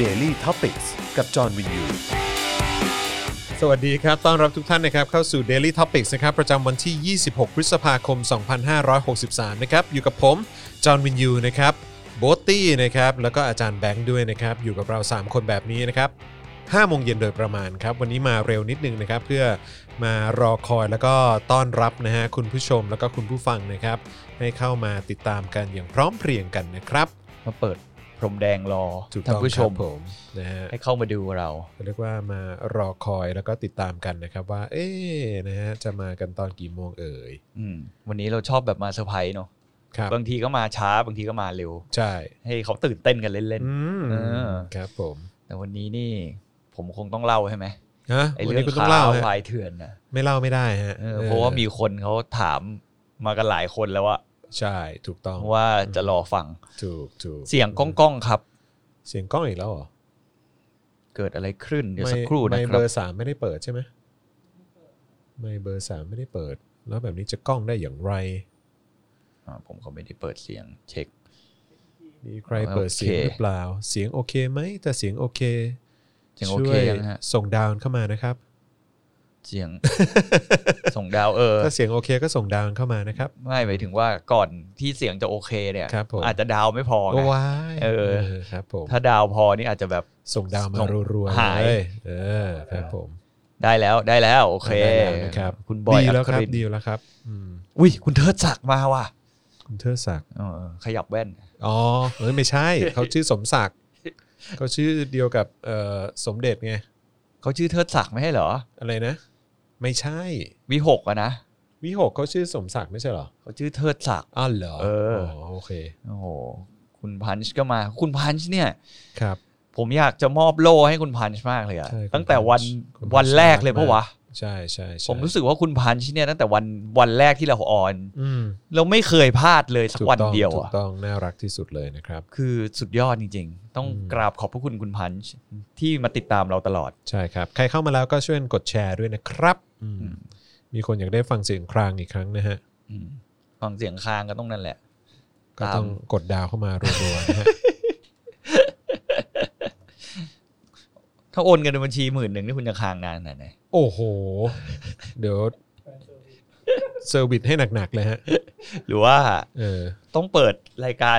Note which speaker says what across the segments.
Speaker 1: Daily t o p i c กกับจอห์นวินยู
Speaker 2: สวัสดีครับ ต้อนรับทุกท่านนะครับเข้าสู่ Daily Topics นะครับประจำวันที่ 26 พฤษภาคม 2563 นะครับ อยู่กับผม จอห์นวินยูนะครับโบทตี้นะครับ แล้วก็อาจารย์แบงค์ด้วยนะครับ อยู่กับเรา 3 คนแบบนี้นะครับ5โมงเย็นโดยประมาณครับ วันนี้มาเร็วนิดนึงนะครับ เพื่อมารอคอยแล้วก็ต้อนรับนะฮะคุณผู้ชมแล้วก็คุณผู้ฟังนะครับ ให้เข้ามาติดตามกันอย่างพร้อมเพรียงกันนะครับ
Speaker 3: มาเปิดพรมแดงรอ
Speaker 2: ถูก
Speaker 3: ท่า
Speaker 2: ต้อน ง
Speaker 3: ผู้
Speaker 2: ค
Speaker 3: ช
Speaker 2: รั
Speaker 3: ม
Speaker 2: บผมนะฮะ
Speaker 3: ให้เข้ามาดูเรา
Speaker 2: เรียกว่ามารอคอยแล้วก็ติดตามกันนะครับว่า เอ๊ะนะฮะจะมากันตอนกี่โมงเอ่ย
Speaker 3: อืมวันนี้เราชอบแบบมาเซอร์ไพรส์เนาะ
Speaker 2: ครับ
Speaker 3: บางทีก็มาช้าบางทีก็มาเร็ว
Speaker 2: ใช่
Speaker 3: ให้เขาตื่นเต้นกันเล่น
Speaker 2: อืม
Speaker 3: เออ
Speaker 2: ครับผม
Speaker 3: ๆ แต่วันนี้นี่ผมคงต้องเล่าใช่ไหม
Speaker 2: ฮะ
Speaker 3: ไอ้
Speaker 2: วัน
Speaker 3: เรื่อ
Speaker 2: นี้
Speaker 3: ง
Speaker 2: คุณต้อง
Speaker 3: ข่า
Speaker 2: เล่าว ฮะ
Speaker 3: วายเถื่อนนะ
Speaker 2: ไม่เล่าไม่ได้ฮะ
Speaker 3: เออเพราะว่ามีคนเขาถามมากันหลายคนแล้วว่า
Speaker 2: ใช่ถูกต้อง
Speaker 3: ว่าจะรอฟัง
Speaker 2: ถูกถูก
Speaker 3: เสียงก้องก้องๆครับ
Speaker 2: เสียงกล้องอีกแล้วเหรอ
Speaker 3: เกิดอะไรขึ้นเดี๋ยวสัก
Speaker 2: ไม่
Speaker 3: ครู่นะ
Speaker 2: ไม่
Speaker 3: ค
Speaker 2: เบ
Speaker 3: รับ
Speaker 2: อร์สามไม่ได้เปิดใช่ไหมไม่เบอร์สามไม่ได้เปิด แล้วแบบนี้จะกล้องได้อย่างไร
Speaker 3: อ่าผมก็ไม่ได้เปิดเสียงเช็ค
Speaker 2: มีใครเปิดเสียง
Speaker 3: โอเค
Speaker 2: หรือเปล่า เสียงโอเคไหมแต่เสียงโอเค
Speaker 3: เสียงโอเค
Speaker 2: ช่วย
Speaker 3: ยังฮะ
Speaker 2: ส่งดาวน์เข้ามานะครับ
Speaker 3: เสียง ส่งดาวเออ
Speaker 2: ถ้าเสียงโอเคก็ส่งดาวน์เข้ามานะครับ
Speaker 3: ไม่หมายถึงว่าก่อนที่เสียงจะโอเคเนี่ย
Speaker 2: ครับผม
Speaker 3: อาจจะดาวไม่พอไง
Speaker 2: โอ้ว้าย
Speaker 3: เออ
Speaker 2: ครับผม
Speaker 3: ถ้าดาวพอนี่อาจจะแบบ
Speaker 2: ส่งดาวมา
Speaker 3: ส่ง
Speaker 2: รัวๆ
Speaker 3: หาย
Speaker 2: เลยเออครับผม
Speaker 3: ได้แล้วได้แล้วโอเค
Speaker 2: ได้แล้วนะครับ
Speaker 3: คุณบอย
Speaker 2: ดีแล้วครับ
Speaker 3: อัครินท
Speaker 2: ดีแล้วครับอืม
Speaker 3: อุ้ยคุณเทิดศักดิ์มาว่ะ
Speaker 2: คุณเทิดศักดิ์
Speaker 3: เออขยับแว่น
Speaker 2: อ๋อเฮ้ยไม่ ใช่ เขาชื่อสมศักดิ์เขาชื่อเดียวกับเอ่อสมเด็จไง
Speaker 3: เขาชื่อเทิดศักดิ์ไม่ใช่เหรอ
Speaker 2: อะไรนะ ไม่ใช่
Speaker 3: วิหกอะนะ
Speaker 2: วิหกเขาชื่อสมศักดิ์ไม่ใช่เหรอ
Speaker 3: เขาชื่อเทิดศักดิ์
Speaker 2: อ้าวเหรอ
Speaker 3: เอออ๋
Speaker 2: โอเค
Speaker 3: โอ้โหคุณพันช์ก็มา คุณพันช์เนี่ย
Speaker 2: ครับ
Speaker 3: ผมอยากจะมอบโล่ให้คุณพันช์มากเลยอะ
Speaker 2: ใช่คุณ
Speaker 3: ตั้งแต่วัน
Speaker 2: Punch คุณ Punch
Speaker 3: วันแรกเลย
Speaker 2: น่ารัก
Speaker 3: เพราะวะ
Speaker 2: ใช่ใช่ใช่
Speaker 3: ผมรู้สึกว่าคุณพันช์เนี่ยตั้งแต่วันวันแรกที่เราออน
Speaker 2: อืม
Speaker 3: เราไม่เคยพลาดเลยสัก
Speaker 2: ถูก
Speaker 3: วัน
Speaker 2: ต้อง
Speaker 3: เดียว
Speaker 2: ถู
Speaker 3: อะ
Speaker 2: กต้องน่ารักที่สุดเลยนะครับ
Speaker 3: คือสุดยอดจริงๆ ต้อง
Speaker 2: อืม
Speaker 3: กราบขอบพระคุณคุณพันช์ที่มาติดตามเราตลอด
Speaker 2: ใช่ครับ ใครเข้ามาแล้วก็ช่วยกดแชร์ด้วยนะครับอืมมีคนอยากได้ฟังเสียงครางอีกครั้งนะฮะ
Speaker 3: อืมฟังเสียงคางก็ต้องนั่นแหละ
Speaker 2: ก็ต้อง
Speaker 3: ตาม
Speaker 2: กดดาวเข้ามารัวๆนะฮะ
Speaker 3: ถ้าโอนเงินในบัญชีหมื่นหนึ่งนี่คุณจะคางนานขนาดไหน
Speaker 2: โอ้โห เดี๋ยวเซอร์วิสให้หนักๆเลยฮะ
Speaker 3: หรือว่า
Speaker 2: เออ
Speaker 3: ต้องเปิดรายการ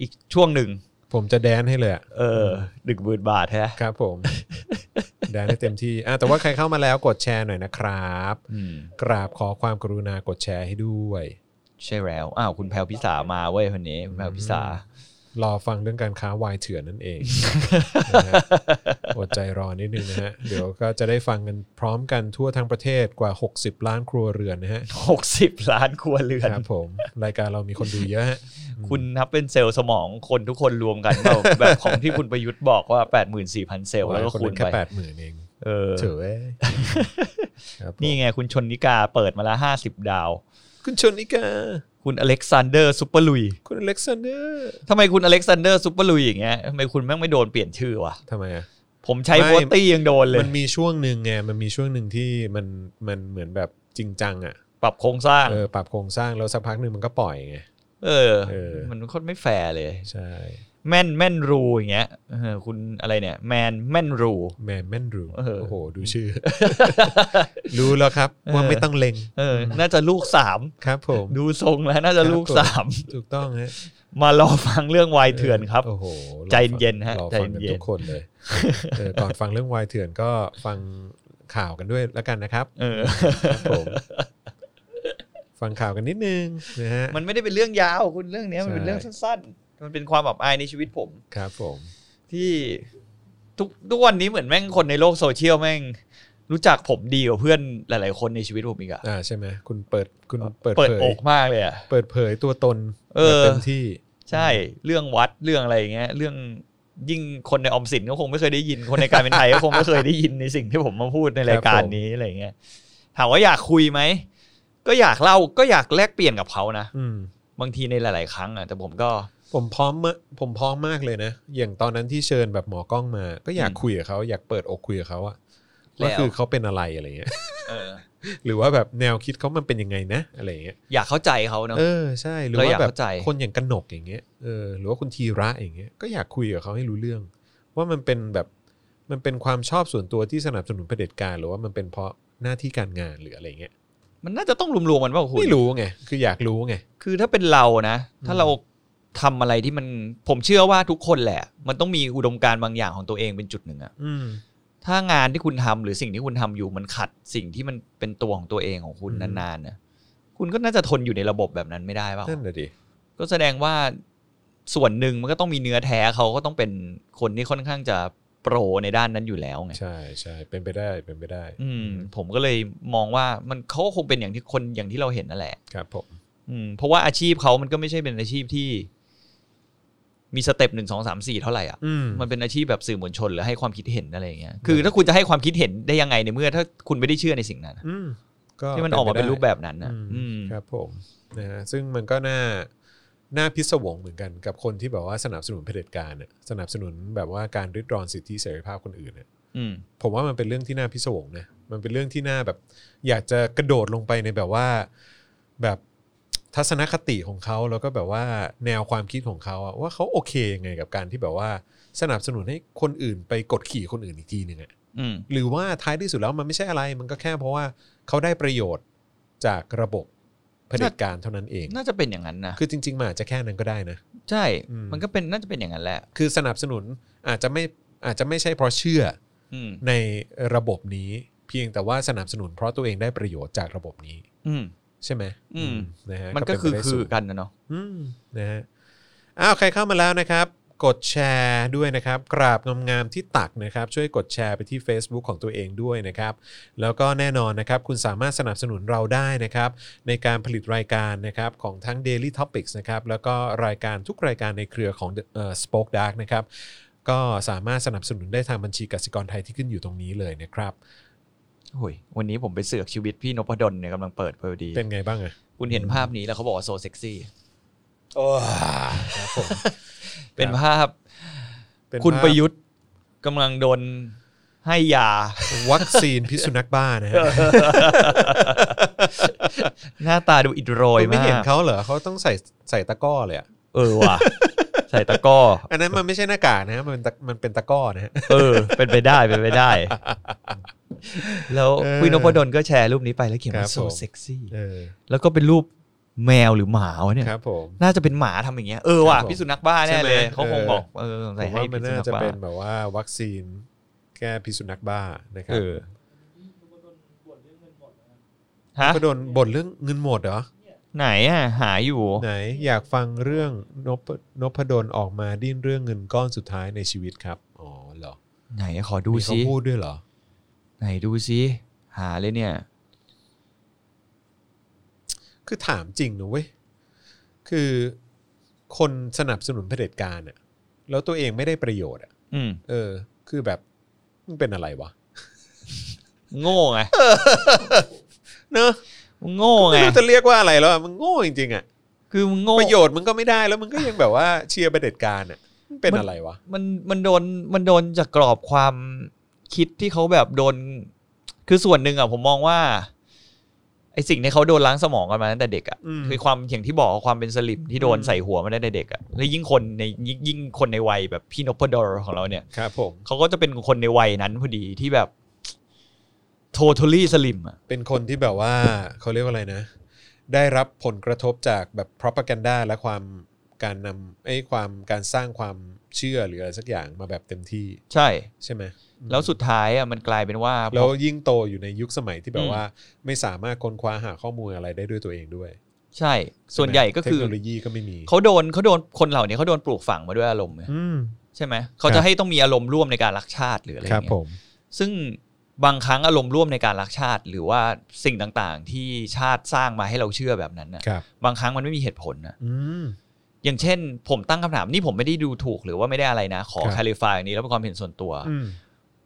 Speaker 3: อีกช่วงหนึ่ง
Speaker 2: ผมจะแดนให้เลยอะ
Speaker 3: เออหนึ่งหมื่นบาทแท้
Speaker 2: ครับผม แดนให้เต็มที่อ่ะแต่ว่าใครเข้ามาแล้วกดแชร์หน่อยนะครับ กราบขอความกรุณากดแชร์ให้ด้วย
Speaker 3: ใช่แล้ว อ้าว คุณแพลวพิสามาเว้ยคนนี้คุณแพลวพิสาร
Speaker 2: อฟังเรื่องการค้าวายเถื่อนนั่นเอง นะ ฮะอดใจรอนิดนึงนะฮะ เดี๋ยวก็จะได้ฟังกันพร้อมกันทั่วทั้งประเทศกว่า 60 ล้านครัวเรือนนะฮะ
Speaker 3: หกสิบล้านครัวเรือน
Speaker 2: ครับผม รายการเรามีคนดูเยอะฮะ
Speaker 3: คุณนับเป็นเซลล์สมองคนทุกคนรวมกันเปล่าแบบของที่คุณประยุทธ์บอกว่าแปดหมื่นสี่พันเซลล์แล้วก็คูณ
Speaker 2: แค่
Speaker 3: ไป
Speaker 2: แปดหมื่นเอง
Speaker 3: เออ
Speaker 2: เฉยครับผม
Speaker 3: นี่ไงคุณชนนิกาเปิดมาละห้าสิบดาว
Speaker 2: คุณชนนิกา
Speaker 3: คุณอเล็กซานเดอร์ซุปเปอร์ลุย
Speaker 2: คุณอเล็กซานเดอร์
Speaker 3: ทำไมคุณอเล็กซานเดอร์ซุปเปอร์ลุยอย่างเงี้ยทำไมคุณแม่งไม่โดนเปลี่ยนชื่อวะ
Speaker 2: ทำไมอ่ะ
Speaker 3: ผมใช้
Speaker 2: ไม่
Speaker 3: โบตี้ยังโดนเลย
Speaker 2: มันมีช่วงหนึ่งไง มันมีช่วงหนึ่งที่มันมันเหมือนแบบจริงจังอ่ะ
Speaker 3: ปรับโครงสร้าง
Speaker 2: เออ ปรับโครงสร้าง แล้วสักพักหนึ่งมันก็ปล่อยไง
Speaker 3: เออ
Speaker 2: เออ
Speaker 3: มันโคตรไม่แฟร์เลย
Speaker 2: ใช่
Speaker 3: แม่นแม่นรูอย่างเงี้ยเออคุณอะไรเนี่ย แมนแม่นรู
Speaker 2: แมนแม่นรู
Speaker 3: เออ
Speaker 2: โอ้โห ดูชื่อ รู้แล้วครับ
Speaker 3: เออ
Speaker 2: ว่าไม่ต้องเล็ง
Speaker 3: เออ น่าจะลูกสาม
Speaker 2: ครับผม
Speaker 3: ดูทรงแล้ว น่าจะลูกสาม
Speaker 2: ถูกต้องฮะ
Speaker 3: มารอฟังเรื่องวายเถื่อนครับ
Speaker 2: โอ้โห
Speaker 3: ใจเย็นฮะ
Speaker 2: รอ
Speaker 3: ใจ
Speaker 2: ฟังกัน
Speaker 3: เย็
Speaker 2: ทุ
Speaker 3: น
Speaker 2: กคน เลยเออก่อนฟังเรื่องวายเถื่อนก็ฟังข่าวกันด้วยแล้วกันนะครับ
Speaker 3: เอ อ
Speaker 2: ครับผมฟังข่าวกันนิดนึงนะฮะ
Speaker 3: มันไม่ได้เป็นเรื่องยาวคุณเรื่องเนี้ยมันเป็น
Speaker 2: ใช่
Speaker 3: เรื่องสั้นๆ มันเป็นความอับอายในชีวิตผม
Speaker 2: ครับผม
Speaker 3: ที่ทุกทุกวันนี้เหมือนแม่งคนในโลกโซเชียลแม่ง รู้จักผมดีกว่าเพื่อนหลาย ๆ คนในชีวิตผมอีกอะ
Speaker 2: อ่าใช่ไหมคุณเปิดคุณเปิด
Speaker 3: เปิด
Speaker 2: เผ
Speaker 3: อย กมากเลยอะ
Speaker 2: เปิดเผยตัวตน
Speaker 3: เออ
Speaker 2: แบบเต็มที่
Speaker 3: ใช่เรื่องวัดเรื่องอะไรอย่างเงี้ย เรื่องยิ่งคนในออมสินก็คงไม่เคยได้ยินคนในการเป็นไทยก็คงไม่เคยได้ยินในสิ่งที่ผมมาพูดในรายการนี้อะไรอย่างเงี้ยถามว่าอยากคุยไหมก็อยากเล่าก็อยากแลกเปลี่ยนกับเขานะ
Speaker 2: อืม
Speaker 3: บางทีในหลาย ๆ ครั้งอะแต่ผมก็
Speaker 2: ผมพร้อมมะผมพร้อมมากเลยนะ อย่างตอนนั้นที่เชิญแบบหมอกล้องมา ก็อยาก
Speaker 3: อืม
Speaker 2: คุยกับเขาอยากเปิดอกคุยกับเขาอะ
Speaker 3: แล้ว
Speaker 2: ว่าคือเขาเป็นอะไรอะไรเงี้ย
Speaker 3: เออ
Speaker 2: หรือว่าแบบแนวคิดเขามันเป็นยังไงนะอะไรเงี้ย
Speaker 3: อยากเข้าใจเขาเนาะ
Speaker 2: เออใช่หรือ
Speaker 3: เรา
Speaker 2: ว่า
Speaker 3: อยาก
Speaker 2: แบบ
Speaker 3: เข้าใจ
Speaker 2: คนอย่างกนกอย่างเงี้ยเออหรือว่าคุณธีระอย่างเงี้ยก็อยากคุยกับเขาให้รู้เรื่อง ว่ามันเป็นแบบมันเป็นความชอบส่วนตัวที่สนับสนุนเผด็จการหรือว่ามันเป็นเพราะหน้าที่การงานหรืออะไรเงี้ย
Speaker 3: มันน่าจะต้องรวมๆมันว่าคุณ
Speaker 2: ไม่รู้ไงคืออยากรู้ไง
Speaker 3: คือถ้าเป็นเรานะ ถ้า
Speaker 2: อืม
Speaker 3: เราทำอะไรที่มันผมเชื่อว่าทุกคนแหละ มันต้องมีอุดมการณ์บางอย่างของตัวเองเป็นจุดหนึ่งอะ
Speaker 2: อืม
Speaker 3: ถ้างานที่คุณทำหรือสิ่งที่คุณทำอยู่มันขัด สิ่งที่มันเป็นตัวของตัวเองของคุณ
Speaker 2: อืม
Speaker 3: นานๆนะคุณก็น่าจะทนอยู่ในระบบแบบนั้นไม่ได้เปล่า
Speaker 2: นั่นแหะดิ
Speaker 3: ก็แสดงว่าส่วนหนึ่งมันก็ต้องมีเนื้อแท้เขาก็ต้องเป็นคนที่ค่อนข้างจะโปรในด้านนั้นอยู่แล้วไง
Speaker 2: ใช่ใช่เป็นไปได้เป็นไปได้
Speaker 3: อืม ผมก็เลยมองว่ามันเขาก็คงเป็นอย่างที่คนอย่างที่เราเห็นนั่นแหละ
Speaker 2: ครับผม
Speaker 3: อืมเพราะว่าอาชีพเขามันก็ไม่ใช่เป็นอาชีพที่ มีสเต็ปหนึ่งสองสามสี่เท่าไหร่อ่ะ
Speaker 2: อืม
Speaker 3: มันเป็นอาชีพแบบสื่อมวลชนหรือให้ความคิดเห็นอะไรอย่างเงี้ย คือถ้าคุณจะให้ความคิดเห็นได้ยังไงในเมื่อ ถ้าคุณไม่ได้เชื่อในสิ่งนั้นอะ
Speaker 2: อืม
Speaker 3: ที่มันออกมาเป็นรูปแบบนั้นนะ
Speaker 2: อื
Speaker 3: อื
Speaker 2: ม
Speaker 3: ม
Speaker 2: ครับผมนะฮะซึ่งมันก็น่าน่าพิศวงเหมือนกันกับคนที่แบบว่าสนับสนุนเผด็จการน่ะสนับสนุนแบบว่าการริดรอนสิทธิเสรีภาพคนอื่นเนี่ย
Speaker 3: อืม
Speaker 2: ผมว่ามันเป็นเรื่องที่น่าพิศวงนะมันเป็นเรื่องที่น่าแบบ อยากจะกระโดดลงไปในแบบว่าแบบทัศนคติของเขาแล้วก็แบบว่าแนวความคิดของเขาอะว่าเขาโอเคยังไงกับการที่แบบว่าสนับสนุนให้คนอื่นไปกดขี่คนอื่นอีกทีหนึ่งอะ
Speaker 3: อืม
Speaker 2: หรือว่าท้ายที่สุดแล้วมันไม่ใช่อะไร มันก็แค่เพราะว่าเขาได้ประโยชน์จากระบบเผด็จการเท่านั้นเอง
Speaker 3: น่าจะเป็นอย่างนั้นนะ
Speaker 2: คือจริงๆมันอาจจะแค่นั้นก็ได้นะ
Speaker 3: ใช่
Speaker 2: อืม
Speaker 3: มันก็เป็นน่าจะเป็นอย่างนั้นแหละ
Speaker 2: คือสนับสนุนอาจจะไม่อาจจะไม่ใช่เพราะเชื่อ
Speaker 3: อืม
Speaker 2: ในระบบนี้ เพียงแต่ว่าสนับสนุนเพราะตัวเองได้ประโยชน์จากระบบนี้
Speaker 3: อืม
Speaker 2: ใช่ไหม
Speaker 3: อืม
Speaker 2: นะฮะ
Speaker 3: มันก็
Speaker 2: เป็
Speaker 3: คือ
Speaker 2: ไปได้
Speaker 3: คื
Speaker 2: สู
Speaker 3: อง กันนะเนาะ
Speaker 2: อืมนะฮะอ้าวใครเข้ามาแล้วนะครับ กดแชร์ด้วยนะครับ กราบงามๆที่ตักนะครับ ช่วยกดแชร์ไปที่ Facebook ของตัวเองด้วยนะครับ แล้วก็แน่นอนนะครับ คุณสามารถสนับสนุนเราได้นะครับ ในการผลิตรายการนะครับของทั้ง Daily Topics นะครับ แล้วก็รายการทุกรายการในเครือของเอ่อ Spoke Dark นะครับ ก็สามารถสนับสนุนได้ทางบัญชีกสิกรไทยที่ขึ้นอยู่ตรงนี้เลยนะครับ
Speaker 3: โอ้ยวันนี้ผมไปเสือกชีวิตพี่นพดลเนี่ยกำลังเปิดพอดี
Speaker 2: เป็นไงบ้างอะ
Speaker 3: คุณเห็นภาพนี้แล้วเขาบอกว่าโซเซ็กซี่
Speaker 2: ครับผม
Speaker 3: เป็นภาพ
Speaker 2: เป็น
Speaker 3: คุณ
Speaker 2: ภาพ
Speaker 3: ประยุทธ์กำลังโดนให้ยา
Speaker 2: วัคซีนพิษสุนัขบ้านะฮะ
Speaker 3: หน้าตาดูอิดโรย
Speaker 2: คุณ
Speaker 3: มา
Speaker 2: ไม่เห็น
Speaker 3: ก
Speaker 2: เขาเหรอเขาต้องใส่ใส่ตะกร้อเลยอะ
Speaker 3: เออ ว่ะ ใส่ตะกร้อ
Speaker 2: อันนั้นมันไม่ใช่หน้ากากนะฮะมันเป็นตะมันเป็นตะกร้อนะฮะ
Speaker 3: เออ เป็นไปได้เป็นไปได้ แล้ว
Speaker 2: เออ
Speaker 3: พี่นพดลก็แชร์รูปนี้ไปแล้วเขียน
Speaker 2: ครั
Speaker 3: ว่า
Speaker 2: บ
Speaker 3: โซ
Speaker 2: ผม
Speaker 3: เซ็กซี่
Speaker 2: เออ
Speaker 3: แล้วก็เป็นรูปแมวหรือหมาวะเนี่ย
Speaker 2: ครับผม
Speaker 3: น่าจะเป็นหมาทำอย่างเงี้ยเออ
Speaker 2: ค
Speaker 3: ว่ะ
Speaker 2: รับผม
Speaker 3: พี่สุนัขบ้าแน่เลย
Speaker 2: ใช่ไหม
Speaker 3: เขาคง
Speaker 2: เออ
Speaker 3: บอกเออ
Speaker 2: ผ
Speaker 3: ใส่
Speaker 2: ม
Speaker 3: ให้
Speaker 2: ว่ามั
Speaker 3: พี่
Speaker 2: นน่า
Speaker 3: สุนัข
Speaker 2: จะ
Speaker 3: บ้า
Speaker 2: เป็นแบบว่าวัคซีนแก้พิษสุนัขบ้านะครั
Speaker 3: เอบ อฮะ
Speaker 2: ก็โดนบ่นเรื่องเงินหมดเหรอ
Speaker 3: ไหนอ่ะหาอยู่
Speaker 2: ไหนอยากฟังเรื่องนพนพดลออกมาดิ้นเรื่องเงินก้อนสุดท้ายในชีวิตครับอ๋อเหรอ
Speaker 3: ไหนขอดู
Speaker 2: มีเขา
Speaker 3: ซิ
Speaker 2: พูดด้วยเหรอ
Speaker 3: ไหนดูซิหาเลยเนี่ย
Speaker 2: คือถามจริงนะเว้ยคือคนสนับสนุนเผด็จการอะแล้วตัวเองไม่ได้ประโยชน์อะ
Speaker 3: อืม
Speaker 2: เออ คือแบบมันเป็นอะไรวะ
Speaker 3: โง่ไง
Speaker 2: เนอะ
Speaker 3: มึงโง่ไง
Speaker 2: ไม่รู้จะเรียกว่าอะไรแล้วอะมันโง่จริงๆอ่ะ
Speaker 3: คือมึงโง่
Speaker 2: ประโยชน์มึงก็ไม่ได้แล้วมึงก็ยังแบบว่าเชียร์ประเผด็จการอ่ะมันเป็น
Speaker 3: มัน
Speaker 2: อะไรวะ
Speaker 3: มันมันโดนมันโดนจากกรอบความคิดที่เขาแบบโดน คือส่วนหนึ่งอ่ะผมมองว่าไอสิ่งที่เขาโดนล้างสมองกันมาตั้งแต่เด็กอ่ะคือความอย่างที่บอกความเป็นสลิมที่โดนใส่หัวมาตั้งแต่เด็กอ่ะแล้วยิ่งคนในยิ่งยิ่งคนในวัยแบบพี่นพดลของเราเนี่ย
Speaker 2: ครับผม
Speaker 3: เขาก็จะเป็นคนในวัยนั้นพอดีที่แบบ totally สลิมอ่ะ
Speaker 2: เป็นคนที่แบบว่าเขาเรียกว่าอะไรนะ ได้รับผลกระทบจากแบบ propaganda และความการนำไอ้ยความการสร้างความเชื่อหรืออะไรสักอย่างมาแบบเต็มที่
Speaker 3: ใช่
Speaker 2: ใช่ไหม
Speaker 3: แล้วสุดท้ายอ่ะมันกลายเป็นว่าพอ
Speaker 2: แล้วยิ่งโตอยู่ในยุคสมัยที่แบ
Speaker 3: อื
Speaker 2: บ
Speaker 3: ม
Speaker 2: ว่า ไม่สามารถค้นคว้าหาข้อมูลอะไรได้ด้วยตัวเองด้วย
Speaker 3: ใช่ ส่วนใหญ่ก็คือ
Speaker 2: เทคโนโลยีก็ไม่มี
Speaker 3: เขาโดนเขาโดนคนเหล่านี้เขาโดนปลูกฝังมาด้วยอารมณ์ไง
Speaker 2: อืม
Speaker 3: ใช่ไหมเขา
Speaker 2: ครั
Speaker 3: จะ
Speaker 2: บ
Speaker 3: ให้ต้องมีอารมณ์ร่วมในการรักชาติหรืออะไร
Speaker 2: ครับ
Speaker 3: เงี้
Speaker 2: ผ
Speaker 3: ย
Speaker 2: ม
Speaker 3: ซึ่งบางครั้งอารมณ์ร่วมในการรักชาติ หรือว่าสิ่งต่างๆ ที่ชาติสร้างมาให้เราเชื่อแบบนั้นนะครับ บางครั้งมันไม่มีเหตุผลนะ
Speaker 2: อืม
Speaker 3: อย่างเช่น ผมตั้งคำถามนี่ผมไม่ได้ดูถูกหรือว่าไม่ได้อะไรนะ ขอ
Speaker 2: ครับ
Speaker 3: คาลิฟายนี้แล้วเป็นความเห็นส่วนตัว
Speaker 2: อืม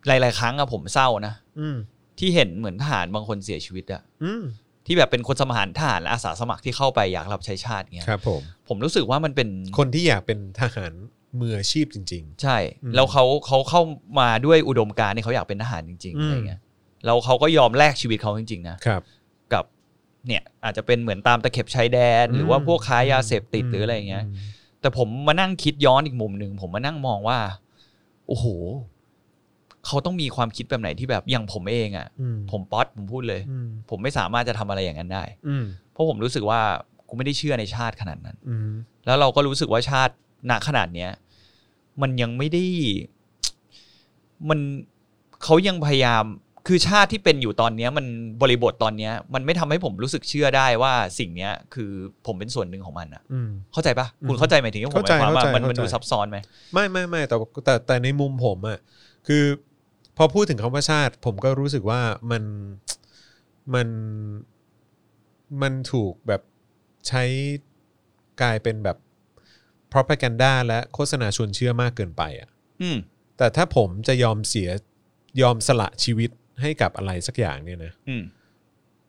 Speaker 3: หลาย ๆ ครั้งอะผมเศร้านะ
Speaker 2: อืม
Speaker 3: ที่เห็นเหมือนทหารบางคนเสียชีวิตอะ
Speaker 2: อืม
Speaker 3: ที่แบบเป็นคนสมหารทหารและอาสาสมัครที่เข้าไปอยากรับใช้ชาติเงี้ย
Speaker 2: ครับผม
Speaker 3: ผมรู้สึกว่ามันเป็น
Speaker 2: คนที่อยากเป็นทหารมืออาชีพจริง
Speaker 3: ใช่
Speaker 2: อืม
Speaker 3: แล้วเขาเขาเข้ามาด้วยอุดมการณ์ที่เขาอยากเป็นทหารจริงๆ
Speaker 2: อืม
Speaker 3: อะไรเงี้ยแล้วเขาก็ยอมแลกชีวิตเขาจริงๆนะ
Speaker 2: ๆ ครับ
Speaker 3: กับเนี่ยอาจจะเป็นเหมือนตามตะเข็บชายแดน
Speaker 2: อืม
Speaker 3: หรือว่าพวกค้ายาเสพติดหรืออะไรเงี้ยแต่ผมมานั่งคิดย้อนอีกมุมหนึ่งผมมานั่งมองว่า โอ้โห เขาต้องมีความคิดแบบไหนที่แบบอย่างผมเองอะ่ะ
Speaker 2: อืม
Speaker 3: ผมป๊อตผมพูดเลย
Speaker 2: อืม
Speaker 3: ผมไม่สามารถจะทำอะไรอย่างนั้นได้
Speaker 2: อืม
Speaker 3: เพราะผมรู้สึกว่ากูไม่ได้เชื่อในชาติขนาดนั้น
Speaker 2: อืม
Speaker 3: แล้วเราก็รู้สึกว่าชาติณขนาดเนี้ย มันยังไม่ได้ มันเขายังพยายามคือชาติที่เป็นอยู่ตอนเนี้ย มันบริบทตอนเนี้ย มันไม่ทำให้ผมรู้สึกเชื่อได้ว่าสิ่งเนี้ย คือผมเป็นส่วนหนึ่งของมันอะ
Speaker 2: อืม
Speaker 3: เข้าใจปะคุณ
Speaker 2: อืม
Speaker 3: เข้าใจหมายถึงที่ผมห
Speaker 2: เข้าใจ
Speaker 3: มายความว่า
Speaker 2: เข้าใจ
Speaker 3: มันมัน
Speaker 2: เข้าใจ
Speaker 3: ดูซับซ้อนไหม
Speaker 2: ไม่ไม่ไม่แต่แต่แต่ในมุมผมอะคือพอพูดถึงคำว่าชาติ ผมก็รู้สึกว่ามันมันมันถูกแบบใช้กลายเป็นแบบ propaganda และโฆษณาชวนเชื่อมากเกินไปอะ
Speaker 3: อืม
Speaker 2: แต่ถ้าผมจะยอมเสียยอมสละชีวิตให้กับอะไรสักอย่างเนี่ยนะ
Speaker 3: อืม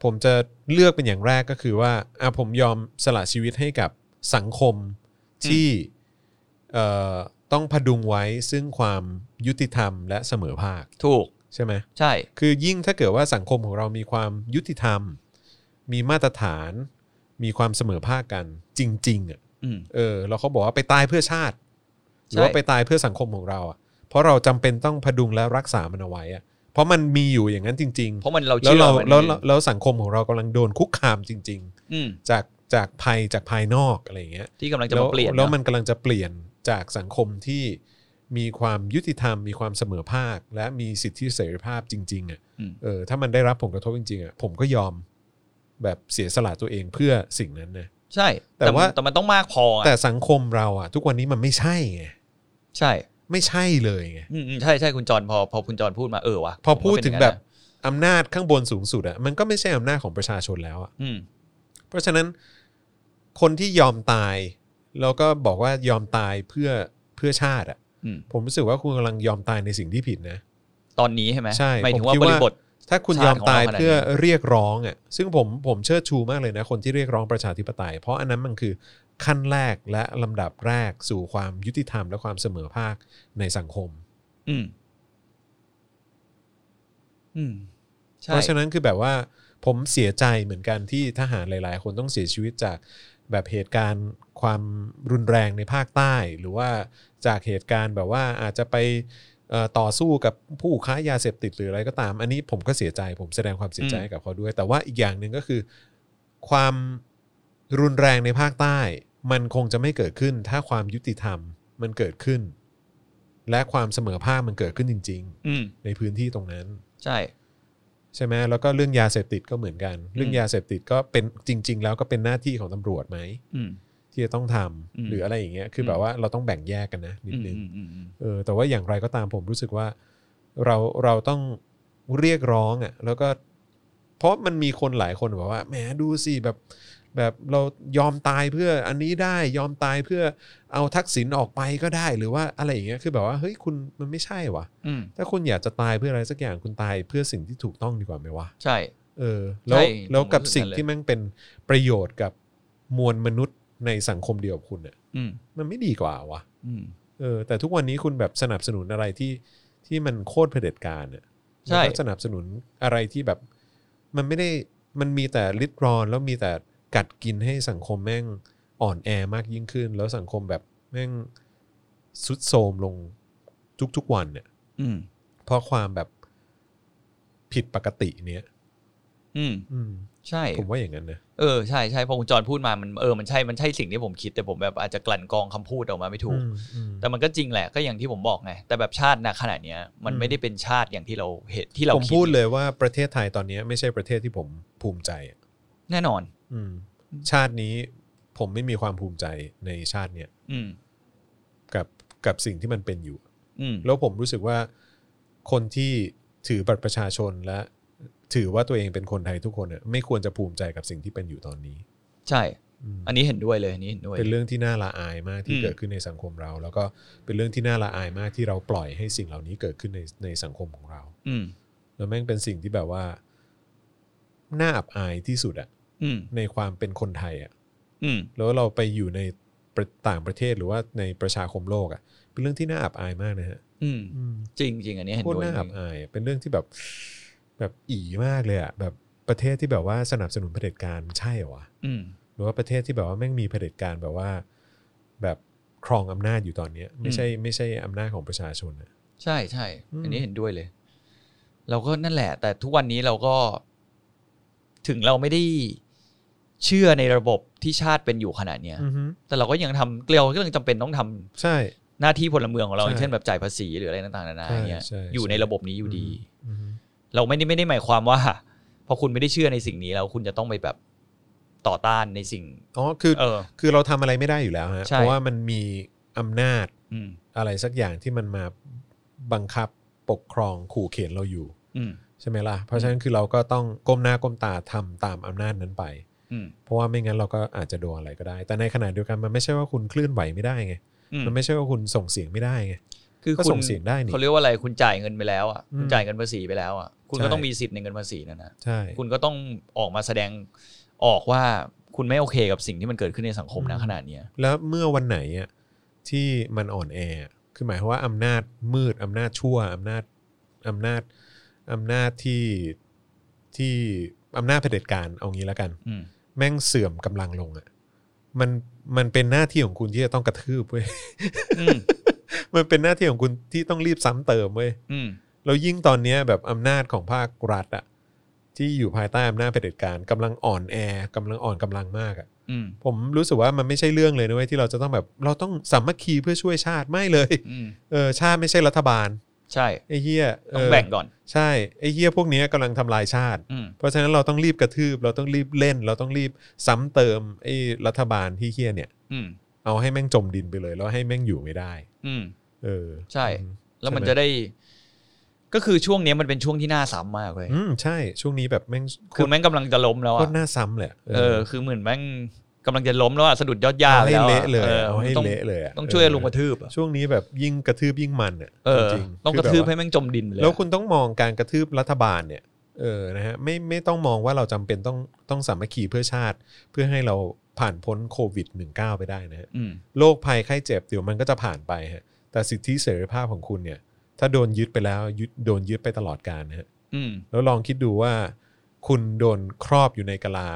Speaker 2: ผมจะเลือกเป็นอย่างแรกก็คือว่าอ่ะผมยอมสละชีวิตให้กับสังคมที่เอ่อต้องพดุงไว้ซึ่งความยุติธรรมและเสมอภาค
Speaker 3: ถูก
Speaker 2: ใช่ไหม
Speaker 3: ใช่
Speaker 2: คือยิ่งถ้าเกิดว่าสังคมของเรามีความยุติธรรม มีมาตรฐาน มีความเสมอภาคกันจริงๆอ่ะ
Speaker 3: อืม
Speaker 2: เออเราเขาบอกว่าไปตายเพื่อชาติหรือว่า
Speaker 3: ใช่
Speaker 2: ไปตายเพื่อสังคมของเราอ่ะเพราะเราจำเป็นต้องพดุงและรักษามันเอาไว้อ่ะเพราะมันมีอยู่อย่างนั้นจริง ๆ
Speaker 3: เพราะมันเรา
Speaker 2: แล้ว
Speaker 3: เชื่อ
Speaker 2: เรา
Speaker 3: มัน
Speaker 2: แล้วแล้วแล้วสังคมของเรากำลังโดนคุกคามจริง
Speaker 3: อืม
Speaker 2: ๆ จากจากภัยจากภายนอกอะไรอย่างเงี้ย
Speaker 3: ที่กำลังจะ
Speaker 2: แล้
Speaker 3: มาว เปลี่ยน
Speaker 2: แล้ว
Speaker 3: เอะ
Speaker 2: มันกำลังจะเปลี่ยนจากสังคมที่มีความยุติธรรม มีความเสมอภาค และมีสิทธิเสรีภาพจริงๆอ่ะ
Speaker 3: อืม
Speaker 2: เออถ้ามันได้รับผลกระทบจริงๆอ่ะผมก็ยอมแบบเสียสละตัวเองเพื่อสิ่งนั้นนะ
Speaker 3: ใช่
Speaker 2: แต่ว่า
Speaker 3: แต่มันต้องมากพออะ
Speaker 2: แต่สังคมเราอ่ะ ทุกวันนี้มันไม่ใช่ไง
Speaker 3: ใช่
Speaker 2: ไม่ใช่เลยไง
Speaker 3: อืมอืมใช่ใช่คุณจรพอพอคุณจรพูดมาเออวะ
Speaker 2: พอพูด
Speaker 3: ผมก็
Speaker 2: ถึง
Speaker 3: เป็นย่า
Speaker 2: แบ
Speaker 3: นั้น
Speaker 2: บ
Speaker 3: นะ
Speaker 2: อำนาจข้างบนสูงสุดอ่ะมันก็ไม่ใช่อำนาจของประชาชนแล้วอ่ะ
Speaker 3: อืม
Speaker 2: เพราะฉะนั้นคนที่ยอมตายแล้วก็บอกว่ายอมตายเพื่อเพื่อชาติอะ
Speaker 3: อืม
Speaker 2: ผมรู้สึกว่าคุณกำลังยอมตายในสิ่งที่ผิดนะ
Speaker 3: ตอนนี้ใช่ไหม
Speaker 2: ใช่
Speaker 3: หมายถึง
Speaker 2: ผม
Speaker 3: ว่า
Speaker 2: คิด
Speaker 3: บ
Speaker 2: ว่า
Speaker 3: ริบท
Speaker 2: ถ้าคุณย
Speaker 3: ชา
Speaker 2: อ
Speaker 3: ติ
Speaker 2: ม
Speaker 3: ของเรา
Speaker 2: ตาย
Speaker 3: ขนาดนี้
Speaker 2: เพื่อเรียกร้องอ่ะซึ่งผมผมเชิดชูมากเลยนะ คนที่เรียกร้องประชาธิปไตย เพราะอันนั้นมันคือขั้นแรกและลำดับแรกสู่ความยุติธรรมและความเสมอภาคในสังคม
Speaker 3: อืม อืม ใช่
Speaker 2: เพราะฉะนั้นคือแบบว่าผมเสียใจเหมือนกันที่ทหารหลาย ๆ คนต้องเสียชีวิตจากแบบเหตุการณ์ความรุนแรงในภาคใต้ หรือว่าจากเหตุการณ์แบบว่าอาจจะไปเอ่อต่อสู้กับผู้ค้ายาเสพติดหรืออะไรก็ตาม อันนี้ผมก็เสียใจ ผมแสดงความเสียใจให้กับเขาด้วย แต่ว่าอีกอย่างหนึ่งก็คือ ความรุนแรงในภาคใต้ มันคงจะไม่เกิดขึ้น ถ้าความยุติธรรมมันเกิดขึ้น และความเสมอภาคมันเกิดขึ้นจริง
Speaker 3: อืม
Speaker 2: ๆ ในพื้นที่ตรงนั้น
Speaker 3: ใช่
Speaker 2: ใช่ไหมแล้วก็เรื่องยาเสพติดก็เหมือนกัน เรื่องยาเสพติดก็เป็นจริง ๆ แล้วก็เป็นหน้าที่ของตำรวจไหม
Speaker 3: อืม
Speaker 2: ที่จะต้องทำ
Speaker 3: อืม
Speaker 2: หรืออะไรอย่างเงี้ยคือแบบว่าเราต้องแบ่งแยกกันนะนิ
Speaker 3: อื
Speaker 2: ด
Speaker 3: ม
Speaker 2: นึง
Speaker 3: อืมอืมอืม
Speaker 2: เออแต่ว่าอย่างไรก็ตามผมรู้สึกว่าเราเราต้องเรียกร้องอ่ะแล้วก็เพราะมันมีคนหลายคนบอกว่าแหมดูสิแบบแบบเรายอมตายเพื่ออันนี้ได้ยอมตายเพื่อเอาทักษิณออกไปก็ได้หรือว่าอะไรอย่างเงี้ยคือแบบว่าเฮ้ยคุณมันไม่ใช่วะ
Speaker 3: อืม
Speaker 2: ถ้าคุณอยากจะตายเพื่ออะไรสักอย่างคุณตายเพื่อสิ่งที่ถูกต้องดีกว่าไหมวะ
Speaker 3: ใช่
Speaker 2: เออแล้ว
Speaker 3: ใช่
Speaker 2: แล้วกับ
Speaker 3: ผมรู้สึก
Speaker 2: สิ่ง
Speaker 3: เลย
Speaker 2: ที่แมันเป็นประโยชน์กับมวลมนุษย์ในสังคมเดียวกับคุณเนี่ย
Speaker 3: อืม
Speaker 2: มันไม่ดีกว่าวะ
Speaker 3: อืม
Speaker 2: เออแต่ทุกวันนี้คุณแบบสนับสนุนอะไรที่ที่มันโคตรเผด็จการเนี่ย
Speaker 3: ใช่
Speaker 2: แล้วก็สนับสนุนอะไรที่แบบมันไม่ได้มันมีแต่ริดรอนแล้วมีแต่กัดกินให้สังคมแม่งอ่อนแอมากยิ่งขึ้น แล้วสังคมแบบแม่งสุดโทรมลงทุกๆวันเนี่ย
Speaker 3: อืม
Speaker 2: เพราะความแบบผิดปกติเนี้ย
Speaker 3: อืม
Speaker 2: อืม
Speaker 3: ใช่
Speaker 2: ผมว่าอย่างนั้นนะ
Speaker 3: เออ ใช่ใช่พอคุณจรพูดมา มัน เออ มันใช่ มันใช่สิ่งที่ผมคิด แต่ผมแบบอาจจะกลั่นกรองคำพูดออกมาไม่ถูก
Speaker 2: อืมอืม
Speaker 3: แต่มันก็จริงแหละ ก็อย่างที่ผมบอกไง แต่แบบชาตินะขนาดเนี้ย มัน
Speaker 2: อืม
Speaker 3: ไม่ได้เป็นชาติอย่างที่เราเห็นที่เรา
Speaker 2: ผม
Speaker 3: คิ
Speaker 2: พูดเลยว่าประเทศไทยตอนนี้ไม่ใช่ประเทศที่ผมภูมิใจอะ
Speaker 3: แน่นอน
Speaker 2: อืม ชาตินี้ผมไม่มีความภูมิใจในชาติเนี้ย
Speaker 3: อืม
Speaker 2: กับกับสิ่งที่มันเป็นอยู่
Speaker 3: อืม
Speaker 2: แล้วผมรู้สึกว่าคนที่ถือบัตรประชาชนและ ถือว่าตัวเองเป็นคนไทยทุกคนน่ะไม่ควรจะภูมิใจกับสิ่งที่เป็นอยู่ตอนนี้
Speaker 3: ใช่
Speaker 2: อืม
Speaker 3: อันนี้เห็นด้วยเลย อันนี้เห็นด้วย
Speaker 2: เป็นเรื่องที่น่าละอายมากที่
Speaker 3: อืม
Speaker 2: เกิดขึ้นในสังคมเรา แล้วก็เป็นเรื่องที่น่าละอายมากที่เราปล่อยให้สิ่งเหล่านี้เกิดขึ้นในในสังคมของเรา
Speaker 3: อืม
Speaker 2: แล้วแม่งเป็นสิ่งที่แบบว่าน่าอับอายที่สุดอะ
Speaker 3: อืม
Speaker 2: ในความเป็นคนไทยอะ่ะ
Speaker 3: อืม
Speaker 2: แล้วเราไปอยู่ในประต่างประเทศหรือว่าในประชาคมโลกอะ่ะ เป็นเรื่องที่น่าอับอายมากนะฮะ
Speaker 3: อืม จริงจริงอันนี้เห็น
Speaker 2: โคตร
Speaker 3: ด้วย
Speaker 2: น่า
Speaker 3: จ
Speaker 2: อั
Speaker 3: ริ
Speaker 2: บ
Speaker 3: ง
Speaker 2: อายอะเป็นเรื่องที่แบบแบบอีมากเลยอะ่ะแบบประเทศที่แบบว่าสนับสนุนเผด็จการใช่เหรอวะ
Speaker 3: อืม
Speaker 2: หรือว่าประเทศที่แบบว่าแม่งมีเผด็จการแบบว่า แบบครองอำนาจอยู่ตอนเนี้ย ไม่ใช่ไม่ใช่อำนาจของประชาชนอะ
Speaker 3: ใช่ใช่
Speaker 2: อืม
Speaker 3: อันนี้เห็นด้วยเลย เราก็นั่นแหละ แต่ทุกวันนี้เราก็ ถึงเราไม่ได้เชื่อในระบบที่ชาติเป็นอยู่ขนาดเนี้ย
Speaker 2: อือฮึ
Speaker 3: แต่เราก็ยังทำเราก็ยังจำเป็นต้องทำ
Speaker 2: ใช่
Speaker 3: หน้าที่พลเมืองของเรา
Speaker 2: ใช่
Speaker 3: อย่างเช่นแบบจ่ายภาษีหรืออะไรต่างๆนานา
Speaker 2: ใช่
Speaker 3: เงี้ย
Speaker 2: ใช่
Speaker 3: อยู่ในระบบนี้อยู่ดี
Speaker 2: อือฮึ
Speaker 3: เราไม่ได้ไม่ได้หมายความว่า พอคุณไม่ได้เชื่อในสิ่งนี้แล้วคุณจะต้องไปแบบต่อต้านในสิ่ง
Speaker 2: อ๋อคือ
Speaker 3: เออ
Speaker 2: คือเราทำอะไรไม่ได้อยู่แล้วฮะ
Speaker 3: ใช่
Speaker 2: เพราะว่ามันมีอำนาจ
Speaker 3: อืม
Speaker 2: อะไรสักอย่างที่มันมาบังคับปกครองขู่เข็นเราอยู่
Speaker 3: อืม
Speaker 2: ใช่ไหมล่ะ เพราะฉะนั้นคือเราก็ต้องก้มหน้าก้มตาทำตามอำนาจนั้นไป
Speaker 3: อืม
Speaker 2: เพราะว่าไม่งั้นเราก็อาจจะโดนอะไรก็ได้ แต่ในขณะเดียวกันมันไม่ใช่ว่าคุณเคลื่อนไหวไม่ได้ไง
Speaker 3: อืม
Speaker 2: มันไม่ใช่ว่าคุณส่งเสียงไม่ได้ไง
Speaker 3: คือ
Speaker 2: ก็
Speaker 3: คุณ
Speaker 2: ส่งเสียงได้นี่
Speaker 3: เขาเรียกว่าอะไรคุณจ่ายเงินไปแล้วอ่ะ
Speaker 2: อืม
Speaker 3: คุณจ่ายเงินภาษีไปแล้วอ่ะคุณก็
Speaker 2: ใช่
Speaker 3: ต้องมีสิทธิ์ในเงินภาษีนั่นนะ
Speaker 2: ใช่
Speaker 3: คุณก็ต้องออกมาแสดงออกว่าคุณไม่โอเคกับสิ่งที่มันเกิดขึ้นในสังคมนะขนาดเนี้ย
Speaker 2: แล้วเมื่อวันไหนอะที่มันอ่อนแอคือหมายความว่าอำนาจมืดอำนาจชั่วอำนาจอำนาจอำนาจที่ที่อำนาจเผด็จการเอางี้แล้วกัน
Speaker 3: อืม
Speaker 2: แม่งเสื่อมกำลังลงอะมันมันเป็นหน้าที่ของคุณที่จะต้องกระทืบเว้ย
Speaker 3: อืม
Speaker 2: มันเป็นหน้าที่ของคุณที่ต้องรีบซ้ำเติมเว้ย
Speaker 3: อืม
Speaker 2: แล้วยิ่งตอนเนี้ยแบบอำนาจของภาครัฐอะที่อยู่ภายใต้อำนาจเผด็จการกำลังอ่อนแอกำลังอ่อนกำลังมากอะ
Speaker 3: อืม
Speaker 2: ผมรู้สึกว่ามันไม่ใช่เรื่องเลยนะเว้ยที่เราจะต้องแบบเราต้องสามัคคีเพื่อช่วยชาติไม่เลย
Speaker 3: อืม
Speaker 2: เออชาติไม่ใช่รัฐบาล
Speaker 3: ใช่
Speaker 2: ไอ้เหี้ยเ
Speaker 3: ต้องแบ่งก่อน
Speaker 2: ใช่ไอ้เหี้ยพวกเนี้ยกำลังทำลายชาติ
Speaker 3: อืม
Speaker 2: เพราะฉะนั้นเราต้องรีบกระทืบ เราต้องรีบเล่น เราต้องรีบซ้ำเติมไอ้รัฐบาลที่เหี้ยเนี่ย
Speaker 3: อืม
Speaker 2: เอาให้แม่งจมดินไปเลยแล้วให้แม่งอยู่ไม่ได้
Speaker 3: อืม
Speaker 2: เออ
Speaker 3: ใช่
Speaker 2: อืม
Speaker 3: แล้วมัน
Speaker 2: ใช่ไหม
Speaker 3: จะได้ ก็คือช่วงเนี้ยมันเป็นช่วงที่น่าซ้ำมากเลย
Speaker 2: อืมใช่ช่วงนี้แบบแม่งโต
Speaker 3: คือ
Speaker 2: ร
Speaker 3: แม่งกำลังจะล้มแล้ว
Speaker 2: โค
Speaker 3: อ่ะ
Speaker 2: ตรน่าซ้ำเลยะ
Speaker 3: เออ คือเหมือนแม่งกำลังจะล้มแล้วอ่ะสะดุดยอดยา
Speaker 2: เอา
Speaker 3: ไป
Speaker 2: ให้
Speaker 3: แล้ว
Speaker 2: เละ
Speaker 3: อ่ะ
Speaker 2: เลย
Speaker 3: ออ
Speaker 2: เอาให้
Speaker 3: ต้อง
Speaker 2: เละเลยะ
Speaker 3: ต้องช่วย
Speaker 2: เ
Speaker 3: ลุงกระทืบอ่ะ
Speaker 2: ช่วงนี้แบบยิ่งกระทืบยิ่งมันอ่ะ
Speaker 3: เออ
Speaker 2: จริงๆ
Speaker 3: ต้องกระทืบ
Speaker 2: คื
Speaker 3: ให้
Speaker 2: แบบ
Speaker 3: แม่งจมดินไปเลย
Speaker 2: แล้วคุณต้องมองการกระทืบรัฐบาลเนี่ยเออนะฮะไม่ไม่ต้องมองว่าเราจำเป็นต้องต้องสามัคคีเพื่อชาติ เพื่อให้เราผ่านพ้นโควิด -19 ไปได้นะฮะ
Speaker 3: อืม
Speaker 2: โรคภัยไข้เจ็บเดี๋ยวมันก็จะผ่านไปฮะแต่สิทธิเสรีภาพของคุณเนี่ย ถ้าโดนยึดไปแล้วยึดโดนยึดไปตลอดกาลนะฮะ
Speaker 3: อืม
Speaker 2: แล้วลองคิดดูว่า คุณโดนครอบอยู่ในกะลา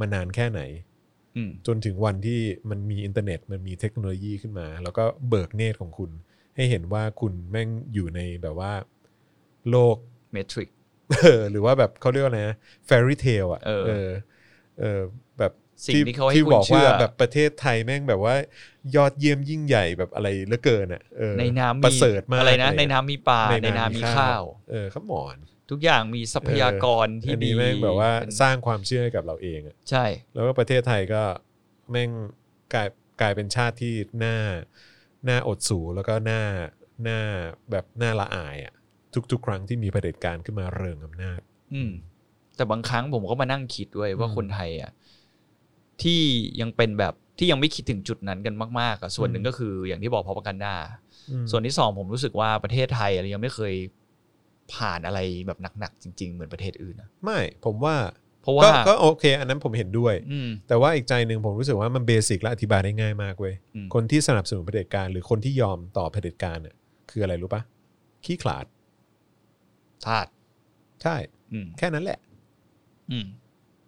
Speaker 2: มานานแค่ไหน
Speaker 3: อืม
Speaker 2: จนถึงวันที่มันมีอินเทอร์เน็ตมันมีเทคโนโลยีขึ้นมา แล้วก็เบิกเนตรของคุณ ให้เห็นว่าคุณแม่งอยู่ในแบบว่าโลก
Speaker 3: เมทริก
Speaker 2: หรือว่าแบบเขาเรียกว่าอะไรนะแฟรี่เทลอ่ะ
Speaker 3: เออ
Speaker 2: เออเออแบบ
Speaker 3: สิ่งที่เขาให้
Speaker 2: ที่
Speaker 3: คุณ
Speaker 2: บอก
Speaker 3: เชื่
Speaker 2: ว่า
Speaker 3: อ
Speaker 2: แบบประเทศไทยแม่งแบบว่ายอดเยี่ยมยิ่งใหญ่แบบอะไรเหลือเกินอ่ะเออ
Speaker 3: ในน้ำมี
Speaker 2: ประเสริฐมาก
Speaker 3: อะไรนะ
Speaker 2: เย
Speaker 3: ในน้ำมีปลาในน้ำมีข้าว
Speaker 2: เออขมอน
Speaker 3: ทุกอย่างมีทรัพยากรที่
Speaker 2: อัน
Speaker 3: ดี
Speaker 2: นี้แม่งแบบว่า
Speaker 3: เป็น
Speaker 2: สร้างความเชื่อให้กับเราเองอะ
Speaker 3: ใช่
Speaker 2: แล้วก็ประเทศไทยก็แม่งกลายกลายเป็นชาติที่น่าน่าอดสูแล้วก็น่าน่าแบบน่าละอายอะ่ะทุกๆ ครั้งที่มีเผด็จการขึ้นมาเริงอำนาจ
Speaker 3: อืม แต่บางครั้งผมก็มานั่งคิดด้วยว่า
Speaker 2: อืม
Speaker 3: คนไทยอ่ะที่ยังเป็นแบบที่ยังไม่คิดถึงจุดนั้นกันมากๆอ่ะส่วนหนึ่ง
Speaker 2: อืม
Speaker 3: ก็คืออย่างที่บอกพอประกันดา
Speaker 2: อืม
Speaker 3: ส่วนที่สองผมรู้สึกว่าประเทศไทยอะไรยังไม่เคยผ่านอะไรแบบหนักๆจริง ๆ เหมือนประเทศอื่นนะ
Speaker 2: ไม่ผมว่า
Speaker 3: เพราะ
Speaker 2: ก็
Speaker 3: ว่า
Speaker 2: ก็โอเค อันนั้นผมเห็นด้วย
Speaker 3: อืม
Speaker 2: แต่ว่าอีกใจหนึ่งผมรู้สึกว่ามันเบสิกและอธิบายได้ง่ายมากเว้ย
Speaker 3: อืม
Speaker 2: คนที่สนับสนุนเผด็จการหรือคนที่ยอมต่อเผด็จการน่ะคืออะไรรู้ปะขี้ขลาด
Speaker 3: ธาตุ
Speaker 2: ใช่
Speaker 3: อืม
Speaker 2: แค่นั้นแหละ
Speaker 3: อืม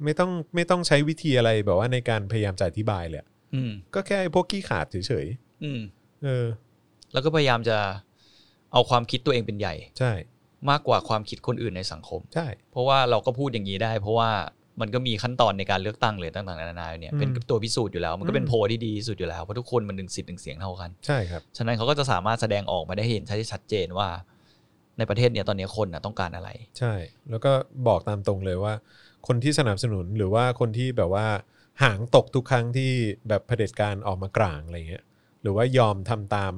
Speaker 2: ไม่ต้องไม่ต้องใช้วิธีอะไรแบบว่าในการพยายามจะอธิบายเลยอะ
Speaker 3: อืม
Speaker 2: ก็แค่ไอ้พวกขี้ขลาดเฉย
Speaker 3: อืม
Speaker 2: ๆเออ
Speaker 3: แล้วก็พยายามจะเอาความคิดตัวเองเป็นใหญ่
Speaker 2: ใช่
Speaker 3: มากกว่าความคิดคนอื่นในสังคม
Speaker 2: ใช่
Speaker 3: เพราะว่าเราก็พูดอย่างนี้ได้ เพราะว่ามันก็มีขั้นตอนในการเลือกตั้งเลยต่างๆนานาเนี่ย
Speaker 2: อืม
Speaker 3: เป็นตัวพิสูจน์อยู่แล้ว มันก็เป็น
Speaker 2: อืม
Speaker 3: โพลที่ดีที่สุดอยู่แล้วเพราะทุกคนมันหนึ่งสิทธิ์หนึ่งเสียงเท่ากัน
Speaker 2: ใช่ครับ
Speaker 3: ฉะนั้นเขาก็จะสามารถแสดงออกมาได้เห็นชัดชัดเจนว่า ในประเทศเนี่ยตอนนี้คนนะต้องการอะไร
Speaker 2: ใช่ แล้วก็บอกตามตรงเลยว่า คนที่สนับสนุนหรือว่าคนที่แบบว่าหางตกทุกครั้งที่แบบเผด็จการออกมากลางอะไรเงี้ย หรือว่ายอมทำตาม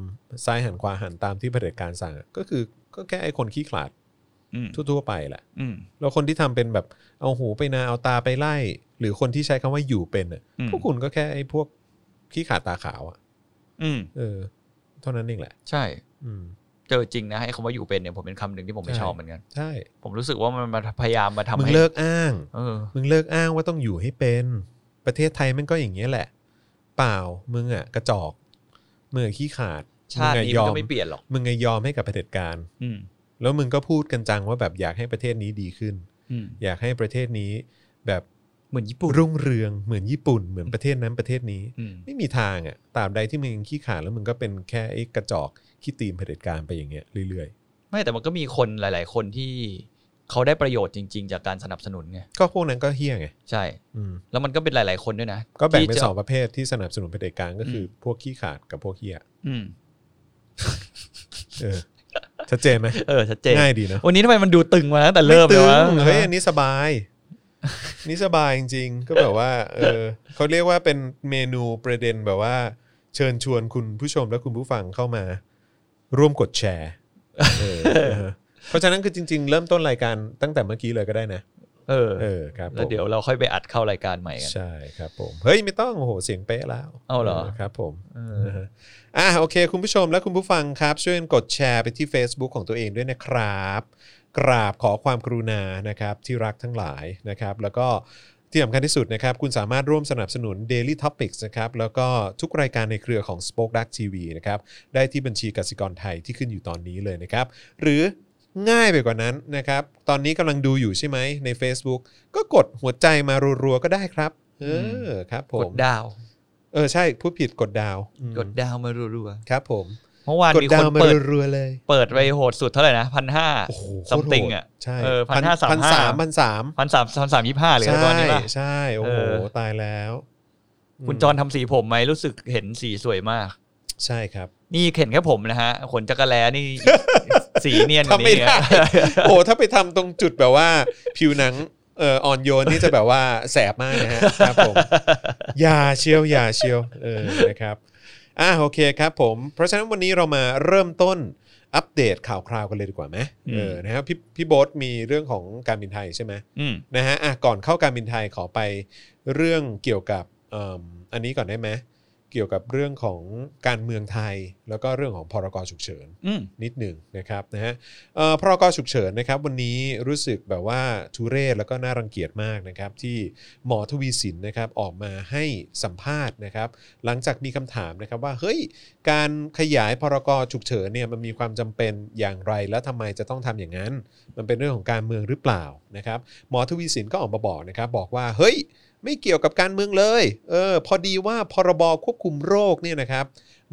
Speaker 2: ซ้ายหันขวาหันตามที่เผด็จการสั่งอะก็คือก็แค่ไอ้คนขี้ขลาด
Speaker 3: อืม
Speaker 2: ทั่ว ๆ ไปแหละ
Speaker 3: อืม
Speaker 2: แล้วคนที่ทำเป็นแบบเอาหูไปนาเอาตาไปไล่ หรือคนที่ใช้คำว่าอยู่เป็นอะ
Speaker 3: อืม
Speaker 2: พวกคุณก็แค่ไอ้พวกขี้ขลาดตาขาวอะ
Speaker 3: อืม
Speaker 2: เออ เท่านั้นเองแหละ
Speaker 3: ใช่
Speaker 2: อืม
Speaker 3: เจอจริงนะไอ้คำว่าอยู่เป็นเนี่ยผมเป็นคำหนึ่งที่ผมไม่
Speaker 2: ใช่
Speaker 3: ชอบเหมือนกัน
Speaker 2: ใช่
Speaker 3: ผมรู้สึกว่ามันมาพยายามมาทำ
Speaker 2: มึง
Speaker 3: ให้
Speaker 2: เลิกอ้าง
Speaker 3: เออ
Speaker 2: มึงเลิกอ้างว่าต้องอยู่ให้เป็น ประเทศไทยมันก็อย่างนี้ยแหละ เปล่า มึงอ่ะ กระจอกมึงอะขี้ขาด
Speaker 3: ชาตินี้
Speaker 2: มึ
Speaker 3: มัน
Speaker 2: ง
Speaker 3: ก็
Speaker 2: อะย
Speaker 3: ไม่
Speaker 2: อม
Speaker 3: เปลี่ยนหรอก
Speaker 2: มึงอะยอมให้กับเผด็จการ
Speaker 3: อืม
Speaker 2: แล้วมึงก็พูดกันจังว่าแบบอยากให้ประเทศนี้ดีขึ้น
Speaker 3: อืม
Speaker 2: อยากให้ประเทศนี้แบบ
Speaker 3: เหมือนญี่ปุ่น
Speaker 2: รุ่งเรืองเหมือนญี่ปุ่น เหมือนประเทศนั้นประเทศนี้
Speaker 3: อืม
Speaker 2: ไม่มีทางอ่ะตราบใดที่มึงยังขี้ขลาดแล้วมึงก็เป็นแค่ไอ้กระจอกขี้ตีมเผด็จการไปอย่างเงี้ยเรื่อย
Speaker 3: ไม่แต่มันก็มีคนหลาย ๆ คนที่เขาได้ประโยชน์จริง ๆ จากการสนับสนุนไง
Speaker 2: ๆ ก็พวกนั้นก็เฮี้ยไง
Speaker 3: ใช่
Speaker 2: อืม
Speaker 3: แล้วมันก็เป็นหลาย ๆ คนด้วยนะ
Speaker 2: ก็แบ่งเป็น
Speaker 3: ที่จะ
Speaker 2: สองประเภทที่สนับสนุนเผด็จการก็คืออพวกขี้ขลาดกับพวกเฮี้ย
Speaker 3: อืม
Speaker 2: เอ อชัดเจนไหม
Speaker 3: เออชัดเจน
Speaker 2: ง่ายดีเนอะ
Speaker 3: วันนี้ทำไมมันดูตึงมาตั้งแต่เริ่มเลยวะ
Speaker 2: ไตึงเฮ้ยอันนี้สบายนี่สบายจริงๆ ก็แบบว่าเออเขาเรียกว่าเป็นเมนูประเด็นแบบว่า เชิญชวนคุณผู้ชมและคุณผู้ฟังเข้ามา ร่วมกดแชร์เออเออเพราะฉะนั้นคือจริง ๆ เริ่มต้นรายการตั้งแต่เมื่อกี้เลยก็ได้นะ
Speaker 3: เออ
Speaker 2: เออครับ
Speaker 3: แล้ว
Speaker 2: ผม
Speaker 3: เดี๋ยวเราค่อยไปอัดเข้ารายการใหม่กัน
Speaker 2: ใช่ครับผม เฮ้ย ไม่ต้องโอ้โหเสียงเป๊ะแล้ว
Speaker 3: เอาเหรอ
Speaker 2: ครับผม
Speaker 3: เออ
Speaker 2: นะฮะอ่ะโอเค คุณผู้ชมและคุณผู้ฟังครับ ช่วยกันกดแชร์ไปที่ Facebook ของตัวเองด้วยนะครับ กราบขอความกรุณานะครับที่รักทั้งหลายนะครับ แล้วก็ที่สำคัญที่สุดนะครับ คุณสามารถร่วมสนับสนุน Daily Topics นะครับแล้วก็ทุกรายการในเครือของ Spoke Dark TV นะครับได้ที่บัญชีกสิกรไทยที่ขึ้นอยู่ตอนนี้เลยนะครับ หรือง่ายไปกว่านั้นนะครับ ตอนนี้กำลังดูอยู่ใช่ไหมใน Facebook ก็กดหัวใจมารัวๆก็ได้ครับ เออครับผ
Speaker 3: ก
Speaker 2: ม
Speaker 3: ดดาวน์
Speaker 2: เออใช่พูดผิดกดดาวอืม
Speaker 3: กดดาวน์มารัว
Speaker 2: ครับผม
Speaker 3: ๆเมื่อวาน
Speaker 2: กด
Speaker 3: มี
Speaker 2: ดา
Speaker 3: คน
Speaker 2: วมา
Speaker 3: เปิด
Speaker 2: รัวๆเลย
Speaker 3: เปิดไปโหดสุดเท่าไหร่นะพันห้า
Speaker 2: โอ้โหโคตรโหด
Speaker 3: something อ่ะ
Speaker 2: ใช่
Speaker 3: เออ1535
Speaker 2: พันสามพันสาม
Speaker 3: พันสามพันสามยี่ห้าหรือ
Speaker 2: ใช่
Speaker 3: อะไรประมาณนี้ป่ะ
Speaker 2: ใช่โอ้
Speaker 3: เอ
Speaker 2: โห
Speaker 3: อ
Speaker 2: ตายแล้ว
Speaker 3: คุณจรทำสีผมไหมรู้สึกเห็นสีสวยมาก
Speaker 2: ใช่ครับ
Speaker 3: นี่เห็นแค่ผมนะฮะขนจักรแล นี่ สีเนียนกว่า
Speaker 2: ทำไม่
Speaker 3: นี้
Speaker 2: ได้ โอ้โหถ้าไปทำตรงจุดแบบว่าผิวหนังเอ่ออ่อนโยนนี่จะแบบว่าแสบมากนะฮะครับผมอย่าเชียวอย่าเชียวเออนะครับอ่ะโอเคครับผม เพราะฉะนั้นวันนี้เรามาเริ่มต้นอัปเดตข่าวคราวกันเลยดีกว่าไหมเออนะครับพี่พี่โบ๊ทมีเรื่องของการบินไทยใช่ไหม
Speaker 3: อืม
Speaker 2: นะฮะอ่ะก่อนเข้าการบินไทยขอไปเรื่องเกี่ยวกับเอิ่มอันนี้ก่อนได้ไหมเกี่ยวกับเรื่องของการเมืองไทย แล้วก็เรื่องของพรกฉุกเฉิน
Speaker 3: อืม
Speaker 2: นิดหนึ่งนะครับนะฮะเอ่อพรกฉุกเฉินนะครับวันนี้รู้สึกแบบว่าทุเรศแล้วก็น่ารังเกียจมากนะครับที่หมอทวีสินนะครับออกมาให้สัมภาษณ์นะครับหลังจากมีคำถามนะครับว่าเฮ้ยการขยายพรกฉุกเฉินเนี่ยมันมีความจำเป็นอย่างไร และทำไมจะต้องทำอย่างนั้น มันเป็นเรื่องของการเมืองหรือเปล่านะครับหมอทวีสินก็ออกมาบอกนะครับบอกว่าเฮ้ยไม่เกี่ยวกับการเมืองเลยเออพอดีว่าพรบควบคุมโรคเนี่ยนะครับ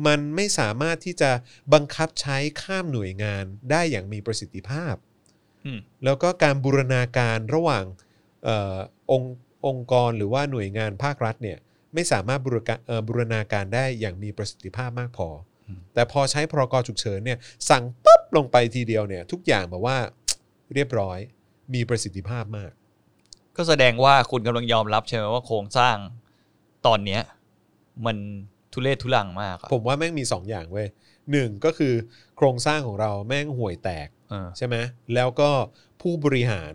Speaker 2: มันไม่สามารถที่จะบังคับใช้ข้ามหน่วยงานได้อย่างมีประสิทธิภาพ
Speaker 3: อืม
Speaker 2: แล้วก็การบูรณาการระหว่างเออองค์องค์กรหรือว่าหน่วยงานภาครัฐเนี่ยไม่สามารถบูรกะเอ่อบูรณาการได้อย่างมีประสิทธิภาพมากพออแต่พอใช้พรกฉุกเฉินเนี่ยสั่งปุ๊บลงไปทีเดียวเนี่ยทุกอย่างแบบว่า เรียบร้อยมีประสิทธิภาพมาก
Speaker 3: ก็แสดงว่าคุณกำลังยอมรับใช่ไหมว่าโครงสร้างตอนเนี้ย มันทุเรศทุลังมากอะ
Speaker 2: ผมว่าแม่งมีสองอย่างเว้ยหนึ่งก็คือโครงสร้างของเราแม่งห่วยแตก
Speaker 3: เออ
Speaker 2: ใช่ไหมแล้วก็ผู้บริหาร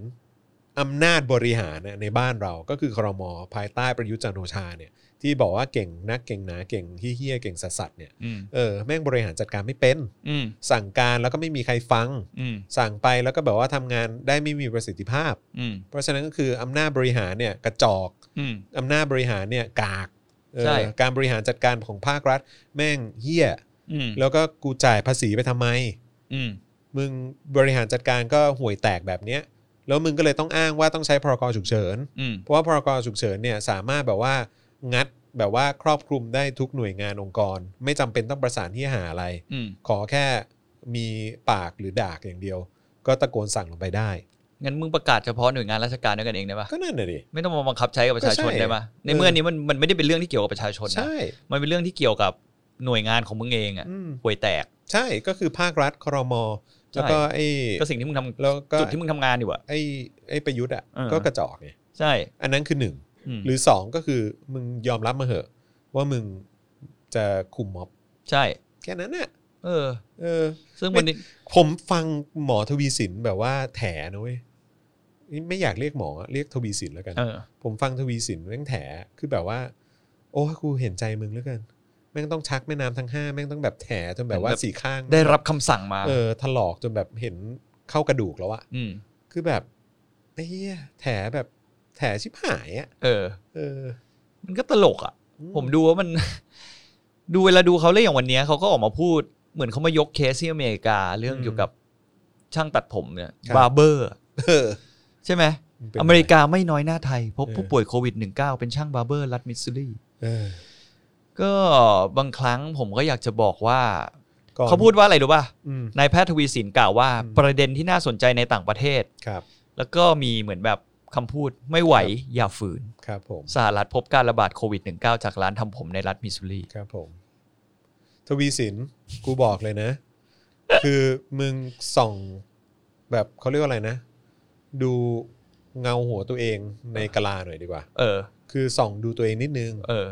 Speaker 2: อำนาจบริหารน่ะในบ้านเราก็คือครมภายใต้ประยุทธ์จันทร์โอชาเนี่ยที่บอกว่าเก่งนักเก่งหนาเก่งที่เฮี้ยเก่งสัสสัสเนี่ย
Speaker 3: อืม
Speaker 2: เออแม่งบริหารจัดการไม่เป็น
Speaker 3: อืม
Speaker 2: สั่งการแล้วก็ไม่มีใครฟัง
Speaker 3: อืม
Speaker 2: สั่งไปแล้วก็แบบว่าทำงานได้ไม่มีประสิทธิภาพ
Speaker 3: อืม
Speaker 2: เพราะฉะนั้นก็คืออำนาจบริหารเนี่ยกระจอก
Speaker 3: อืม
Speaker 2: อำนาจบริหารเนี่ยกากเออ
Speaker 3: ใช่
Speaker 2: การบริหารจัดการของภาครัฐ แม่งเฮี้ย
Speaker 3: อืม
Speaker 2: แล้วก็กูจ่ายภาษีไปทำไม
Speaker 3: อืม
Speaker 2: มึงบริหารจัดการก็ห่วยแตกแบบเนี้ย แล้วมึงก็เลยต้องอ้างว่าต้องใช้พรกฉุกเฉิน
Speaker 3: อืม
Speaker 2: เพราะว่าพรกฉุกเฉินเนี่ยสามารถแบบว่างัดแบบว่าครอบคลุมได้ทุกหน่วยงานองค์กร ไม่จำเป็นต้องประสานที่หาอะไร
Speaker 3: อืม
Speaker 2: ขอแค่มีปากหรือดากอย่างเดียว ก็ตะโกนสั่งลงไปได้
Speaker 3: งั้นมึงประกาศเฉพาะหน่วยงานราชการด้วยกันเองได้ปะ
Speaker 2: ก็นั่นน่ะดิ
Speaker 3: ไม่ต้องมาบังคับใช้กับประชาชน
Speaker 2: ก็ใช่
Speaker 3: ได้ปะใน
Speaker 2: เออ
Speaker 3: เมื่อนี้มันมันไม่ได้เป็นเรื่องที่เกี่ยวกับประชาชนนะ
Speaker 2: ใช่
Speaker 3: มันเป็นเรื่องที่เกี่ยวกับหน่วยงานของมึงเองอ่ะ
Speaker 2: อืม
Speaker 3: ห่วยแตก
Speaker 2: ใช่ก็คือภาครัฐครมแล้วก็ไอ้
Speaker 3: ก็สิ่งที่มึงทำ
Speaker 2: แล้วก็
Speaker 3: จุดที่มึงทำงานอยู่อะ
Speaker 2: ไอ้ไอ้ประยุทธ์อ่ะ
Speaker 3: เออ
Speaker 2: ก็กระจอกไง
Speaker 3: ใช่
Speaker 2: อันนั้นคือหนึ่ง
Speaker 3: อืม
Speaker 2: หรือ 2 ก็คือมึงยอมรับมาเหอะ ว่ามึงจะคุมม็อบ
Speaker 3: ใช่
Speaker 2: แค่นั้นน่ะ
Speaker 3: เออ
Speaker 2: เออ
Speaker 3: ซึ่งวันนี้
Speaker 2: ผมฟังหมอทวีสินแบบว่าแถนะเว้ยนี่ไม่อยากเรียกหมอเรียกทวีสินแล้วกัน
Speaker 3: เออ
Speaker 2: ผมฟังทวีสินแม่งแถคือแบบว่า โอ้ยกูเห็นใจมึงเหลือเกินแม่งต้องชักแม่น้ำทั้งห้าแม่งต้องแบบแถจนแบบว่า
Speaker 3: แบบ
Speaker 2: สีข้าง
Speaker 3: ได้รับคำสั่งมา
Speaker 2: เออถลอกจนแบบเห็นเข้ากระดูกแล้วอะ
Speaker 3: อืม
Speaker 2: คือแบบไอ้เหี้ยแถแบบแถชิบหายอะ
Speaker 3: เออ
Speaker 2: เออ
Speaker 3: มันก็ตลกอ่ะ ผมดูว่ามัน ดูเวลาดูเขาเลยอย่างวันเนี้ยเขาก็ออกมาพูดเหมือนเขามายกเคสที่อเมริกาเรื่องเกี่ยวกับช่างตัดผมเนี่ยบาร์เบอร์
Speaker 2: เออ
Speaker 3: ใช่ไหม
Speaker 2: งเป็น
Speaker 3: อเมริกาไม่น้อยหน้าไทยพบผู้
Speaker 2: เออ
Speaker 3: ป่วยโควิด -19 เป็นช่างบาร์เบอร์รัฐมิสซูรี
Speaker 2: เออ
Speaker 3: ก็บางครั้งผมก็อยากจะบอกว่า
Speaker 2: ก่อน
Speaker 3: เขาพูดว่าอะไรรู้ป่ะ
Speaker 2: อืม
Speaker 3: นายแพทย์ทวีสินกล่าวว่า
Speaker 2: อืม
Speaker 3: ประเด็นที่น่าสนใจในต่างประเทศ
Speaker 2: ครับ
Speaker 3: แล้วก็มีเหมือนแบบคำพูดไม่ไหวอย่าฝืน
Speaker 2: ครับผม
Speaker 3: สหรัฐพบการระบาดโควิด -19 จากร้านทำผมในรัฐมิสซูรี
Speaker 2: ครับผม ทวีสินกูบอกเลยนะ คือมึงส่องแบบเขาเรียกว่าอะไรนะ ดูเงาหัวตัวเองในกะลาหน่อยดีกว่า
Speaker 3: เออ
Speaker 2: คือส่องดูตัวเองนิดนึง
Speaker 3: เออ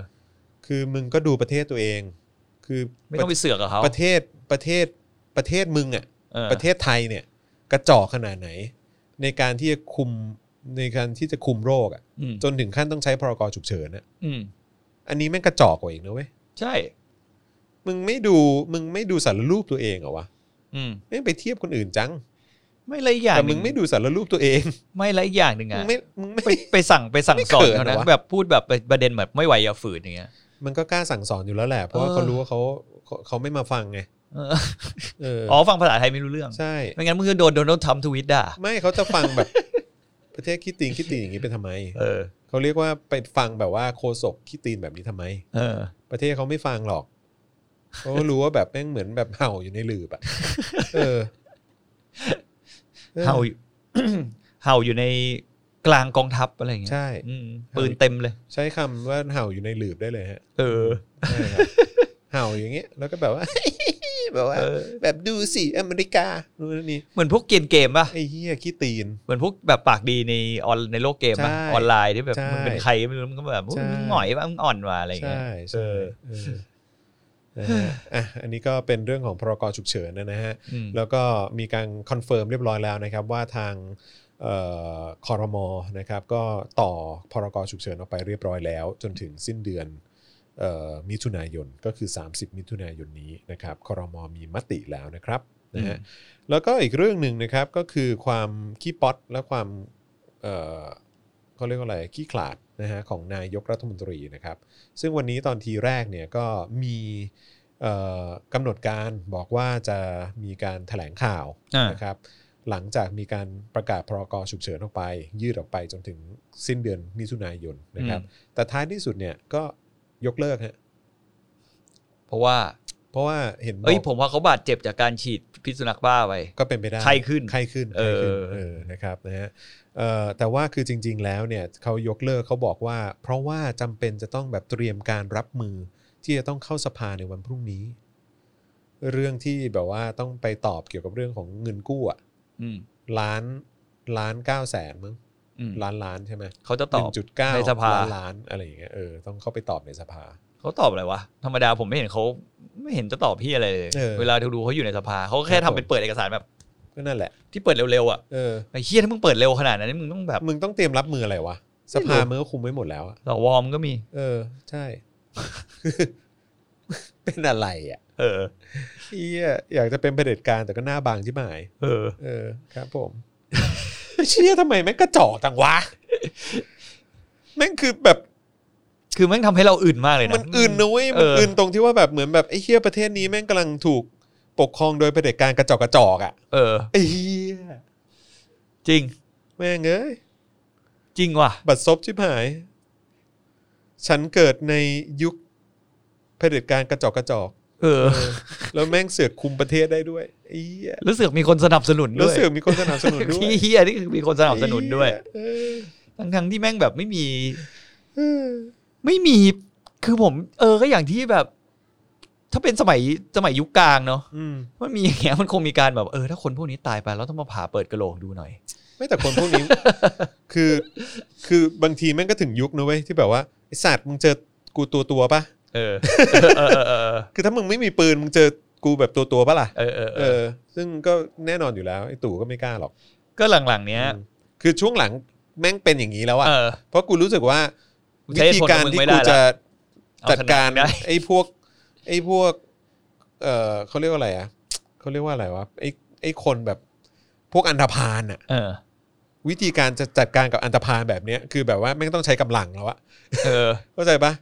Speaker 2: คือมึงก็ดูประเทศตัวเอง คือ
Speaker 3: ไม่ต้องไปเสือกกับเขา
Speaker 2: ประเทศประเทศประเทศมึงอ่ะ
Speaker 3: ออ
Speaker 2: ประเทศไทยเนี่ยกระจอกขนาดไหน ในการที่จะคุมในการที่จะคุมโรคอ่ะ
Speaker 3: อืม
Speaker 2: จนถึงขั้นต้องใช้พรกฉุกเฉินอ่ะ
Speaker 3: อืม
Speaker 2: อันนี้แม่งกระจอกกว่าอีกนะเว้ย
Speaker 3: ใช่
Speaker 2: มึงไม่ดูมึงไม่ดูสารรูปตัวเองเหรอวะ
Speaker 3: อืม
Speaker 2: ไม่งไปเทียบคนอื่นจัง
Speaker 3: ไม่ละอีกอย่าง
Speaker 2: แต่
Speaker 3: ห
Speaker 2: มึ
Speaker 3: นึ่
Speaker 2: งไม่ดูสารรูปตัวเอง
Speaker 3: ไม่ละอีกอย่างหนึ่ง
Speaker 2: มึ
Speaker 3: อะ
Speaker 2: งไม่มึงไม่
Speaker 3: ไปไปสั่งไปสั่ง
Speaker 2: ไม่
Speaker 3: สอน
Speaker 2: เขิน
Speaker 3: เขา
Speaker 2: เหร
Speaker 3: นะ
Speaker 2: อวะ
Speaker 3: แบบพูดแบบประเด็นแบบไม่ไหวอย่าฝืนอย่างเงี้ย
Speaker 2: มันก็กล้าสั่งสอนอยู่แล้วแหละเพราะว่า
Speaker 3: เออ
Speaker 2: เขารู้ว่าเขาเขาเขาไม่มาฟังไง
Speaker 3: เออ
Speaker 2: เออ
Speaker 3: อ๋
Speaker 2: อ
Speaker 3: อฟังภาษาไทยไม่รู้เรื่อง
Speaker 2: ใช่
Speaker 3: ไม่งั้นมึงจะโดนโดนทำทวิตด่า
Speaker 2: ไม่เขาจะฟังแบบ ประเทศขี้ตีนขี้ตีนอย่างนี้เป็นทำไม
Speaker 3: เออ
Speaker 2: เขาเรียกว่าไปฟังแบบว่าโคศกขี้ตีนแบบนี้ทำไม
Speaker 3: เออ
Speaker 2: ประเทศเขาไม่ฟังหรอกเขาก็รู้ว่าแบบแม่งเหมือนแบบเห่าอยู่ในหลืบอ่ะเออ
Speaker 3: เห่า อยู่ เห่าอยู่ในกลางกองทัพอะไรอย่างเงี้ย
Speaker 2: ใช่
Speaker 3: อืมปืนเต็มเลย
Speaker 2: ใช้คำว่าเห่าอยู่ในหลืบได้เลยฮะ
Speaker 3: เออ
Speaker 2: ใช่ครับ เห่าอย่างเงี้ย แล้วก็แบบว่า แบบว่า
Speaker 3: เออ
Speaker 2: แบบดูสิอเมริกานู่นนี่
Speaker 3: เหมือนพวกเกมเกมป่ะ
Speaker 2: ไอ้เหี้ยขี้ตีน
Speaker 3: เหมือนพวกแบบปากดีในออนในโลกเกมป่ะ
Speaker 2: ใช่
Speaker 3: ออนไลน์ที่แบบ
Speaker 2: ใช่
Speaker 3: มึงเป็นใครก็ไม่รู้มึงก็แบบอุ๊ย
Speaker 2: ใช่
Speaker 3: มึงหงอยป่ะมึงอ่อนว่ะอะไรอย่างเงี้
Speaker 2: ใช่
Speaker 3: ย
Speaker 2: ใช่
Speaker 3: เออ
Speaker 2: เออนะฮะอ่ะอันนี้ก็เป็นเรื่องของพรกฉุกเฉินนะฮะ
Speaker 3: อืม
Speaker 2: แล้วก็มีการคอนเฟิร์มเรียบร้อยแล้วนะครับว่าทางเอ่อคอรมอนะครับก็ต่อพรกฉุกเฉินออกไปเรียบร้อยแล้ว จนถึงสิ้นเดือนเอ่อมิถุนายนก็คือ 30 มิถุนายนนี้นะครับคอรมอมีมติแล้วนะครับนะฮะแล้วก็อีกเรื่องหนึ่งนะครับก็คือความขี้ป๊อตและความเอ่อเขาเรียกว่าอะไรขี้ขลาดนะฮะของนายกรัฐมนตรีนะครับ ซึ่งวันนี้ตอนทีแรกเนี่ยก็มี เอ่อกำหนดการบอกว่าจะมีการแถลงข่าว
Speaker 3: อ่าน
Speaker 2: นะครับ หลังจากมีการประกาศพรกฉุกเฉินออกไป ยืดออกไปจนถึงสิ้นเดือนมิถุนายนนะครับ แต่ท้ายที่สุดเนี่ยก็ยกเลิกฮะ
Speaker 3: เพราะว่า
Speaker 2: เพราะว่าเห็นบก
Speaker 3: เอ้ยผมว่าเขาบาดเจ็บจากการฉีดพิษสุนัขบ้าไป
Speaker 2: ก็เป็นไปได้
Speaker 3: ไข้ขึ้น
Speaker 2: ไข้ขึ้น
Speaker 3: เออ
Speaker 2: ไข้ขึ้นเออนะครับนะฮะเอ่อแต่ว่าคือจริง ๆ แล้วเนี่ยเขายกเลิกเขาบอกว่า เพราะว่าจำเป็นจะต้องแบบเตรียมการรับมือที่จะต้องเข้าสภาในวันพรุ่งนี้ เรื่องที่แบบว่าต้องไปตอบเกี่ยวกับเรื่องของเงินกู้อะ
Speaker 3: อืม
Speaker 2: ล้านล้านเก้าแสนมั้ง
Speaker 3: อืม
Speaker 2: ล้านล้านใช่ไหม
Speaker 3: เขาจะ
Speaker 2: ห
Speaker 3: ตอ
Speaker 2: นึ่
Speaker 3: บ
Speaker 2: งจุดเก้า
Speaker 3: ในสภา
Speaker 2: ล้านล้านอะไรอย่างเงี้ยเออต้องเข้าไปตอบในสภา
Speaker 3: เขาตอบอะไรวะธรรมดาผมไม่เห็นเขาไม่เห็นจะตอบพี่อะไรเลย
Speaker 2: เออ
Speaker 3: เวลาเราดูเขาอยู่ในสภาเขาก็แค่
Speaker 2: ครับ
Speaker 3: ทำ
Speaker 2: ผม
Speaker 3: เป็นเปิดเอกสารแบบ
Speaker 2: ก็นั่นแหละ
Speaker 3: ที่เปิดเร็วๆอ่ะ
Speaker 2: เออ
Speaker 3: ไอ้เฮียถ้ามึงเปิดเร็วขนาดนั้นมึงต้องแบบ
Speaker 2: มึงต้องเตรียมรับมืออะไรวะ สภา
Speaker 3: ไม่รู้
Speaker 2: มือก็คุมไว้หมดแล้วอะ
Speaker 3: สวอมงก็มี
Speaker 2: เออ ใช่ เป็นอะไรอ่ะ
Speaker 3: เออ
Speaker 2: เหียอยากจะเป็นเผด็จการแต่ก็หน้าบางที่หมาย
Speaker 3: เออ
Speaker 2: เออครับผม เชี่ยทำไมแม่งกระจอกจังวะแม่งคือแบบ
Speaker 3: คือแม่งทำให้เราอื่นมากเลยนะ
Speaker 2: มันอื่นนะเว้ย
Speaker 3: เอ
Speaker 2: มั
Speaker 3: อ
Speaker 2: นอื่นตรงที่ว่าแบบเหมือนแบบไอ้เฮียประเทศนี้แม่งกำลังถูกปกครองโดยเผด็จการกระจอกกระจอกอ่ะ
Speaker 3: เออ
Speaker 2: ไอ้เฮีย
Speaker 3: จริง
Speaker 2: แม่งเอ้ย
Speaker 3: จริงว่ะ
Speaker 2: บัดซบชิบหาย ฉันเกิดในยุคเผด็จการกระจอกกระจอก
Speaker 3: เออ
Speaker 2: เออแล้วแม่งเสือกคุมประเทศได้ด้วยไอ้เฮีย
Speaker 3: รู้สึกมีคนสนับสนุน
Speaker 2: แล้ว
Speaker 3: ด้วย
Speaker 2: เสือกมีคนสนับสนุนด้วย
Speaker 3: พี่เฮียนี่คือมีคน สนับสนุนด้วย
Speaker 2: เออ
Speaker 3: ทั้งทั้งๆที่แม่งแบบไม่มี
Speaker 2: เออ
Speaker 3: ไม่มี คือผม เออ ก็อย่างที่แบบ ถ้าเป็นสมัยสมัยยุคกลางเนาะ
Speaker 2: อืม
Speaker 3: มันมีอย่างเงี้ยมันคงมีการแบบเออถ้าคนพวกนี้ตายไปแล้วต้องมาผ่าเปิดกระโหลกดูหน่อย
Speaker 2: ไม่แต่คนพวกนี้ คือ คือบางทีแม่งก็ถึงยุคนะเว้ยที่แบบว่าไอสัตว์มึงเจอกูตัวตัวๆปะ
Speaker 3: เออ เออ เออ
Speaker 2: คือถ้ามึงไม่มีปืน มึงเจอกูแบบตัวตัวๆปะล่ะ
Speaker 3: เออ เออ
Speaker 2: เออ ซึ่งก็แน่นอนอยู่แล้วไอ้ตู่ก็ไม่กล้าหรอก
Speaker 3: ก็หลังๆ เนี้ย
Speaker 2: อืมคือช่วงหลังแม่งเป็นอย่างนี้แล้วอะ
Speaker 3: เออ
Speaker 2: เพราะกูรู้สึกว่า
Speaker 3: กู
Speaker 2: วิ
Speaker 3: ใช้เหตุ
Speaker 2: ธี
Speaker 3: ผล
Speaker 2: การ
Speaker 3: ของมึง
Speaker 2: ที่
Speaker 3: ไม่ได้
Speaker 2: กู
Speaker 3: ละ
Speaker 2: จะ
Speaker 3: เอา
Speaker 2: จัดการ
Speaker 3: ชนะมึงได้
Speaker 2: ไอ้พวกไอ้พวก เออเขาเรียกว่าอะไรอะเขาเรียกว่าอะไรวะไอ้ไอ้คนแบบพวกอันธพาลอะ
Speaker 3: เออ
Speaker 2: วิธีการจะจัดการกับอันธพาลแบบเนี้ยคือแบบว่าแม่งต้องใช้กำลังแล้วอะ
Speaker 3: เออ
Speaker 2: เข้าใจปะ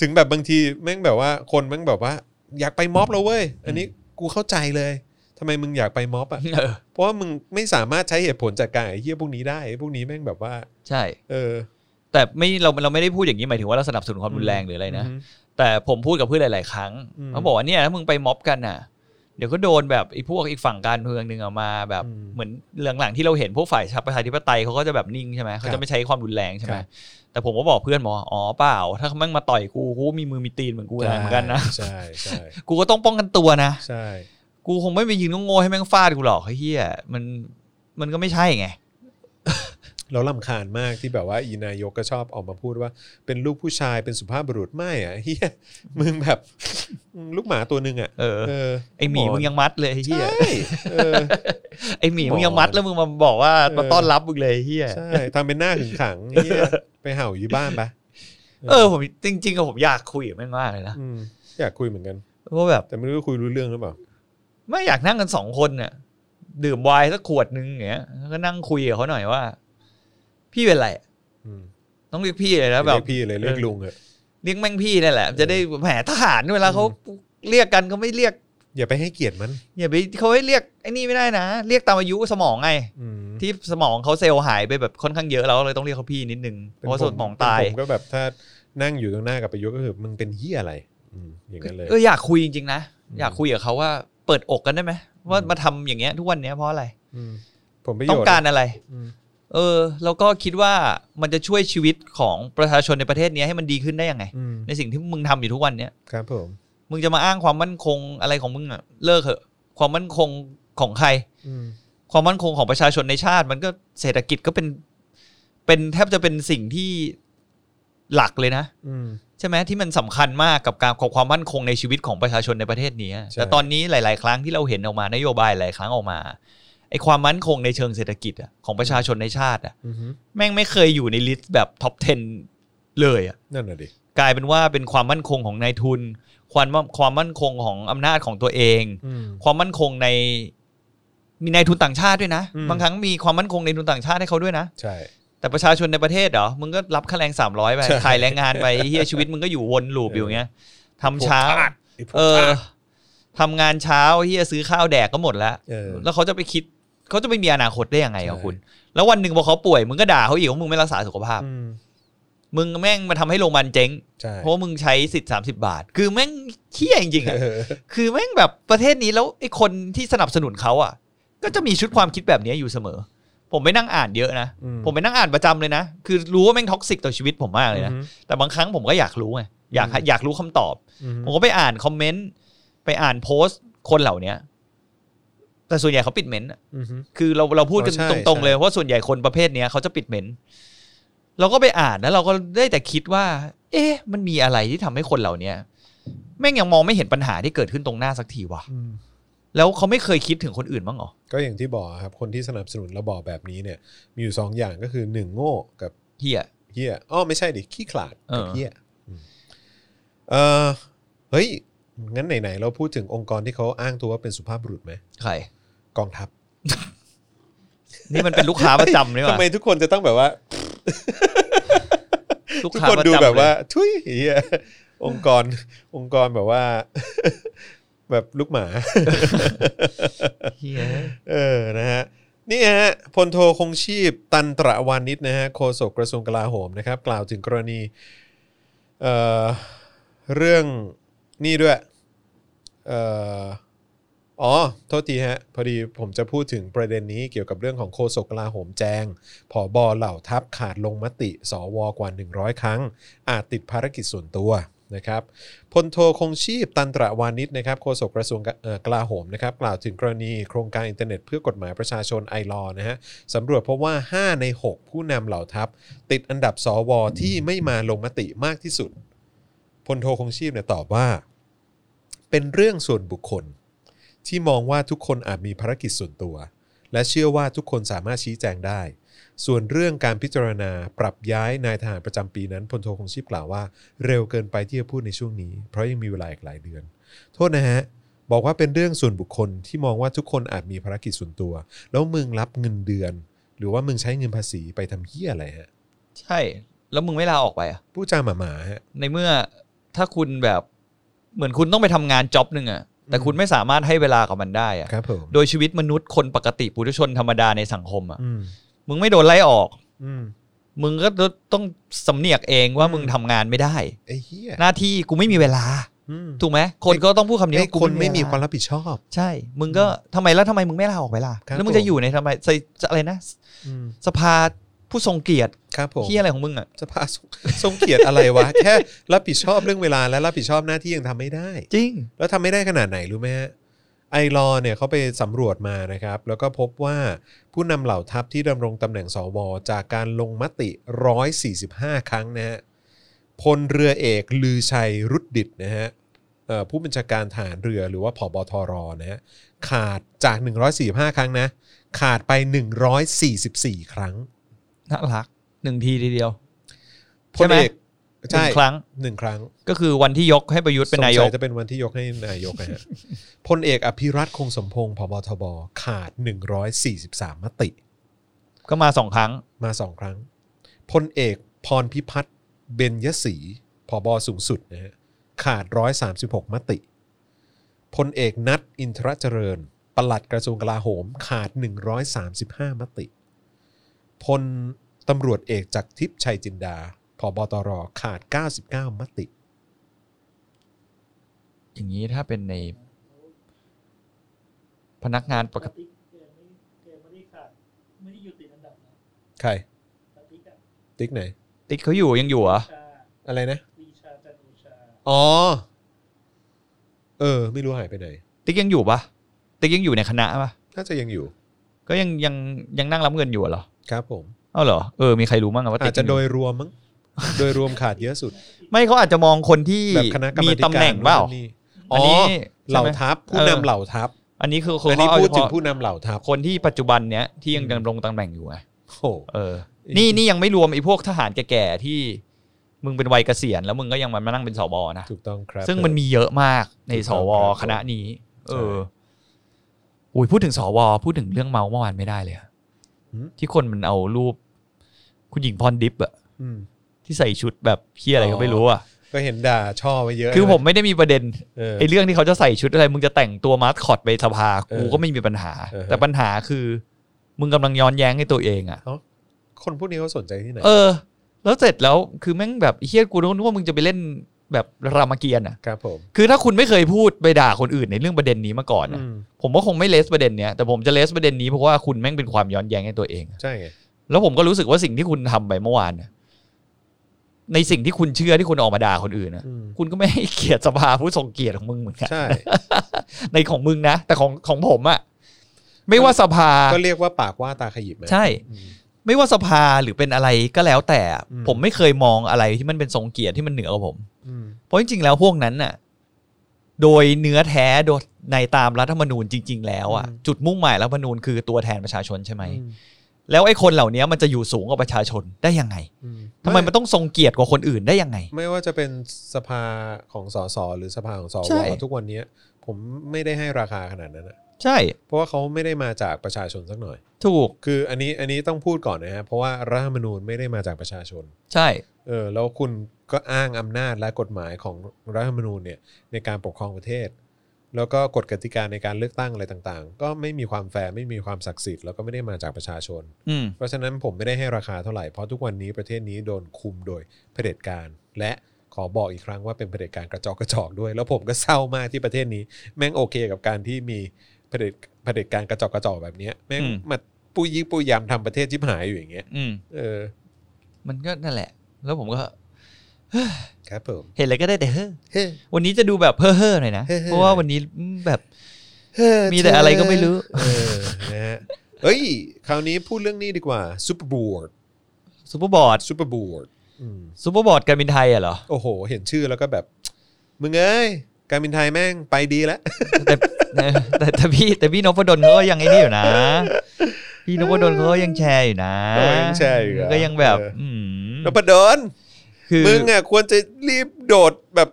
Speaker 2: ถึงแบบบางทีแม่งแบบว่าคนแม่งแบบว่า อยากไปม็อบแล้วเว้ย อันนี้กูเข้าใจเลย ทำไมมึงอยากไปม็ อบอ่ะ
Speaker 3: เออ
Speaker 2: เพราะว่ามึงไม่สามารถใช้เหตุผลจากการไอ้เหี้ยพวกนี้ได้ไอ้พวกนี้แม่งแบบว่า
Speaker 3: ใช่
Speaker 2: เออ
Speaker 3: แต่ไม่เราเราไม่ได้พูดอย่างนี้หมายถึงว่าเราสนับสนุนความรุนแรงหรืออะไรนะ แต่ผมพูดกับเพื่อนหลาย ๆ ครั้ง
Speaker 2: อืม
Speaker 3: เขาบอกว่าเนี่ยถ้ามึงไปม็อบกันน่ะ เดี๋ยวก็โดนแบบไอ้พวกอีกฝั่งการเมืองหนึ่งเอามาแบบ
Speaker 2: อืม
Speaker 3: เหมือนหลังๆที่เราเห็นพวกฝ่ายประชาธิปไตยเขาก็จะแบบนิ่งใช่ไหมเขาจะไม่ใช้ความรุนแรงใช่ไหม
Speaker 2: ครับ
Speaker 3: แต่ผมก็บอกเพื่อนบอกว่าอ๋อเปล่า ถ้าแม่งมาต่อยกูกูมีมือมีตีนเหมือนกูนะเหมือนกันนะ
Speaker 2: ใช่ใช่
Speaker 3: กูก็ต้องป้องกันตัวนะ
Speaker 2: ใช่
Speaker 3: กูคงไม่ไปยืนโง่ๆให้แม่งฟาดกูหรอกไอ้เฮียมันมันก็ไม่ใช่ไง
Speaker 2: เราลำคาญมากที่แบบว่าอีนายกก็ชอบออกมาพูดว่า เป็นลูกผู้ชายเป็นสุภาพบุรุษไม่อ่ะเฮี ยมึงแบบ ลูกหมาตัวหนึ่งอ่ะ
Speaker 3: เออ
Speaker 2: เออ
Speaker 3: ไอหมีมึงยังมัดเลยไอ้เฮีย
Speaker 2: ใช่เออ
Speaker 3: ไอหมีมึงยังมัดแล้วมึงมาบอกว่า
Speaker 2: เออ
Speaker 3: มาต้อนรับมึงเลยไอ้เฮีย
Speaker 2: ใช่ทำเป็นหน้าขึงขังเหียไปเห่าอยู่บ้านปะ
Speaker 3: เออผมจริงๆอะผมอยากคุยกับแม่งมากเลยนะ
Speaker 2: อืมอยากคุยเหมือนกัน
Speaker 3: เพราะแบบ
Speaker 2: แต่ไม่รู้ว่าคุยรู้เรื่องหรือเปล่า
Speaker 3: ไม่อยากนั่งกันสองคนน่ะ ดื่มไวน์สักขวดนึงอย่างเงี้ยแล้วก็นั่งคุยกับเขาหน่อยว่า พี่เป็นไร
Speaker 2: อืม
Speaker 3: ต้องเรียกพี่เลยนะแบ
Speaker 2: เรี
Speaker 3: บ
Speaker 2: ยกพี่เลยเรียกลุงอะ
Speaker 3: เรียกแม่งพี่นี่แหละ จะได้แหมทหารเวลา
Speaker 2: อืม
Speaker 3: เขาเรียกกันเขาไม่เรียก
Speaker 2: อย่าไปให้เกียรติมัน
Speaker 3: อย่าไปเขาให้เรียกไอ้นี่ไม่ได้นะเรียกตามอายุสมองไง
Speaker 2: อืม
Speaker 3: ที่สมองเขาเซลล์หายไปแบบค่อนข้างเยอะแล้วเลยต้องเรียกเขาพี่นิดนึงเพราะว่าสมองตาย
Speaker 2: เป็นผมก็แบบถ้านั่งอยู่ตรงหน้ากับประยุทธ์ก็คือมึงเป็นเหี้ยอะไรอืมอย่างนั้นเลย
Speaker 3: เอออยากคุยจริงๆนะ
Speaker 2: อืม
Speaker 3: อยากคุยกับเขาว่าเปิดอกกันได้ไหมว่า
Speaker 2: อืม
Speaker 3: มาทำอย่างเงี้ยทุกวันเนี้ยเพราะอะไร
Speaker 2: มผมประโยช
Speaker 3: ต้
Speaker 2: น์
Speaker 3: องการอะไร
Speaker 2: อืม
Speaker 3: เออแล้วก็คิดว่ามันจะช่วยชีวิตของประชาชนในประเทศเนี้ยให้มันดีขึ้นได้ยังไง
Speaker 2: อืม
Speaker 3: ในสิ่งที่มึงทำอยู่ทุกวันเนี้ย
Speaker 2: ครับผม
Speaker 3: มึงจะมาอ้างความมั่นคงอะไรของมึงอะเลิกเถอะความมั่นคงของใคร
Speaker 2: อืม
Speaker 3: ความมั่นคงของประชาชนในชาติ มันก็เศรษฐกิจก็เป็น เป็นแทบจะเป็นสิ่งที่หลักเลยนะ
Speaker 2: อืม
Speaker 3: ใช่ไหมที่มันสำคัญมากกับการของความมั่นคงในชีวิตของประชาชนในประเทศนี้อะ
Speaker 2: ใช่
Speaker 3: แต่ตอนนี้หลาย ๆ ครั้งที่เราเห็นออกมานโยบายหลายครั้งออกมาไอ้ความมั่นคงในเชิงเศรษฐกิจอะของประชาชนในชาติอะ
Speaker 2: อือฮึ
Speaker 3: แม่งไม่เคยอยู่ในลิสต์แบบท็อป 10 เลยอะ
Speaker 2: นั่นน่ะดิ
Speaker 3: กลายเป็นว่าเป็นความมั่นคงของนายทุน ความมั่นความมั่นคงของอำนาจของตัวเอง
Speaker 2: อืม
Speaker 3: ความมั่นคงในมีนายทุนต่างชาติด้วยนะ
Speaker 2: อืม
Speaker 3: บางครั้งมีความมั่นคงในทุนต่างชาติให้เขาด้วยนะ
Speaker 2: ใช่
Speaker 3: แต่ประชาชนในประเทศเหรอ มึงก็รับค่าแรง 300 ไป
Speaker 2: ใช่
Speaker 3: ขายแรงงานไปเฮียชีวิตมึงก็อยู่วนลูปอยู่อย่างเงี้ยทำเช้า
Speaker 2: พวกทสไพวก
Speaker 3: เออ
Speaker 2: ทาส
Speaker 3: ทำงานเช้าเฮียซื้อข้าวแดกก็หมดแล้ว
Speaker 2: เออ
Speaker 3: แล้วเขาจะไปคิดเขาจะไม่มีอนาคตได้ยังไงอะ
Speaker 2: ใช่
Speaker 3: คุณ แล้ววันหนึ่งพอเขาป่วยมึงก็ด่าเขาอีกว่ามึงไม่รักษาสุขภาพ
Speaker 2: อืม
Speaker 3: มึงแม่งมาทำให้โรงพยาบาลเจ๊ง
Speaker 2: ใช่
Speaker 3: เพราะว่ามึงใช้สิทธิ์สาสิบาท คือแม่งเขี้ยจริงๆอะ
Speaker 2: เออ
Speaker 3: คือแม่งแบบประเทศนี้แล้วไอ้คนที่สนับสนุนเขาอ่ะ ก็จะมีชุดความคิดแบบนี้อยู่เสมอ ผมไปนั่งอ่านเยอะนะ
Speaker 2: อื
Speaker 3: ผมไปนั่งอ่านประจำเลยนะ คือรู้ว่าแม่งท็อกซิกต่อชีวิตผมมากเลยนะ
Speaker 2: อือฮึ
Speaker 3: แต่บางครั้งผมก็อยากรู้ไง อยาก
Speaker 2: อืม
Speaker 3: อยากรู้คำตอบ
Speaker 2: อือฮึ
Speaker 3: ผมก็ไปอ่านคอมเมนต์ ไปอ่านโพสต์คนเหล่าเนี้ย แต่ส่วนใหญ่เขาปิดเมนต์อะ
Speaker 2: อือฮึ
Speaker 3: คือเราเราพูดกัน
Speaker 2: อ๋อใช่
Speaker 3: ตรง
Speaker 2: ใช่
Speaker 3: ๆเลยเพราะส่วนใหญ่คนประเภทเนี้ยเขาจะปิดเหม็นเราก็ไปอ่านแล้วเราก็ได้แต่คิดว่า เอ๊ะ มันมีอะไรที่ทำให้คนเหล่าเนี้ยแม่งยังมองไม่เห็นปัญหาที่เกิดขึ้นตรงหน้าสักทีวะ
Speaker 2: อืม
Speaker 3: แล้วเขาไม่เคยคิดถึงคนอื่นบ้างเหรอ
Speaker 2: ก็อย่างที่บอกครับคนที่สนับสนุนระบอบแบบนี้เนี่ย มีอยู่สองอย่างก็คือหนึ่งโง่กับ
Speaker 3: เฮีย
Speaker 2: เฮียอ้อไม่ใช่ดิ ขี้ขลาด
Speaker 3: เออ
Speaker 2: กับเฮียมเออเฮ้ย งั้นไหน ๆ เราพูดถึงองค์กรที่เขาอ้างตัวว่าเป็นสุภาพบุรุษไหม
Speaker 3: ใคร
Speaker 2: กองทัพ
Speaker 3: นี่มันเป็นลูกค้าประจำนี่ ห
Speaker 2: ทำ
Speaker 3: ว่า
Speaker 2: ไมทุกคนจะต้องแบบว่า
Speaker 3: ลูก
Speaker 2: ทุก
Speaker 3: ค้า
Speaker 2: คน
Speaker 3: ประ
Speaker 2: ดู
Speaker 3: จำ
Speaker 2: แบบว่า
Speaker 3: เลย
Speaker 2: ทุยเฮียองค์กร องค์กรแบบว่า แบบลูกหมา
Speaker 3: เฮีย
Speaker 2: เออ นะฮะ นี่ฮะ พลโทคงชีพ ตันตระวานิชนะฮะ โฆษกกระทรวงกลาโหมนะครับ กล่าวถึงกรณี เอ่อ เรื่องนี่ด้วย เอ่อ อ๋อ โทษทีฮะ พอดีผมจะพูดถึงประเด็นนี้เกี่ยวกับเรื่องของโฆษกกลาโหมแจง ผอบอเหล่าทัพขาดลงมติ สวกว่า 100 ครั้ง อาจติดภารกิจส่วนตัวนะครับ พลโทคงชีพตันตระวานิชนะครับโฆษกกระทรวงกเอ่อกลาโหมนะครับกล่าวถึงกรณีโครงการอินเทอร์เน็ตเพื่อกฎหมายประชาชนไอรอนะฮะสำรวจพบว่า 5 ใน 6 ผู้นำเหล่าทัพ ติดอันดับสวที่ไม่มาลงมติมากที่สุด พลโทคงชีพเนี่ยตอบว่า เป็นเรื่องส่วนบุคคล ที่มองว่าทุกคนอาจมีภารกิจส่วนตัว และเชื่อว่าทุกคนสามารถชี้แจงได้ ส่วนเรื่องการพิจารณาปรับย้ายนายทหารประจำปีนั้นพลโทคงชีพกล่าวว่า เร็วเกินไปที่จะพูดในช่วงนี้ เพราะยังมีเวลาอีกหลายเดือน โทษนะฮะ บอกว่าเป็นเรื่องส่วนบุคคลที่มองว่าทุกคนอาจมีภารกิจส่วนตัว แล้วมึงรับเงินเดือน หรือว่ามึงใช้เงินภาษีไปทำเหี้ยอะไรฮะ
Speaker 3: ใช่ แล้วมึงไม่ลาออกไปอะ
Speaker 2: ผู้จาหมาหมาๆฮะ
Speaker 3: ในเมื่อถ้าคุณแบบ เหมือนคุณต้องไปทำงานจ็อบหนึ่งอะ แต่คุณไม่สามารถให้เวลากับมันได้อะ
Speaker 2: ครับผม
Speaker 3: โดยชีวิตมนุษย์คนปกติปุถุชนธรรมดาในสังคมอะ
Speaker 2: อืม
Speaker 3: มึงไม่โดนไล่ออก
Speaker 2: อืม
Speaker 3: มึงก็ต้องสำเนียกเองว่า
Speaker 2: อืม
Speaker 3: มึงทำงานไม่ได้
Speaker 2: ไอ้เหี้ย
Speaker 3: หน้าที่กูไม่มีเวลา
Speaker 2: อืม
Speaker 3: ถูกไหมคนก็ต้องพูดคำนี้
Speaker 2: ไอ้
Speaker 3: ว่ากู
Speaker 2: คนไม่มี
Speaker 3: เวล
Speaker 2: ความรับผิดชอบ
Speaker 3: ใช่ มึงก็ทำไมแล้วทำไมมึงไม่ลาออกไปล่ะ
Speaker 2: ครับ
Speaker 3: แล้วมึงจะอยู่ในทำไมใส่อะไรนะ
Speaker 2: อืม
Speaker 3: สภาผู้ทรงเกียรติ
Speaker 2: ครับผม
Speaker 3: ที่อะไรของมึงอ่ะ
Speaker 2: จะพาส่งส่งเกียรติอะไรวะ แค่รับผิดชอบเรื่องเวลาและรับผิดชอบหน้าที่ยังทำไม่ได้
Speaker 3: จริง
Speaker 2: แล้วทำไม่ได้ขนาดไหนรู้ไหมฮะไอรอว์เนี่ยเขาไปสำรวจมานะครับ แล้วก็พบว่าผู้นำเหล่าทัพที่ดำรงตำแหน่งสวจากการลงมติ 145 ครั้งนะฮะพลเรือเอกลือชัยรุดดิตนะฮะเอ่อผู้บัญชาการฐานเรือหรือว่าผบทรนะฮะขาดจาก 145 ครั้งนะ ขาดไป 144 ครั้ง
Speaker 3: น่ารักหนึ่งทีทีเดียว
Speaker 2: พ
Speaker 3: ใช่
Speaker 2: ล
Speaker 3: ไหม
Speaker 2: เอก
Speaker 3: หนึ่
Speaker 2: ใช่
Speaker 3: งครั้ง
Speaker 2: หนึ่งครั้ง
Speaker 3: ก็คือวันที่ยกให้ประยุทธ์เป็นนาย
Speaker 2: สง
Speaker 3: ก
Speaker 2: สัจะเป็นวันที่ยกให้นายกนะ ฮะ พลเอกอภิรัตคงสมพงศ์พบทบ ขาด 143 มติ
Speaker 3: ก็มาสองครั้ง
Speaker 2: มาสองครั้ง พลเอกพรพิพัฒน์เบญยศรีพบสูงสุดนะฮะขาด 136 มติ พลเอกนัทอินทรเจริญ ปลัดกระทรวงกลาโหม ขาด 135 มติ พลตำรวจเอกจากรทิพย์ชัยจินดาพบตรขาด 99 มติ
Speaker 3: อย่างนี้ถ้าเป็นใน พนักงานปกติ
Speaker 2: ใคร ติ๊กไหน
Speaker 3: ติ๊กเขาอยู่ยังอยู่เหรอ
Speaker 2: อะไรนะ อ๋อ เออ ไม่รู้หายไปไหน
Speaker 3: ติ๊กยังอยู่ปะติ๊กยังอยู่ในคณะปะ
Speaker 2: น่าจะยังอยู่
Speaker 3: ก็ยังยังยังนั่งรับเงินอยู่เหรอ
Speaker 2: ครับผมเ
Speaker 3: เอ้าเหรอเออมีใครรู้มั้งอะว่า
Speaker 2: อา
Speaker 3: ติ๊
Speaker 2: จ
Speaker 3: ก
Speaker 2: จะโด
Speaker 3: ยังอย
Speaker 2: รวมมั้ง โดยรวมขาดเยอะสุด
Speaker 3: ู่ไม่เขาอาจจะมองคนที่
Speaker 2: แบบคณะกรร
Speaker 3: มี
Speaker 2: ม
Speaker 3: ตำ
Speaker 2: การ
Speaker 3: แหน่งเปล่า
Speaker 2: นี่
Speaker 3: อั
Speaker 2: อ๋
Speaker 3: น
Speaker 2: อ
Speaker 3: นี้
Speaker 2: เหล่า
Speaker 3: ใช่ไม
Speaker 2: ทัพ ผู้
Speaker 3: เออ
Speaker 2: นำเหล่าทัพ
Speaker 3: อันนี้คือเขา
Speaker 2: อันนี้
Speaker 3: เขา
Speaker 2: พูดถึง
Speaker 3: เอาเฉพาะ
Speaker 2: ผู้นำเหล่าทัพ
Speaker 3: คนที่ปัจจุบันเนี้ยที่ยัง
Speaker 2: อืม
Speaker 3: ดำรงตำแหน่งอยู่ไง
Speaker 2: โอ้โห
Speaker 3: เออ
Speaker 2: อืม
Speaker 3: นี่นี่ยังไม่รวมไอ้พวกทหารแก่ๆที่มึงเป็นวัยเกษียณแล้วมึงก็ยังมานั่งเป็นสวนะ
Speaker 2: ถูกต้องครับ
Speaker 3: ซึ่งมันมีเยอะมากใน
Speaker 2: ถูก
Speaker 3: ส
Speaker 2: ต้อง
Speaker 3: ว
Speaker 2: ครับ
Speaker 3: คณะนี้ เออ
Speaker 2: ใช่
Speaker 3: อุ้ยพูดถึงสวพูดถึงเรื่องเมาเมื่อวานไม่ได้เลยอะ
Speaker 2: หืม
Speaker 3: ที่คนมันเอารูป คุณหญิงพรดิบอะ
Speaker 2: อืม
Speaker 3: ที่ใส่ชุดแบบเฮียอะไร
Speaker 2: อ๋อ
Speaker 3: ก็ไม่รู้อะ
Speaker 2: ก็เห็นด่าช่อไว้เยอะ
Speaker 3: คือผมไม่ได้มีประเด็น
Speaker 2: เออ
Speaker 3: ไอ้เรื่องที่เขาจะใส่ชุดอะไร มึงจะแต่งตัวมาสคอตไปสภา
Speaker 2: เออ
Speaker 3: กูก็ไม่มีปัญหา
Speaker 2: เออฮะ
Speaker 3: แต่ปัญหาคือ มึงกำลังย้อนแย้งในตัวเองอะ
Speaker 2: คนพวกนี้เขาสนใจที่ไหน
Speaker 3: เออ แล้วเสร็จแล้วคือแม่งแบบเฮียกูนึกว่ามึงจะไปเล่นแบบรามเกียรติ์อ่ะ
Speaker 2: ครับผม
Speaker 3: คือถ้าคุณไม่เคยพูดไปด่าคนอื่นในเรื่องประเด็นนี้มาก่อนนะ
Speaker 2: อืม
Speaker 3: ผมก็คงไม่เลสประเด็นเนี้ยแต่ผมจะเลสประเด็นนี้เพราะว่าคุณแม่งเป็นความย้อนแย้งในตัวเอง
Speaker 2: ใช่ไง
Speaker 3: แล้วผมก็รู้สึกว่าสิ่งที่คุณทำไปเมื่อวานน่ะในสิ่งที่คุณเชื่อที่คุณออกมาด่าคนอื่นนะ
Speaker 2: อืม
Speaker 3: คุณก็ไม่ให้เกียรติสภาผู้ทรงเกียรติของมึงเหมือนกัน
Speaker 2: ใช่
Speaker 3: ในของมึงนะ แต่ของของผมอะไม่ว่าสภา
Speaker 2: ก็เรียกว่าปากว่าตาขยิบไหม
Speaker 3: ใช่ ไม่ว่าสภาหรือเป็นอะไรก็แล้วแต่อะ
Speaker 2: อืม
Speaker 3: ผมไม่เคยมองอะไรที่มันเป็นทรงเกียรติที่มันเหนือกว่าผม
Speaker 2: อืม
Speaker 3: เพราะจริงๆแล้วพวกนั้นน่ะ โดยเนื้อแท้โดยในตามรัฐธรรมนูญจริง ๆ แล้วอ่ะจุดมุ่งหมายรัฐธรรมนูญคือตัวแทนประชาชนใช่ไหม
Speaker 2: อืม
Speaker 3: แล้วไอ้คนเหล่านี้มันจะอยู่สูงกว่าประชาชนได้ยังไง
Speaker 2: อื
Speaker 3: ทำไมมันต้องทรงเกียรติกว่าคนอื่นได้ยังไง
Speaker 2: ไม่ว่าจะเป็นสภาของสสหรือสภาของส
Speaker 3: ใช่
Speaker 2: วทุกวันนี้ผมไม่ได้ให้ราคาขนาดนั้นนะ
Speaker 3: ใช่
Speaker 2: เพราะว่าเขาไม่ได้มาจากประชาชนสักหน่อย
Speaker 3: ถูก
Speaker 2: คืออันนี้อันนี้ต้องพูดก่อนนะฮะ เพราะว่ารัฐธรรมนูญไม่ได้มาจากประชาชน
Speaker 3: ใช่
Speaker 2: เออ แล้วคุณก็อ้างอำนาจและกฎหมายของรัฐธรรมนูญเนี่ยในการปกครองประเทศ แล้วก็กฎกติกาในการเลือกตั้งอะไรต่างๆ ก็ไม่มีความแฟร์ไม่มีความศักดิ์สิทธิ์แล้วก็ไม่ได้มาจากประชาชน
Speaker 3: อืม
Speaker 2: เพราะฉะนั้นผมไม่ได้ให้ราคาเท่าไหร่ เพราะทุกวันนี้ประเทศนี้โดนคุมโดยเผด็จการ และขอบอกอีกครั้งว่าเป็นเผด็จการกระจอกกระจอกด้วย แล้วผมก็เศร้ามากที่ประเทศนี้ แม่งโอเคกับการที่มีเผด็จเผด็จการกระจอกกระจอกแบบเนี้ยแม่งมาปุยยิปุยยำทำประเทศชิบหายอยู่อย่างเงี้ย
Speaker 3: อืม
Speaker 2: เออ
Speaker 3: มันก็นั่นแหละ แล้วผมก็
Speaker 2: ครับผม
Speaker 3: เห็นอะไรก็ได้แต่เฮ้อ
Speaker 2: เฮ้
Speaker 3: วันนี้จะดูแบบเพ้อเฮ้อหน่อยนะ
Speaker 2: เฮ้อเฮ้อ
Speaker 3: เพราะว่าวันนี้อืมแบบ
Speaker 2: เฮ้
Speaker 3: มีแต่อะไรก็ไม่รู้
Speaker 2: เออนะฮะเอ้ย คราวนี้พูดเรื่องนี้ดีกว่าซูเปอร์บอร์ด
Speaker 3: ซูเปอร์บอร์ด
Speaker 2: ซูเปอร์บอร์ดอืม
Speaker 3: ซูเปอร์บอร์ดการบินไทยอะเหรอ
Speaker 2: โอ้โห เห็นชื่อแล้วก็แบบ มึงเอ้ย การบินไทยแม่งไปดีแล้ว
Speaker 3: แต่แต่แต่แต่พี่แต่พี่นพดลเขาก็ยังไอ้นี่อยู่ นะ พี่นพดลเขาก็ยังแชร์อยู่นะ
Speaker 2: โอ้ยยังแชร์อยู่เหรอ
Speaker 3: ก็ยังแบบ
Speaker 2: เอออื
Speaker 3: ม
Speaker 2: นพดล
Speaker 3: คือ
Speaker 2: มึงอ่ะควรจะรีบโดดแบบ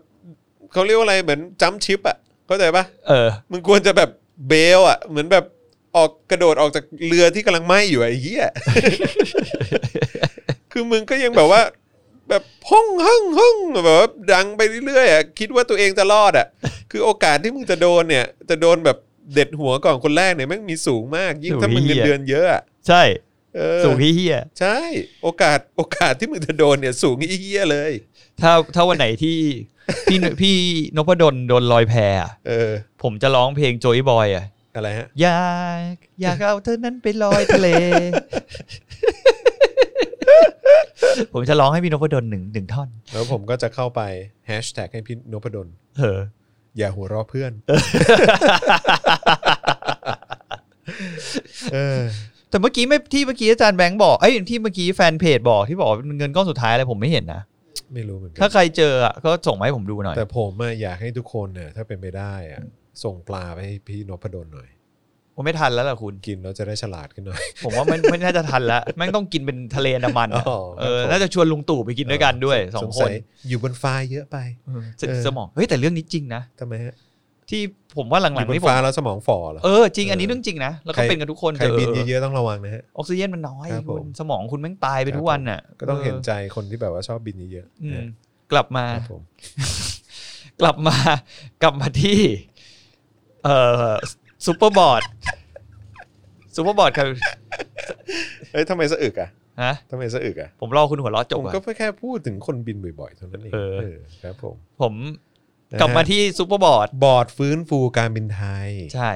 Speaker 2: เขาเรียกว่าอะไรเหมือนจัมป์ชิปอ่ะเข้าใจปะ
Speaker 3: เออ
Speaker 2: มึงควรจะแบบเบลอ่ะ เหมือนแบบออกกระโดดออกจากเรือที่กำลังไหม้อยู่อะไอ้เหี้ย คือมึงก็ยังแบบว่า แบบห้องห้องห้องแบบว่าดังไปเรื่อยๆอ่ะคิดว่าตัวเองจะรอดอ่ะ คือโอกาสที่มึงจะโดนเนี่ย จะโดนแบบเด็ดหัวก่อนคนแรกเนี่ยแม่งมีสูงมาก ยิ่งถ้ามึงเงินเดือนเยอะอะ
Speaker 3: ใช่
Speaker 2: เออ
Speaker 3: สูงเฮี้ย
Speaker 2: ใช่ โอกาสโอกาสที่มึงจะโดนเนี่ย สูงอีเหี้ยเลย
Speaker 3: ๆถ้าถ้าวันไหนที่ พี่พี่นพดลโดนลอยแพอะ
Speaker 2: เออ
Speaker 3: ผมจะร้องเพลงโจยบอยอ่ะ
Speaker 2: อะไรฮะ
Speaker 3: อยากอยากเอาเธอนั้นไปลอยทะเล ผมจะร้องให้พี่นพดลหนึ่งหนึ่งท่อน
Speaker 2: แล้วผมก็จะเข้าไปแฮชแท็กให้พี่นพดล
Speaker 3: เออ
Speaker 2: อย่าหัวเราะเพื่อน เออ
Speaker 3: แต่เมื่อกี้ไม่ที่เมื่อกี้อาจารย์แบงค์บอก เอ้ยที่เมื่อกี้แฟนเพจบอกที่บอกว่าเงินก้อนสุดท้ายอะไรผมไม่เห็นนะ
Speaker 2: ไม่รู้เหมือนกั
Speaker 3: ถ้าใครเจออ่ะก็ส่งมาให้ผมดูหน่อย
Speaker 2: แต่ผมอะอยากให้ทุกคนเนี่ยถ้าเป็นไปได้อะส่งปลาไปให้พี่นพดลหน่อย
Speaker 3: ผมไม่ทันแล้วล่ะคุณ
Speaker 2: กินแล้วจะได้ฉลาดขึ้นหน่อย
Speaker 3: ผมว่ามัน ไม่น่าจะทันแล้วแม่งต้องกินเป็นทะเลอันดามันอะ
Speaker 2: อ๋อ
Speaker 3: เออ
Speaker 2: ครับผม
Speaker 3: น่าจะชวนลุงตู่ไปกินด้วยกันด้วยสองคน
Speaker 2: ยอยู่บนฟ้าเยอะไป
Speaker 3: เออเสร็จ
Speaker 2: เออ
Speaker 3: สมองเฮ้ยแต่เรื่องนี้จริงนะ
Speaker 2: ทำไมฮะ
Speaker 3: ที่ผมว่าห
Speaker 2: อ
Speaker 3: ลั
Speaker 2: ยู่
Speaker 3: ง
Speaker 2: บ
Speaker 3: ๆ
Speaker 2: น
Speaker 3: นี่ผม
Speaker 2: ฟ้าแล้วสมองฝ่อเหรอ
Speaker 3: เออจริง
Speaker 2: เอออั
Speaker 3: อันนี้เรื่องจริงนะ แล้วก็
Speaker 2: ใคร
Speaker 3: เป็นกันทุกคน
Speaker 2: ใครบิน
Speaker 3: เออ
Speaker 2: เยอะๆต้องระวังนะฮะ
Speaker 3: ออกซิเจนมันน้อย
Speaker 2: ครับ
Speaker 3: คุณ
Speaker 2: ผม
Speaker 3: สมองคุณแม่งตายไป
Speaker 2: ครับ
Speaker 3: ทุกวันอ่ะ
Speaker 2: ก็ต้องเห็นใจคนที่แบบว่าชอบบินเยอะ
Speaker 3: อื
Speaker 2: ๆ
Speaker 3: ม
Speaker 2: นะ
Speaker 3: กลับมา
Speaker 2: ครับผม
Speaker 3: กลับมา กลับมาที่ เอ่อซูเปอร์บอร์ดซูเปอร์บอร์ดครับ
Speaker 2: เอ้ยทำไมสะอึกอ่ะ
Speaker 3: ฮะ
Speaker 2: ทำไมสะอึกอ่ะ
Speaker 3: ผมรอคุณหัวเราะจ
Speaker 2: ผ
Speaker 3: บ
Speaker 2: ม
Speaker 3: ก่อน
Speaker 2: ก็แค่พูดถึงคนบินบ่อยๆเท่านั้นเอง
Speaker 3: เออ
Speaker 2: เออครับผม
Speaker 3: ผม
Speaker 2: นะฮะ
Speaker 3: กลับมาที่ซูเปอร์บอร์ด
Speaker 2: บอร์ดฟื้นฟูการบินไทย
Speaker 3: ใช่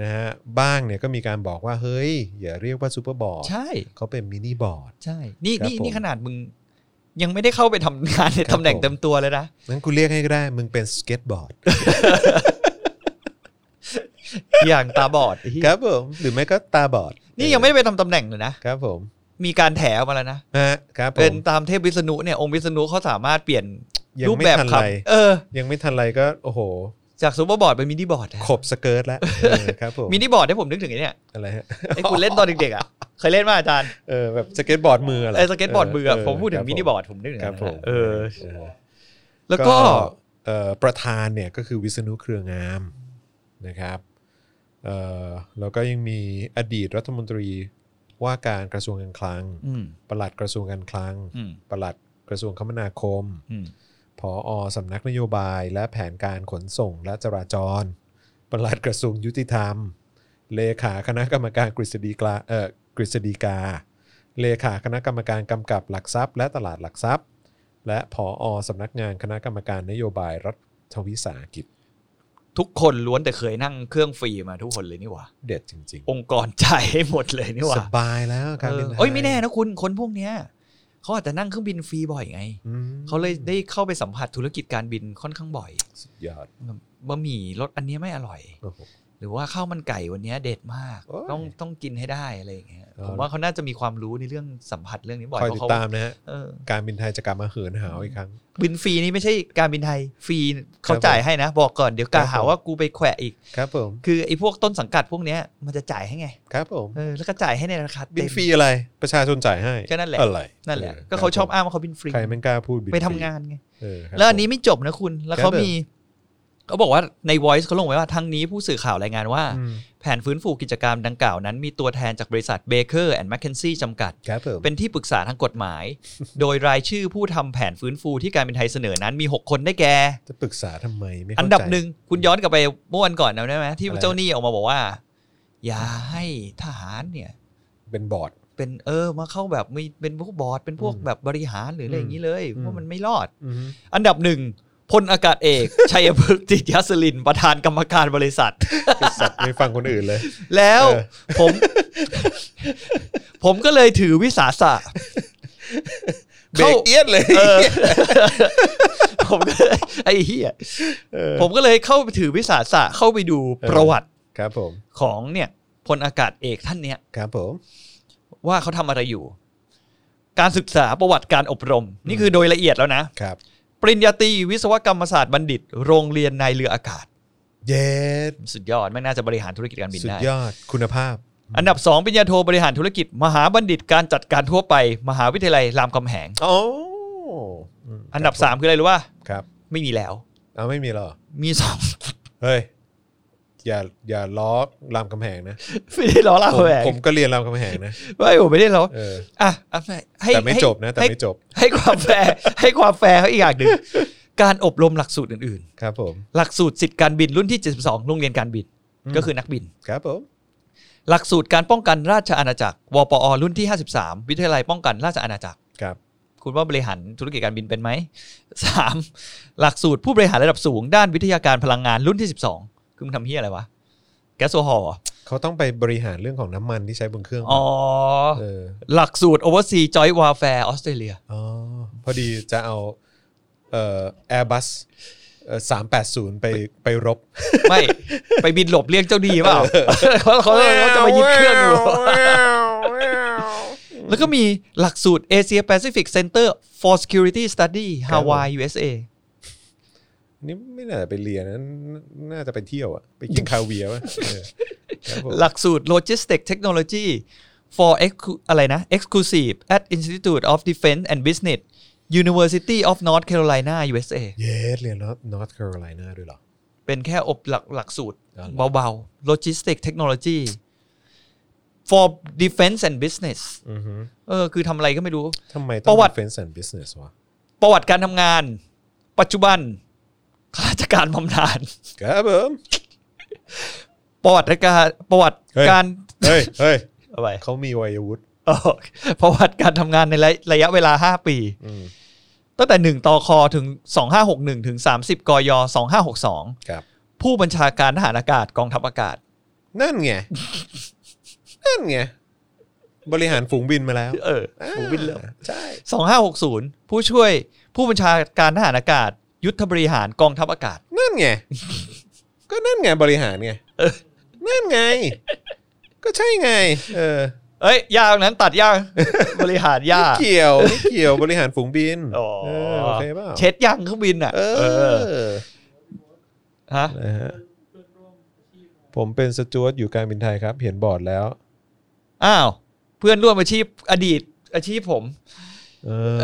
Speaker 2: นะฮะบ้างเนี่ยก็มีการบอกว่าเฮ้ย อย่าเรียกว่าซูเปอร์บอร์ด
Speaker 3: ใช่
Speaker 2: เขาเป็นมินิบอร์ด
Speaker 3: ใช่ นี่
Speaker 2: ครับ
Speaker 3: นี่นี่
Speaker 2: ผม
Speaker 3: ขนาดมึง ยังไม่ได้เข้าไปทำงานใน
Speaker 2: ครับ
Speaker 3: ตำแหน่ง
Speaker 2: ผม
Speaker 3: เต็มตัวเลยนะ
Speaker 2: งั้นกูเรียกให้ก็ได้ มึงเป็นสเก็ตบอร์ด
Speaker 3: อย่างตาบอดไอ้เหี้ย
Speaker 2: ครับผมหรือไม่ก็ตาบอด
Speaker 3: นี่ยังไม่ได้ไปทำตำแหน่งเลยนะครับ
Speaker 2: ผม
Speaker 3: มีการแถออกมาแล้วนะ
Speaker 2: ฮะครับผ
Speaker 3: เป็น
Speaker 2: ม
Speaker 3: ตามเทพวิษณุเนี่ยองค์วิษณุเขาสามารถเปลี่ยน
Speaker 2: ยัง
Speaker 3: รูป
Speaker 2: ไม่
Speaker 3: แบบ
Speaker 2: ทัน
Speaker 3: ค
Speaker 2: ไร
Speaker 3: ำเออ
Speaker 2: ยังไม่ทันไรก็โอ้โห
Speaker 3: จากซูเปอร์บอร์ดเป็นมินิบอร์ดนะ
Speaker 2: ขบสเกิร์ตแล้วเออครับผม
Speaker 3: มินิบอร์ดที่ผมนึกถึงไอ้เนี่ย
Speaker 2: อะไรฮะ
Speaker 3: ไอ้คุณเล่นตอนเด็กๆอ่ะ เคยเล่นมาอาจารย์
Speaker 2: เออแบบสเก็ตบอร์ดมืออะไร
Speaker 3: ไอ้สเก็ตบอร์ดมืออะ
Speaker 2: เ
Speaker 3: ผมพูดถึ
Speaker 2: ค
Speaker 3: ง
Speaker 2: รั
Speaker 3: มินิบอร์ดผมนึกถึง
Speaker 2: ครับ
Speaker 3: นะ
Speaker 2: ผม
Speaker 3: เออ
Speaker 2: เออ
Speaker 3: แล้วก็
Speaker 2: เอ่อประธานเนี่ยก็คือวิษณุเครืองามนะครับเอ่อแล้วก็ยังมีอดีตรัฐมนตรีว่าการกระทรวงการคลัง
Speaker 3: อืม
Speaker 2: ปลัดกระทรวงการคลัง
Speaker 3: อืม
Speaker 2: ปลัดกระทรวงคมนาคม
Speaker 3: อืม
Speaker 2: ผอสำนักนโยบายและแผนการขนส่งและจราจร ปลัดกระทรวงยุติธรรม เลขาคณะกรรมการกฤษฎีกาเออกฤษฎีกา เลขาคณะกรรมการกำกับหลักทรัพย์ และตลาดหลักทรัพย์ และผอสำนักงานคณะกรรมการนโยบายรัฐวิสาหกิจ
Speaker 3: ทุกคนล้วนแต่เคยนั่งเครื่องฟรีมาทุกคนเลยนี่หว่า
Speaker 2: เด็ดจริง
Speaker 3: องค์กรจ่ายให้หมดเลยนี่ห
Speaker 2: ส
Speaker 3: ว่า
Speaker 2: บายแล้วการ
Speaker 3: เอ
Speaker 2: บิ
Speaker 3: อน
Speaker 2: ท
Speaker 3: เอ้ยไม่แน่นะคุณคนพวกเนี้ยเขาอาจจะนั่งเครื่องบินฟรีบ่อยไง
Speaker 2: อืม
Speaker 3: เขาเลยได้เข้าไปสัมผัสธุรกิจการบินค่อนข้างบ่อย
Speaker 2: สุดยอด
Speaker 3: บะหมี่รสอันเนี้ยไม่อร่อย
Speaker 2: โอ้โห
Speaker 3: หรือว่าข้าวมันไก่วันเนี้ยเด็ดมาก
Speaker 2: โอ้ย
Speaker 3: ต้องต้องกินให้ได้อะไรอย่างเงี้ย
Speaker 2: เอา
Speaker 3: ผมว่าเขาน่าจะมีความรู้ในเรื่องสัมผัสเรื่องนี้บ่อย
Speaker 2: คอย
Speaker 3: เพ
Speaker 2: ติ
Speaker 3: ราะ
Speaker 2: ด
Speaker 3: เขา
Speaker 2: ตามนะฮะ
Speaker 3: เออ
Speaker 2: การบินไทยจะกลับมาเหินหาวอีกครั้ง
Speaker 3: บินฟรีนี่ไม่ใช่การบินไทยฟรีเขาจ่ายให้นะ บอกก่อนเดี๋ยว
Speaker 2: ค
Speaker 3: กา
Speaker 2: รับผม
Speaker 3: หาว่ากูไปแขวะอีก
Speaker 2: ครับผม
Speaker 3: คือไอ้พวกต้นสังกัดพวกเนี้ยมันจะจ่ายให้ไง
Speaker 2: ครับผม
Speaker 3: เออแล้วก็จ่ายให้ในราคา
Speaker 2: บิ
Speaker 3: เต็
Speaker 2: น
Speaker 3: ม
Speaker 2: ฟรีอะไรประชาชนจ่ายให้
Speaker 3: ก็นั่นแหละ
Speaker 2: อะไร
Speaker 3: นั่นแหละ
Speaker 2: อ
Speaker 3: ก็เขาชอบ
Speaker 2: ครับ
Speaker 3: อ้างว่าเขาบินฟรี
Speaker 2: ใครไม่กล้าพูดบิน
Speaker 3: ไปทำ
Speaker 2: ฟรี
Speaker 3: งานไง
Speaker 2: เออครับ
Speaker 3: แล้วอันนี้
Speaker 2: ผม
Speaker 3: ไม่จบนะคุณ แล้วเขา
Speaker 2: ครับผม
Speaker 3: มีเขาบอกว่าใน Voice เขาลงไว้ว่าทั้งนี้ผู้สื่อข่าวรายงานว่า
Speaker 2: อืม
Speaker 3: แผนฟื้นฟูกิจกรรมดังกล่าวนั้นมีตัวแทนจากบริษัท Baker and McKenzie จำกัด
Speaker 2: ครับผม
Speaker 3: เป็นที่ปรึกษาทางกฎหมาย โดยรายชื่อผู้ทำแผนฟื้นฟูที่การบินไทยเสนอนั้นมีหกคนได้แก่
Speaker 2: จะปรึกษาทำไมไม่เข้า
Speaker 3: อันดับ
Speaker 2: ใจ
Speaker 3: หนึ่งคุณย้อนกลับไปเมื่อวันก่อนนะได้ไหมที่
Speaker 2: อะไร
Speaker 3: เจ้าหนี้ออกมาบอกว่า อย่าให้ทหารเนี่ย
Speaker 2: เป็นบอร์ด
Speaker 3: เป็นเออมาเข้าแบบมีเป็นพวกบอร์ดเป็นพวก
Speaker 2: อืม
Speaker 3: แบบบริหารหรืออะไรอย่างนี้เลย
Speaker 2: อืม
Speaker 3: ว่ามันไม่รอด
Speaker 2: อือฮึ
Speaker 3: อันดับหนึ่งพลอากาศเอก ชัยพฤกษ์จิตยศรินประธานกรรมการบริษัท
Speaker 2: คือสัตว์ไม่ฟังคนอื่น เลย
Speaker 3: แล้ว
Speaker 2: เออ
Speaker 3: ผม ผมก็เลยถือวิสาสะ
Speaker 2: เบร
Speaker 3: เข้า
Speaker 2: กเอียดเลย
Speaker 3: เอ อ ผมก็เลยไอ้เหี้ย
Speaker 2: เออ
Speaker 3: ผมก็เลยเข้าไปถือวิสาสะเข้าไปดูประวัติ
Speaker 2: ครับผม
Speaker 3: ของเนี่ยพลอากาศเอกท่านเนี่ย
Speaker 2: ครับผม
Speaker 3: ว่าเขาทำอะไรอยู่ การศึกษาประวัติการอบรม นี่คือโดยละเอียดแล้วนะ
Speaker 2: ครับ
Speaker 3: ปริญญาตรีวิศวกรรมศาสตร์บัณฑิต โรงเรียนนายเรืออากาศ
Speaker 2: เย็ด
Speaker 3: สุดยอดไม่งน่าจะบริหารธุรกิจการบิน
Speaker 2: สุด
Speaker 3: ได้
Speaker 2: ยอดคุณภาพ
Speaker 3: อันดับ 2ปริญญาโทบริหารธุรกิจ มหาบัณฑิตการจัดการทั่วไป มหาวิทยาลัยรามคำแหง
Speaker 2: โอ้
Speaker 3: อันดับ 3 คืออะไรรู้ว่า
Speaker 2: ครับ
Speaker 3: ไม่มีแล้ว
Speaker 2: เอาไม่มีหรอ
Speaker 3: มีสอง
Speaker 2: เฮ้ย อย่าอย่าล้อรามคำแหงนะ
Speaker 3: ไม่ได้ล้อเรา
Speaker 2: ผม
Speaker 3: แหวก
Speaker 2: ผมก็เรียนรามคำแหงนะ
Speaker 3: ไม่ผมไม่ได้ล้อ
Speaker 2: เออ
Speaker 3: อ่ะอ่ะไม่ให้
Speaker 2: แต่ไม่
Speaker 3: ให้
Speaker 2: จบนะ แต่
Speaker 3: ให้
Speaker 2: ไม่จบ
Speaker 3: ให้ความแฟร์ ให้ความแฟร์เขาอีกอย่างหนึ่งการอบรมหลักสูตรอื่น
Speaker 2: ครับผม
Speaker 3: ๆ หลักสูตรสิทธิการบินรุ่นที่ 72โรงเรียนการบินก็คือนักบิน
Speaker 2: ครับผม
Speaker 3: หลักสูตรการป้องกันราชอาณาจักรวปอรุ่นที่ 53 วิทยาลัยป้องกันราชอาณาจักร
Speaker 2: ครับ
Speaker 3: คุณว่าบริหารธุรกิจการบินเป็นไหม 3. หลักสูตรผู้บริหารระดับสูง ด้านวิทยาการพลังงานรุ่นที่ 12 คือมึงทำเฮียอะไรวะ แก๊สโซฮอล์เหรอ
Speaker 2: เขาต้องไปบริหารเรื่องของน้ำมันที่ใช้บนเครื่อง
Speaker 3: อ๋อ
Speaker 2: เออ
Speaker 3: หลักสูตรโอเวอร์ซีจอยวาแฟร์ออสเตรเลีย
Speaker 2: อ๋อพอดีจะเอาเอ่อแอร์บัสสามแปดศูนย์ไปไปรบ
Speaker 3: ไม่ ไปบินหลบเรียกเจ้าดีเปล่า เขาเขาเขาจะมายึดเครื่องอยู่ แล้วก็มีหลักสูตร Asia Pacific Center for Security Study Hawaii USA
Speaker 2: นี่ไม่น่าจะไปเรียนนะน่าจะไปเที่ยวอะไปกินคาเวียร์วะเออครับผม
Speaker 3: หลักสูตร Logistic Technology for Exclu- อะไรนะ Exclusive at Institute of Defense and Business University of North Carolina USA
Speaker 2: เยสเรียนนอร์ทแคโรไลนาด้วยเหรอ
Speaker 3: เป็นแค่อบหลักหลักสูตร
Speaker 2: อ๋อเหรอ
Speaker 3: เบาๆ Logistic Technology for Defense and Business
Speaker 2: อือฮึ
Speaker 3: เออคือทำอะไรก็ไม่รู้
Speaker 2: ทำไมต้
Speaker 3: ป
Speaker 2: อง
Speaker 3: ระวัติ
Speaker 2: เฟนส์แอนด์บิสเนสวะ
Speaker 3: ประวัติการทำงาน ปัจจุบันข้าราชการบำนาญ
Speaker 2: ครับผม
Speaker 3: ประวัติการประวัติ
Speaker 2: เฮ้ย
Speaker 3: การ
Speaker 2: เฮ้ยเฮ้ย
Speaker 3: อะไร
Speaker 2: เขามีวัยวุฒิ
Speaker 3: เออ ประวัติการทำงานในระยะระยะเวลา 5 ปี
Speaker 2: อืม
Speaker 3: ตั้งแต่ 1ตอคอถึง 2561 ถึง 30 กย
Speaker 2: ครับ
Speaker 3: 2562 ผู้บัญชาการทหารอากาศกองทัพอากาศ
Speaker 2: นั่นไง นั่นไง บริหารฝูงบินมาแล้ว
Speaker 3: เออผมวินเลิฟ
Speaker 2: อ่าใช่
Speaker 3: 2560 ผู้ช่วยผู้บัญชาการทหารอากาศ ยุทธบริหารกองทัพอากาศ
Speaker 2: นั่นไง ก็นั่นไงบริหารไงนั่นไง ก็ใช่ไง เออ
Speaker 3: เอ้ย ยาวนั้นตัดยาก บริหารยาก
Speaker 2: เกี่ยวไม่เกี่ยวบริหารฝูงบิน
Speaker 3: อ๋อ
Speaker 2: เออโอเคเปล่า
Speaker 3: เช็ดยังเครื่องบินอ่ะ
Speaker 2: เอ
Speaker 3: อ
Speaker 2: อ
Speaker 3: ฮะ
Speaker 2: นะฮะผมเป็นสจวตอยู่การบินไทยครับ เห็นบอร์ดแล้ว
Speaker 3: อ้าว เพื่อนร่วมอาชีพอดีตอาชีพผม
Speaker 2: เออ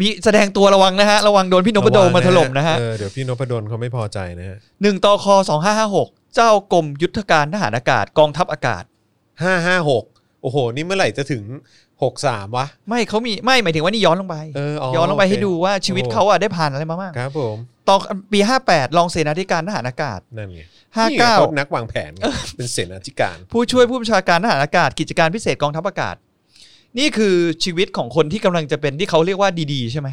Speaker 3: มีแสดงตัวระวังนะฮะ ระวังโดนพี่นพดลมาถล่มนะฮะ
Speaker 2: เออเดี๋ยวพี่นพดลเขาไม่พอใจนะฮะ
Speaker 3: หนึ่งตอคอสองห้าห้าหกเจ้ากรมยุทธการทหารอากาศกองทัพอากาศ
Speaker 2: ห้าห้าหกโอ้โห นี่เมื่อไหร่จะถึงหกสามวะ
Speaker 3: ไม่เขามีไม่หมายถึงว่านี่ย้อนลงไป
Speaker 2: เออ
Speaker 3: ย้อนลงไปให้
Speaker 2: โเค
Speaker 3: ดูว่าชีวิตเขาอะได้ผ่านอะไรมาบ้าง
Speaker 2: ครับผม
Speaker 3: ตอนปี 58 รองเสนาธิการทหารอากาศ
Speaker 2: นั่นไงนี่ไงเขา
Speaker 3: 59
Speaker 2: นักวางแผนไงเป็นเสนาธิการ
Speaker 3: ผู้ช่วยผู้บัญชาการทหารอากาศ กิจการพิเศษกองทัพอากาศ นี่คือชีวิตของคนที่กำลังจะเป็นที่เขาเรียกว่าดีๆใช่ไหม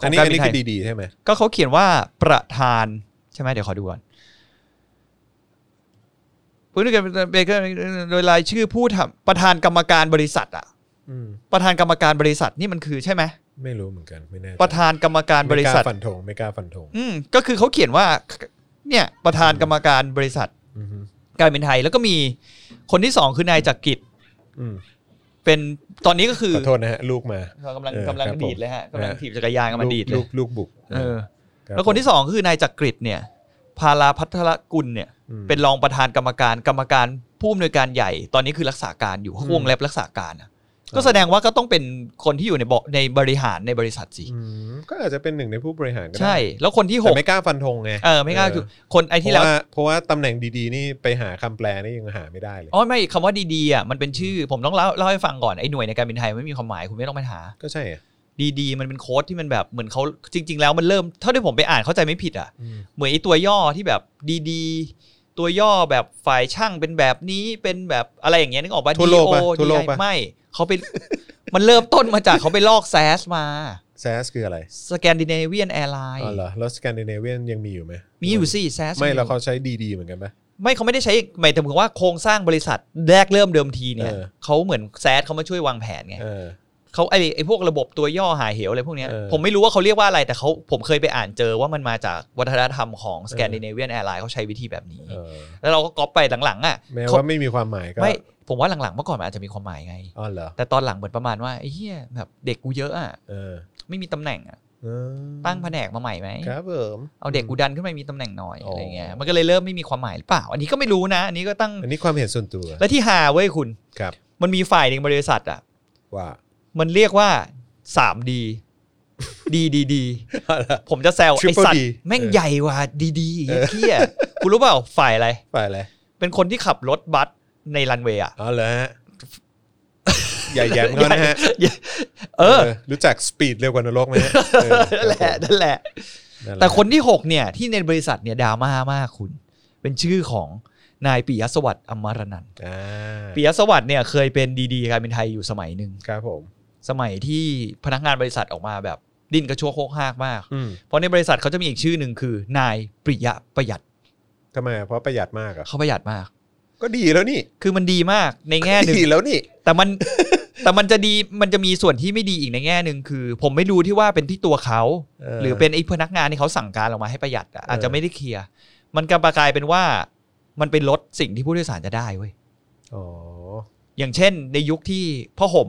Speaker 3: ข
Speaker 2: อั
Speaker 3: อน ง
Speaker 2: นี้
Speaker 3: การ
Speaker 2: อัน
Speaker 3: บิ
Speaker 2: นี้
Speaker 3: นไท
Speaker 2: คื
Speaker 3: ย
Speaker 2: อดีๆใช่ไหม
Speaker 3: ก็เขาเขียนว่าประธานใช่ไหมเดี๋ยวขอดูก่อนผู้ที่เกิดโดยรายชื่อผู้ทำประธานกรรมการบริษัทอะ
Speaker 2: อืม
Speaker 3: ประธานกรรมการบริษัทนี่มันคือใช่ไหม
Speaker 2: ไม่รู้เหมือนกันไม่แน่ใจ
Speaker 3: ประธานกรรมการบริษัท
Speaker 2: ไม่กล้าฟันธงไม่กล้าฟันธง
Speaker 3: อืมก็คือเขาเขียนว่าเนี่ยประธานกรรมการบริษัท
Speaker 2: อือฮึ
Speaker 3: การบินไทย แล้วก็มีคนที่สองคือนายจักริด
Speaker 2: อืม
Speaker 3: เป็นตอนนี้ก็คือ
Speaker 2: ขอโทษนะฮะ ลูกมา
Speaker 3: เขากำลัง
Speaker 2: เออก
Speaker 3: ำลัง
Speaker 2: ครับผม
Speaker 3: ดีดเลยฮะกำลัง
Speaker 2: นะ
Speaker 3: ถีบจักรยานกำลังดีดเล
Speaker 2: ลู
Speaker 3: ย
Speaker 2: กลูกบุก
Speaker 3: เออ
Speaker 2: รับ
Speaker 3: แล้วคนที่สองคือนายจักริดเนี่ยพาลาพัทรกุลเนี่ย
Speaker 2: อืม
Speaker 3: เป็นรองประธานกรรมการกรรมการผู้อำนวยการใหญ่ ตอนนี้คือรักษาการอยู่
Speaker 2: อืม
Speaker 3: วงเล็บรักษาการอะก็แสดงว่าก็ต้องเป็นคนที่อยู่ในบอในบริหารในบริษัทสิ
Speaker 2: อืมก็อาจจะเป็นหนึ่งในผู้บริหารก็ได้
Speaker 3: ใช่ แล้วคนที่ห
Speaker 2: แต่
Speaker 3: ก
Speaker 2: ไม่กล้าฟันธงไง
Speaker 3: เออไม่กล้าคือคนไอที่แล้ว
Speaker 2: เพราะาเพราะว่าตำแหน่งดีๆ นี่ไปหาคำแปลนี่ยังหาไม่ได้เลย
Speaker 3: อ๋อไม่คำว่าดีๆอ่ะมันเป็นชื่อ ผมต้องเล่าเล่าให้ฟังก่อนไอ้หน่วยในการบินไทยไม่มีความหมายคุณไม่ต้องไปหา
Speaker 2: ก็ใช่อะ
Speaker 3: ดีๆ มันเป็นโค้ดที่มันแบบเหมือนเขาจริง ๆ แล้วมันเริ่มเท่าที่ผมไปอ่านเข้าใจไม่ผิดอ่ะ
Speaker 2: อืม
Speaker 3: เหมือนไอ้ตัวย่อที่แบบดีๆ ตัวย่อแบบฝ่ายช่างเป็นแบบนี้เป็นแบบอะไรอย่างเงี้ยนึกออกป่ะ
Speaker 2: ทั่วโลกปะ
Speaker 3: DO
Speaker 2: ทั่วโลกปะ
Speaker 3: DI ไม่เขาไป มันเริ่มต้นมาจากเขาไปลอกแซสมา
Speaker 2: แซสคืออะไร
Speaker 3: สแกนดิเนเวียนแอร์ไล
Speaker 2: อ๋
Speaker 3: น์
Speaker 2: อเหรอแล้วสแกนดิเนเวียนยังมีอยู่ไหม
Speaker 3: มีอยู่สิแซส
Speaker 2: ไม่แล้วเขาใช้ดีๆเหมือนกันปะ
Speaker 3: ไม่เขาไม่ได้ใช้หมายถึงว่าโครงสร้างบริษัทแรกเริ่มเดิมทีเนี่ย
Speaker 2: เออ
Speaker 3: เขาเหมือนแซดเขามาช่วยวางแผนไง
Speaker 2: เออ
Speaker 3: เขาไอไอพวกระบบตัวย่อหาเหวอะไรพวกเนี้ย
Speaker 2: เออ
Speaker 3: ผมไม่รู้ว่าเขาเรียกว่าอะไรแต่เขาผมเคยไปอ่านเจอว่ามันมาจากวัฒนธรรมของสแกนดิเนเวียนแอร์ไลน์เขาใช้วิธีแบบนี้
Speaker 2: เออ
Speaker 3: แล้วเราก็ก๊อปไปหลังๆอ่ะ
Speaker 2: แม้
Speaker 3: เขา
Speaker 2: ว่าไม่มีความหมายก็
Speaker 3: ไม่ผมว่าหลังๆเมื่อก่อนมันอาจจะมีความหมายไง
Speaker 2: อ๋อเหรอ
Speaker 3: แต่ตอนหลังเหมือนประมาณว่าไอ้เหี้ยแบบเด็กกูเยอะอ่ะ
Speaker 2: เออ
Speaker 3: ไม่มีตำแหน่งอ่ะ
Speaker 2: เออ
Speaker 3: ตั้งแผนกมาใหม่ไหม
Speaker 2: ครับผม
Speaker 3: เอาเด็กกูดันขึ้นไปมีตำแหน่งหน่อย
Speaker 2: อ๋ออ
Speaker 3: อะไรเงี้ยมันก็เลยเริ่มไม่มีความหมายหรือเปล่า อันนี้ก็ไม่รู้นะอันนี้ก็ตั้ง
Speaker 2: อันนี้ความเห็นส่วนตัว
Speaker 3: และที่หาเว้ยคุณ
Speaker 2: ครับ
Speaker 3: มันมีฝ่ายหนึ่งบริษัทอ่ะ
Speaker 2: ว่า
Speaker 3: มันเรียกว่า 3D ดีดีดี
Speaker 2: เอาล่ะ
Speaker 3: ผมจะแซว
Speaker 2: Triple
Speaker 3: ไอ้สัต
Speaker 2: D
Speaker 3: ว์แม่ง
Speaker 2: เออ
Speaker 3: ใหญ่กว่าดีดีไอ้เหี้ยคุณรู้เปล่าฝ่ายอะไร
Speaker 2: ไปเลย
Speaker 3: เป็นคนที่ขับรถบัสในรันเวย์อ่ะ
Speaker 2: เอาเลยฮะอย่าแย้มเขานะฮะ
Speaker 3: เออ
Speaker 2: รู้จักสปีดเร็วกว่านรกไหมฮะเออ
Speaker 3: นั่นแหละนั่นแหละ
Speaker 2: นั่นหละ
Speaker 3: แต่คนที่ 6 เนี่ย ที่ในบริษัทเนี่ยดราม่ามากคุณ เป็นชื่อของนายปิยสวัสดิ์อมรนันท์
Speaker 2: อ่า
Speaker 3: ปิยสวัสดิ์เนี่ยเคยเป็นดีๆการเป็นไทยอยู่สมัยหนึ่ง
Speaker 2: ครับผม
Speaker 3: สมัยที่พนักงานบริษัทออกมาแบบดิ้นกระโชกโคกหากมาก
Speaker 2: อืม
Speaker 3: เพราะในบริษัทเขาจะมีอีกชื่อหนึ่งคือ นายปริยะประหยัด
Speaker 2: ทำไมอะเพราะประหยัดมากเหรอ่ะ
Speaker 3: เขาประหยัดมาก
Speaker 2: ก็ดีแล้วนี่
Speaker 3: คือมันดีมากในแง่หนึ่ง
Speaker 2: ดีแล้วนี่
Speaker 3: แต่มัน แต่มันจะดีมันจะมีส่วนที่ไม่ดีอีกในแง่หนึ่งคือ ผมไม่รู้ที่ว่าเป็นที่ตัวเขา
Speaker 2: เออ
Speaker 3: หรือเป็นไอ้พนักงานที่เขาสั่งการออกมาให้ประหยัดอะ
Speaker 2: เอออ
Speaker 3: อาจจะไม่ได้เคลียร์มันกลับกลายเป็นว่า มันเป็นลดสิ่งที่ผู้โดยสารจะได้เว้ย
Speaker 2: อ๋อ
Speaker 3: อย่างเช่น ในยุคที่พ่อห่ม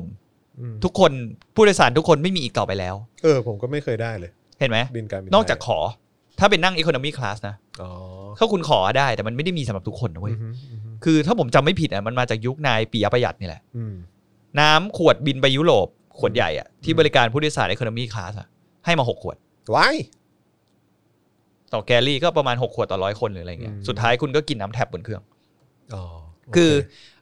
Speaker 2: อืม
Speaker 3: ทุกคนผู้โดยสารทุกคนไม่มีอีกต่อไปแล้ว
Speaker 2: เออผมก็ไม่เคยได้เลย
Speaker 3: เห็นไหม
Speaker 2: บินการบิน
Speaker 3: นอกจาก
Speaker 2: ไทย
Speaker 3: ขอ ถ้าเป็นนั่ง Economy Class นะ
Speaker 2: อ๋อ
Speaker 3: ถ้าคุณขอได้แต่มันไม่ได้มีสำหรับทุกคนนะเว้ย
Speaker 2: อืมอืมอืม
Speaker 3: คือถ้าผมจำไม่ผิดอ่ะมันมาจากยุคนายปียะประหยัดนี่แหละ
Speaker 2: อืม
Speaker 3: น้ำขวดบินไปยุโรป ขวดใหญ่อะที่บริการผู้โดยสาร Economy Class อะให้มา 6 ขวด
Speaker 2: ว้าย
Speaker 3: ต่อแกลลี่ก็ประมาณ 6 ขวดต่อร้อยคนหรืออะไรเงี้ย
Speaker 2: อืม
Speaker 3: สุดท้ายคุณก็กินน้ำแท็บบนเครื่อง
Speaker 2: อ๋อ
Speaker 3: คือ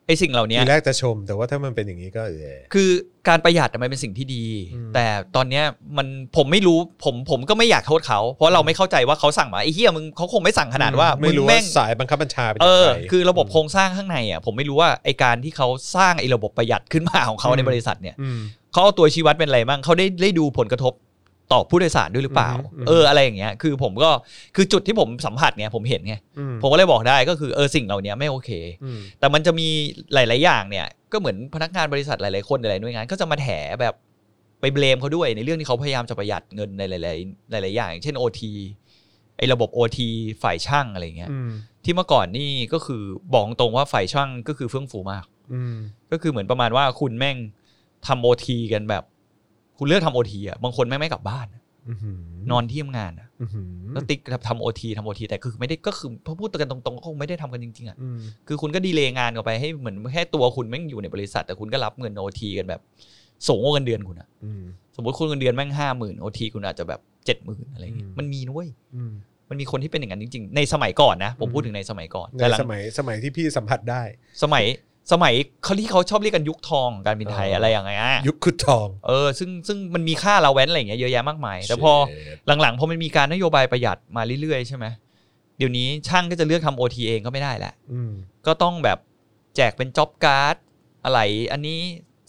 Speaker 3: ไอสิ่งเหล่านี้
Speaker 2: ทีแรกจะชมแต่ว่าถ้ามันเป็นอย่างนี้ก็เออ
Speaker 3: คือการประหยัดอะมันเป็นสิ่งที่ดี
Speaker 2: อืม
Speaker 3: แต่ตอนเนี้ยมันผมไม่รู้ผมผมก็ไม่อยากโทษเขา เพราะเราไม่เข้าใจว่าเขาสั่งมาไอ้เหี้ยมึงเขาคงไม่สั่งขนาดว่า
Speaker 2: ไม่รู้
Speaker 3: ง
Speaker 2: ว่า
Speaker 3: แง
Speaker 2: สายบังคับบัญชาเป็น
Speaker 3: เออ
Speaker 2: ยังไง
Speaker 3: คือระบบโครงสร้างข้างในอ่ะผมไม่รู้ว่าไอการที่เขาสร้างไอระบบประหยัดขึ้นมาของเขา
Speaker 2: อืม
Speaker 3: ในบริษัทเนี่ย
Speaker 2: อืม
Speaker 3: เขาเอาตัวชี้วัดเป็นอะไรบ้างเขาได้ได้ดูผลกระทบต่อผู้โดยสารด้วยหรือเปล่า
Speaker 2: อือฮึ
Speaker 3: เอออะไรอย่างเงี้ย คือผมก็คือจุดที่ผมสัมผัสเนี่ยผมเห็นไง
Speaker 2: อืม
Speaker 3: ผมก็เลยบอกได้ก็คือเออสิ่งเหล่านี้ไม่โอเค
Speaker 2: อืม
Speaker 3: แต่มันจะมีหลาย ๆ อย่างเนี่ย ก็เหมือนพนักงานบริษัทหลาย ๆ คนหลายๆหน่วยงาน ก็จะมาแถแบบไปเบลมเขาด้วยในเรื่องที่เขาพยายามจะประหยัดเงินในหลาย ๆ หลาย ๆ อย่างอย่างเช่น OT ไอ้ระบบ OT ฝ่ายช่างอะไรเงี้ย
Speaker 2: อืม
Speaker 3: ที่เมื่อก่อนนี่ก็คือบอกตรงว่าฝ่ายช่างก็คือเฟื่องฟูมาก
Speaker 2: อืม
Speaker 3: ก็คือเหมือนประมาณว่าคุณแม่งทำโอทีกันแบบ คุณเลือกทำโอทีอ่ะบางคนแม่งไม่กลับบ้าน นอนที่ทำงานอะ
Speaker 2: อื้อหือ
Speaker 3: แล้วติ๊กทำโอทีทำโอทีแต่คือไม่ได้ก็คือพอพูดกันตรงๆก็คงไม่ได้ทำกันจริงๆอ่ะ
Speaker 2: อืม
Speaker 3: คือคุณก็ดีเลย์งานออกไปให้เหมือนแค่ตัวคุณแม่งอยู่ในบริษัท แต่คุณก็รับเงินโอทีกันแบบสูงกว่าเงินเดือนคุณอ่ะ
Speaker 2: อืม
Speaker 3: สมมติคุณเงินเดือนแม่งห้าหมื่นโอทีคุณอาจจะแบบเจ็ดหมื่นอะไรอย่างเงี้ย
Speaker 2: อืม
Speaker 3: มันมีนุ้ย
Speaker 2: อืม
Speaker 3: มันมีคนที่เป็นอย่างนั้นจริง ๆ ในสมัยก่อนนะผมพูดถึงในสมัยก่อน
Speaker 2: ใน
Speaker 3: แต่หลัง
Speaker 2: สมัยสมัยที่พี่สัมผัสได้
Speaker 3: สมัยสมัยเขาที่เขาชอบเรียกกันยุคทองของการบินไทย
Speaker 2: เอออ
Speaker 3: อะไรอย่างเงี้ย
Speaker 2: ยุคขุดทอง
Speaker 3: เออซึ่งซึ่งมันมีค่าลาแว้นอะไรอย่างเงี้ยเยอะแยะมากมาย แต่พอ
Speaker 2: เชฟ
Speaker 3: หลังๆพอมันมีการนโยบายประหยัดมาเรื่อยๆ ใช่ไหมเดี๋ยวนี้ช่างก็จะเลือกทำโอทีเองก็ไม่ได้แหละ
Speaker 2: อืม
Speaker 3: ก็ต้องแบบแจกเป็นจ็อบการ์ดอะไร อันนี้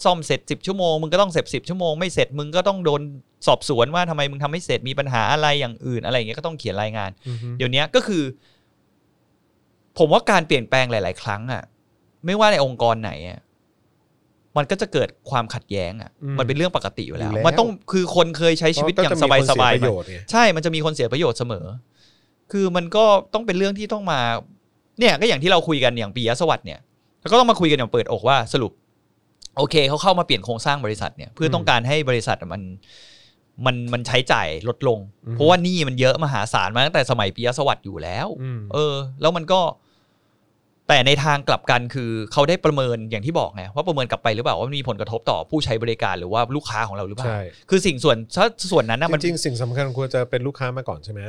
Speaker 3: ซ่อมเสร็จ 10 ชั่วโมง มึงก็ต้องเสร็จ10 ชั่วโมงไม่เสร็จมึงก็ต้องโดนสอบสวนว่าทำไมมึงทำไม่เสร็จมีปัญหาอะไรอย่างอื่นอะไรอย่างเงี้ยก็ต้องเขียนรายงาน
Speaker 2: อือหือ
Speaker 3: เดี๋ยวนี้ก็คือ ผมว่าการเปลี่ยนแปลงหลาย ๆ ครั้งอะไม่ว่าในองค์กรไหนอะมันก็จะเกิดความขัดแย้งอะมันเป็นเรื่องปกติอยู่แล้ว มันต้องคือคนเคยใช้ชีวิตอย่างสบายสบาย
Speaker 2: เพระก็จะมีคนเประโยชน์ไง
Speaker 3: ใช่มันจะมีคนเสียประโยชน์เสมอ คือมันก็ต้องเป็นเรื่องที่ต้องมา เนี่ยก็อย่างที่เราคุยกันอย่างปียะสวัสด์เนี่ยแล้วก็ต้องมาคุยกันอย่างเปิดอกว่าสรุป โอเคเขาเข้ามาเปลี่ยนโครงสร้างบริษัทเนี่ยเพื่อต้องการให้บริษัทมัน มันมันใช้จ่ายลดลง เพราะว่าหนี้มันเยอะมหาศาลมาตั้งแต่สมัยปียะสวัสด์อยู่แล้ว
Speaker 2: อืม
Speaker 3: เออ แล้วมันก็ แต่ในทางกลับกันคือเขาได้ประเมินอย่างที่บอกไงว่าประเมินกลับไปหรือเปล่าว่ามันมีผลกระทบต่อผู้ใช้บริการหรือว่าลูกค้าของเราหรือเปล่า
Speaker 2: ใช่
Speaker 3: คือสิ่งส่วนถ้าส่วนนั้นนะมัน
Speaker 2: จริงๆสิ่งสำคัญควรจะเป็นลูกค้ามาก่อนใช่ไหม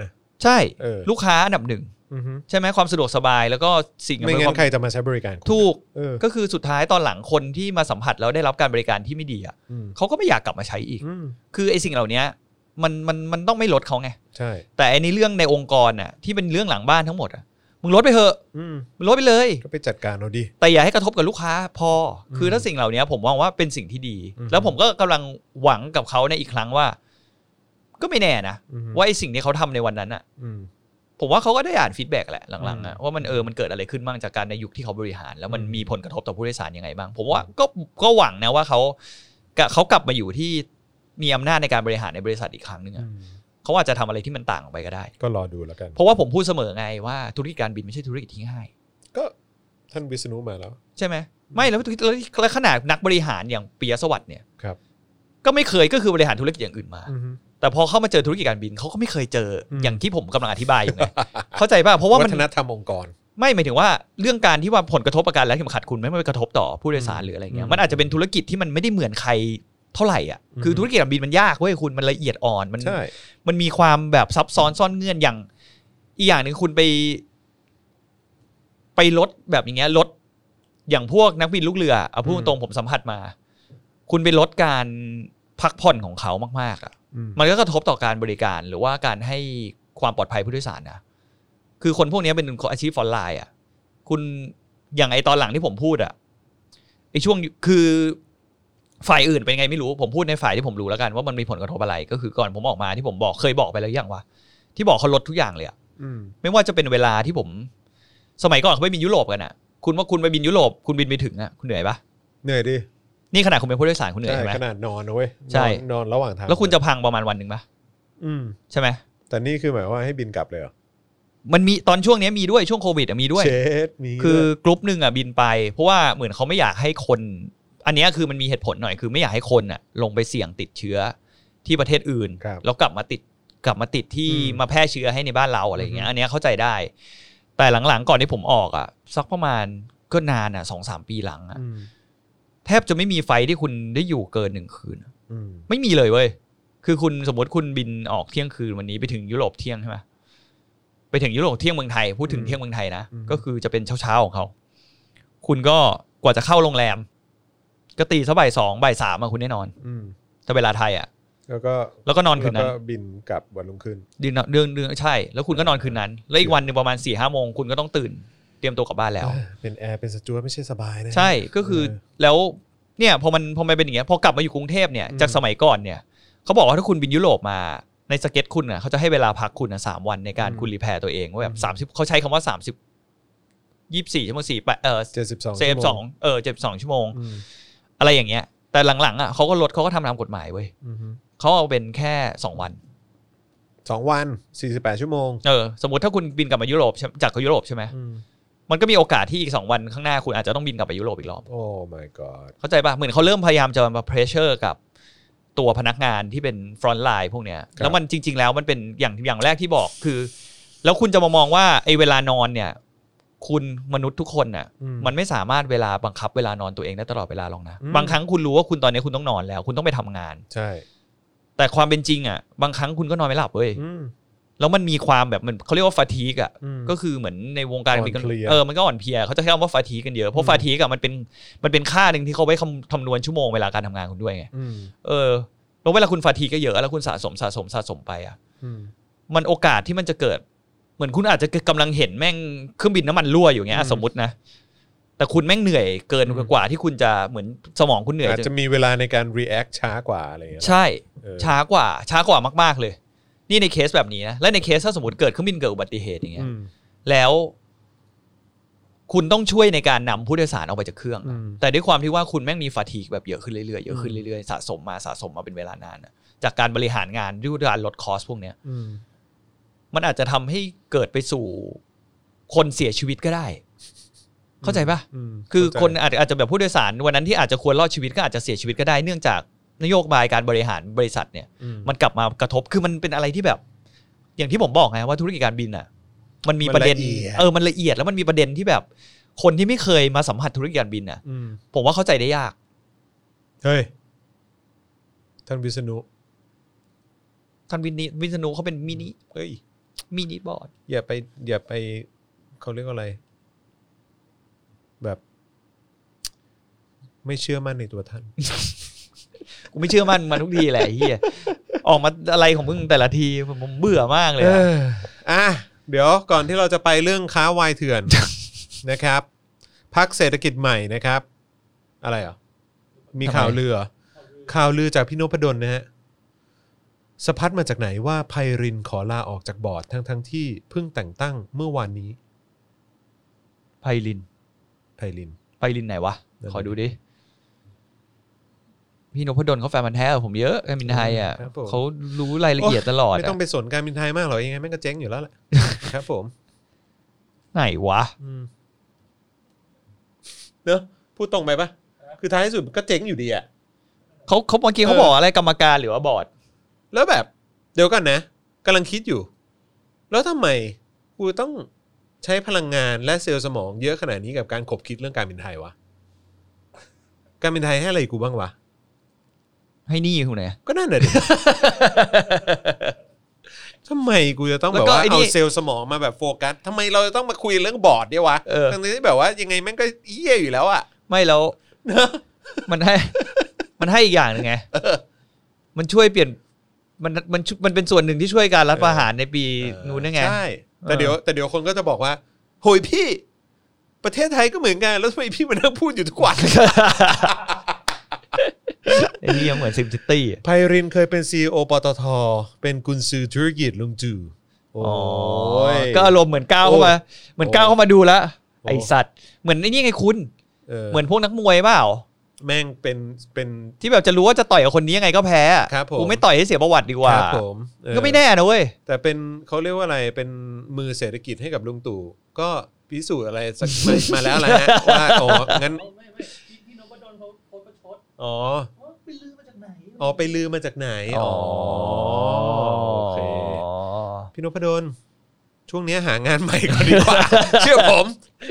Speaker 3: ใช่
Speaker 2: เออ
Speaker 3: ลูกค้าอันดับหนึ่ง
Speaker 2: อือหือ
Speaker 3: ใช่ไหมความสะดวกสบายแล้วก็สิ่งอำนว
Speaker 2: ไม่
Speaker 3: ย
Speaker 2: งั้
Speaker 3: ความ
Speaker 2: นใครจะมาใช้บริการคุณ
Speaker 3: ถูก
Speaker 2: เออ
Speaker 3: ก็คือสุดท้ายตอนหลังคนที่มาสัมผัสแล้วได้รับการบริการที่ไม่ดีอ่ะ
Speaker 2: อืม
Speaker 3: เขาก็ไม่อยากกลับมาใช้อีก
Speaker 2: อืม
Speaker 3: คือไอ้สิ่งเหล่านี้มันมันมันต้องไม่ลดเขาไง
Speaker 2: ใช่
Speaker 3: แต่ไอ้ในเรื่องในองค์กรน่ะที่เป็นเรื่องหลังบ้านทั้งหมดอ่ะมึงลดไปเถอะ
Speaker 2: อืม
Speaker 3: มึงลดไปเลย
Speaker 2: ก็ไปจัดการเอาดิ
Speaker 3: แต่อย่าให้กระทบกับลูกค้าพออ
Speaker 2: ม
Speaker 3: คือถ้าสิ่งเหล่านี้ผมมองว่าเป็นสิ่งที่ดี
Speaker 2: อือฮึ
Speaker 3: แล้วผมก็กำลังหวังกับเขาในยอีกครั้งว่า ก็ไม่แน่นะ
Speaker 2: อือหือ
Speaker 3: ว่าไอ้สิ่งที่เขาทำในวันนั้นอ่ะ
Speaker 2: อืม
Speaker 3: ผมว่าเขาก็ได้อ่านฟีดแบ็กแหละหลังๆอะ
Speaker 2: อืม
Speaker 3: ว่ามันเออมันเกิดอะไรขึ้นบ้างจากการในยุคที่เขาบริหาร แล้วมัน
Speaker 2: อืม
Speaker 3: มีผลกระทบต่อผู้โดยสารยังไงบ้าง ผมว่าก็ก็หวังนะว่าเขากะเขากลับมาอยู่ที่มีอำนาจในการบริหารในบริษัทอีกครั้งหนึ่ง
Speaker 2: อื
Speaker 3: อะ
Speaker 2: ม
Speaker 3: เขาอาจจะทำอะไรที่มันต่างออกไปก็ได้
Speaker 2: ก็รอดูแล้วกัน
Speaker 3: เพราะว่าผมพูดเสมอไงว่าธุรกิจการบินไม่ใช่ธุรกิจที่ง่าย
Speaker 2: ก็ท่านวิษณุมาแล้ว
Speaker 3: ใช่ไหมไม่แล้วแล้วแล้วขนาดนักบริหารอย่างปียสวัสด์เนี่ย
Speaker 2: ครับ
Speaker 3: ก็ไม่เคยก็คือบริหารธุรกิจอย่างอื่นมา
Speaker 2: อือหือ
Speaker 3: แต่พอเข้ามาเจอธุรกิจการบินเขาก็ไม่เคยเจออ
Speaker 2: ม
Speaker 3: อย่างที่ผมกำลังอธิบายอยู่ไง เข้าใจป่ะเพราะว่า
Speaker 2: วั
Speaker 3: มัน
Speaker 2: ฒนธรรมองค์กร
Speaker 3: ไม่หมายถึงว่าเรื่องการที่ว่าผลกระทบประการและเข็มขัดคุณไม่ไม่ไปกระทบต่อผู้โดยสารหรืออะไรเงี้
Speaker 2: อื
Speaker 3: ย
Speaker 2: ม
Speaker 3: มันอาจจะเป็นธุรกิจที่มันไม่ได้เหมือนใคร เท่าไหร่อ่ะคือ
Speaker 2: ม
Speaker 3: ธุรกิจการบินมันยากเว้ยคุณมันละเอียดอ่อนมัน
Speaker 2: ใช่
Speaker 3: มันมีความแบบซับซ้อนซ่อนเงื่อนอย่าง อีกอย่างหนึ่งคุณไป ไปลดแบบอย่างเงี้ยลดอย่างพวกนักบินลูกเรือเอาพูด
Speaker 2: อืม
Speaker 3: ตรงๆผมสัมผัสมา คุณไปลดการพักผ่อนของเขามากๆอะ
Speaker 2: อืม
Speaker 3: มันก็กระทบต่อการบริการหรือว่าการให้ความปลอดภัยผู้โดยสารนะคือคนพวกเนี้ยเป็นอาชีพฟอนไลน์อ่ะ คุณอย่างไอตอนหลังที่ผมพูดอ่ะไอช่วงคือฝ่ายอื่นเป็นไงไม่รู้ ผมพูดในฝ่ายที่ผมรู้แล้วกันว่ามันมีผลกระทบอะไร ก็คือก่อนผมออกมาที่ผมบอกเคยบอกไปแล้วหรือยังวะที่บอกเขาลดทุกอย่างเลยอะ
Speaker 2: อืม
Speaker 3: ไม่ว่าจะเป็นเวลาที่ผม สมัยก่อนเขาไปบินยุโรปกันอะคุณว่าคุณไปบินยุโรปคุณบินไปถึงอะคุณเหนื่อยปะ
Speaker 2: เหนื่อยดิ
Speaker 3: นี่ขนาดคุณเป็นผู้โดยสารคุณเหนื่อย
Speaker 2: ใช่
Speaker 3: ใช่ไหม
Speaker 2: ขนาดนอนนะเว้ย
Speaker 3: ใช่
Speaker 2: นอนนอนระหว่างทาง
Speaker 3: แล้วคุณจะพังประมาณวันหนึ่งปะ
Speaker 2: อืม
Speaker 3: ใช่ไหม
Speaker 2: แต่นี่คือหมายว่าให้บินกลับเลยเหรอ
Speaker 3: มันมีตอนช่วงเนี้ยมีด้วยช่วงโควิดอะมีด้วย
Speaker 2: เชดมี
Speaker 3: คื
Speaker 2: ด้วย
Speaker 3: อกลุ่มหนึ่งอ่ะบินไป เพราะว่าเหมือนเขาไม่อยากให้คน อันเนี้ยคือมันมีเหตุผลหน่อยคือไม่อยากให้คนอ่ะ ลงไปเสี่ยงติดเชื้อที่ประเทศอื่น
Speaker 2: ครับ
Speaker 3: แล้วกลับมาติดกลับมาติดที่
Speaker 2: อืม
Speaker 3: มาแพร่เชื้อให้ในบ้านเราอะไรอย่างเงี้
Speaker 2: อือฮึ
Speaker 3: ยอันเนี้ยเข้าใจได้ แต่หลังๆก่อนที่ผมออกอ่ะสักประมาณก็นานอ่ะสองสามปีหลังอ่ะ
Speaker 2: อืม
Speaker 3: แทบจะไม่มีไฟล์ที่คุณได้อยู่เกินหนึ่งคืน
Speaker 2: อืม
Speaker 3: ไม่มีเลยเว้ย คือคุณสมมติคุณบินออกเที่ยงคืนวันนี้ไปถึงยุโรปเที่ยงใช่ไหมไปถึงยุโรปเที่ยงเมืองไทย พูดถึงเที่ยงเมืองไทยนะ ก็คือจะเป็นเช้าๆของเขา คุณก็กว่าจะเข้าโรงแรม ก็ตีสักบ่ายสองบ่ายสามอะคุณแน่นอน
Speaker 2: อืม
Speaker 3: ถ้าเวลาไทยอะ
Speaker 2: แล้วก็
Speaker 3: แล้วก็นอนคืนนั้น
Speaker 2: แล้วก็บินกลับวันรุ่งขึ้น
Speaker 3: เดือนเดือนเดือนใช่ แล้วคุณก็นอนคืนนั้น แล้วอีกวันหนึ่งประมาณสี่ห้าโมงคุณก็ต้องตื่น เตรียมตัวกลับบ้านแล้ว
Speaker 2: เออเป็นแอร์เป็นสจวตไม่ใช่สบายนะ
Speaker 3: ใช่ก็คือ
Speaker 2: เออ
Speaker 3: แล้วเนี่ยพอมันพอมันเป็นอย่างเงี้ยพอกลับมาอยู่กรุงเทพเนี่ย
Speaker 2: อืม
Speaker 3: จากสมัยก่อนเนี่ยเขาบอกว่าถ้าคุณบินยุโรปมาในสเก็ตคุณอ่ะเขาจะให้เวลาพักคุณอ่ะสามวันในการคุณรีแพร์ตัวเองว่าแบบสามสิบเขาใช้คำว่าสามสิบยี่สี่ชั่วโมงสี่แปดเออ
Speaker 2: เจ็ดสิบสอง
Speaker 3: เซฟสองเออเจ็ดสองชั่วโมง
Speaker 2: อืม
Speaker 3: อะไรอย่างเงี้ย แต่หลังๆอ่ะเขาก็ลดเขาก็ทำตามกฎหมายเว้ย
Speaker 2: อืมฮึ
Speaker 3: เขาเอาเป็นแค่สองวัน
Speaker 2: สองวันสี่สิบแปดชั่วโมง
Speaker 3: เออสมมติถ้าคุณบินกลับมายุโรปใช่จากยุโรปใช่ไหม
Speaker 2: อืม
Speaker 3: มันก็มีโอกาสที่อีกสองวันข้างหน้าคุณอาจจะต้องบินกลับไปยุโรปอีกรอบ
Speaker 2: โอ้ my god
Speaker 3: เข้าใจป่ะ เหมือนเขาเริ่มพยายามจะมาเพรสเชอร์กับตัวพนักงานที่เป็นฟรอนต์ไลน์พวกเนี้ย
Speaker 2: ครับ
Speaker 3: แล้วมันจริง ๆ แล้วมันเป็นอย่างอย่างแรกที่บอกคือ แล้วคุณจะมามองว่าไอ้เวลานอนเนี่ย คุณมนุษย์ทุกคนน่ะ
Speaker 2: อื
Speaker 3: มันไม่สามารถเวลาบังคับเวลานอนตัวเองได้ตลอดเวลาหรอกนะ
Speaker 2: อืม
Speaker 3: บางครั้งคุณรู้ว่าคุณตอนนี้คุณต้องนอนแล้ว คุณต้องไปทำงาน
Speaker 2: ใช่
Speaker 3: แต่ความเป็นจริงอ่ะ บางครั้งคุณก็นอนไม่หลับเว้ย
Speaker 2: อืม
Speaker 3: แล้วมันมีความแบบมันเขาเรียกว่าฟาทีกอ่ะ
Speaker 2: อืม
Speaker 3: ก็คือเหมือนในวงการ
Speaker 2: อ่อนเพลีย
Speaker 3: เออมันก็อ่อนเพลียเขาจะใช้คำว่าฟาทีกันเยอะ เพราะฟาทีกอะมันเป็นมันเป็นค่าหนึ่งที่เขาไว้คำคำนวณชั่วโมงเวลาการทำงานคุณด้วยไง
Speaker 2: อืม
Speaker 3: เออแล้วเวลาคุณฟาทีก็เยอะแล้วคุณสะสมสะสมสะสมไปอ่ะ
Speaker 2: อืม
Speaker 3: มันโอกาสที่มันจะเกิด เหมือนคุณอาจจะกำลังเห็นแม่งเครื่องบินน้ำมันรั่วอยู่เงี้ย
Speaker 2: อืม
Speaker 3: สมมตินะ แต่คุณแม่งเหนื่อยเกิน
Speaker 2: อืม
Speaker 3: กว่าที่คุณจะเหมือนสมองคุณเหนื่อย
Speaker 2: อาจ
Speaker 3: จะ
Speaker 2: จะมีเวลาในการ react ช้ากว่าอะไรอย่างเงี้ย
Speaker 3: ใช่
Speaker 2: เออ
Speaker 3: ช้ากว่า ช้ากว่ามาก ๆเลย นี่ในเคสแบบนี้นะและในเคสถ้าสมมติเกิดเครื่องบินเกิดอุบัติเหตุอย่างเงี้ย
Speaker 2: อืม
Speaker 3: แล้ว คุณต้องช่วยในการนำผู้โดยสารออกไปจากเครื่อง
Speaker 2: อืม
Speaker 3: แต่ด้วยความที่ว่าคุณแม่งมีฟาทีกแบบเยอะขึ้นเรื่อยๆ เยอะขึ้น
Speaker 2: อืม
Speaker 3: เรื่อยๆ สะสมมาสะสมมาเป็นเวลานานอะจากการบริหารงานด้วยการลดคอสพวกเนี้ย
Speaker 2: อืม
Speaker 3: มันอาจจะทำให้เกิดไปสู่คนเสียชีวิตก็ได้ เข้าใจปะ
Speaker 2: อืม
Speaker 3: คือ
Speaker 2: เข้าใจ
Speaker 3: คนอาจจะอาจจะแบบผู้โดยสารวันนั้นที่อาจจะควรรอดชีวิตก็อาจจะเสียชีวิตก็ได้ เนื่องจากนโยบายการบริหารบริษัทเนี่ย
Speaker 2: อืม
Speaker 3: มันกลับมากระทบคือมันเป็นอะไรที่แบบ อย่างที่ผมบอกไงว่าธุรกิจการบินอ่ะ มันมีประเด็นเออมันละเอียดแล้วมันมีประเด็นที่แบบ คนที่ไม่เคยมาสัมผัสธุรกิจการบินอ่ะ
Speaker 2: อืม
Speaker 3: ผมว่าเข้าใจได้ยาก
Speaker 2: เฮ้ย ท่านวิษณุ
Speaker 3: ท่านวินิวิษณุเขาเป็นมินิเอ้ยมินิบอร์ด
Speaker 2: อย่าไปอย่าไปเขาเรียกว่าอะไร แบบ ไม่เชื่อมั่นในตัวท่าน
Speaker 3: กูไม่เชื่อมันมาทุกทีแหละไอ้เฮียออกมาอะไรของมึงแต่ละทีผมผมเบื่อมากเลย
Speaker 2: เอ
Speaker 3: อะ
Speaker 2: ออ่ะ เดี๋ยวก่อนที่เราจะไปเรื่องค้าวายเถื่อน นะครับพักเศรษฐกิจใหม่นะครับ อะไรอ่ะ มีข่าวลือเหรอข่าวลือจากพี่นพดลนะฮะสะพัดมาจากไหนว่าไพรินขอลาออกจากบอร์ดทั้งทั้งๆที่เพิ่งแต่งตั้งเมื่อวานนี้
Speaker 3: ไพลิน
Speaker 2: ไพริน
Speaker 3: ไพลินไหนวะ
Speaker 2: นั่นดิ
Speaker 3: ขอดูดิ พี่นพดลเขาแฟนมันธุ์แท้กับผมเยอะการบินไทยอ่ะ
Speaker 2: ครับผม
Speaker 3: เขารู้รายละเอียดตลอด
Speaker 2: ไม่
Speaker 3: อะ
Speaker 2: ต้องไปสนการบินไทยมากหรอกยังไงแม่งก็เจ๊งอยู่แล้วแหละ ครับผม
Speaker 3: ไหนวะ
Speaker 2: อืมเนอะพูดตรงไปปะคือท้ายที่สุดก็เจ๊งอยู่ดีอะ
Speaker 3: เขาเขาเมื่อกี้เขา
Speaker 2: เออ
Speaker 3: บอกอะไรกรรมการหรือว่าบอร์ด
Speaker 2: แล้วแบบเดี๋ยวกันนะกำลังคิดอยู่ แล้วทำไมกูต้องใช้พลังงานและเซลล์สมองเยอะขนาดนี้กับการขบคิดเรื่องการบินไทยวะ การบินไทยให้อะไรกูบ้างวะ
Speaker 3: ให้หนี่อยู่ไหนอะ
Speaker 2: ก็นั่นแหละดิ ทำไมกูจะต้อง
Speaker 3: แล้
Speaker 2: แบบ
Speaker 3: วก็
Speaker 2: ว่า
Speaker 3: ไอ้นี่
Speaker 2: เอาเซลล์สมองมาแบบโฟกัสทำไมเราจะต้องมาคุยเรื่องบอร์ดเนี่ยวะ
Speaker 3: เออ
Speaker 2: ทั้งที่แบบว่ายังไงแม่งก็เยี่ยอยู่แล้วอ่ะ
Speaker 3: ไม่แล้ว มันให้ มันให้อีกอย่างหนึ่งไงมันช่วยเปลี่ยน มันมันช่วยมันเป็นส่วนหนึ่งที่ช่วยการรัฐประหารในปีนู้นได้ไง
Speaker 2: ใช่แต่เดี๋ยวแต่เดี๋ยวคนก็จะบอกว่าโหยพี่ ประเทศไทยก็เหมือนกันแล้วทำไมพี่มานั่งพูดอยู่ทุกวัน
Speaker 3: ไอ้นี่ยังเหมือนซิมซิตี้อะ
Speaker 2: ไพรินเคยเป็นซีอปตท เป็นกุนซือธุรกิจลุงจูโอ้ย
Speaker 3: ก็อารมณ์เหมือนก้าวเข้ามา เหมือนก้าวเข้ามาดูแล้ว
Speaker 2: โอ้
Speaker 3: ไอสัตว์เหมือนไอ้นี่ไงคุณ เห
Speaker 2: เหมื
Speaker 3: มือ
Speaker 2: อน
Speaker 3: นพวกนักมวยเปล่า
Speaker 2: แม่งเป็นเป็น
Speaker 3: ที่แบบจะรู้ว่าจะต่อยกับคนนี้ยังไงก็แพ้อะ
Speaker 2: ครับผม
Speaker 3: กูไม่ต่อยให้เสียประวัติดีก
Speaker 2: ค
Speaker 3: ว่า
Speaker 2: รับผมเออ
Speaker 3: ก็ไม่แน่นะเว้ย
Speaker 2: แต่เป็นเขาเรียกว่าอะไรเป็นมือเศรษฐกิจให้กับลุงตู่ก็พิสูจน์อะไรสักมามาแล้วแหละ ฮะว่าอ๋องั้น
Speaker 4: ไม่ไม่ไม่พี่พี่นพดลเขาโพสต์ประชด
Speaker 2: อ๋อ
Speaker 4: ว่าไปลือมาจากไหน
Speaker 2: อ๋อไปลือมาจากไหนอ๋อโอเค พี่นพดลช่วงเนี้ยหางานใหม่ก่อนดีกว่า เชื่อผม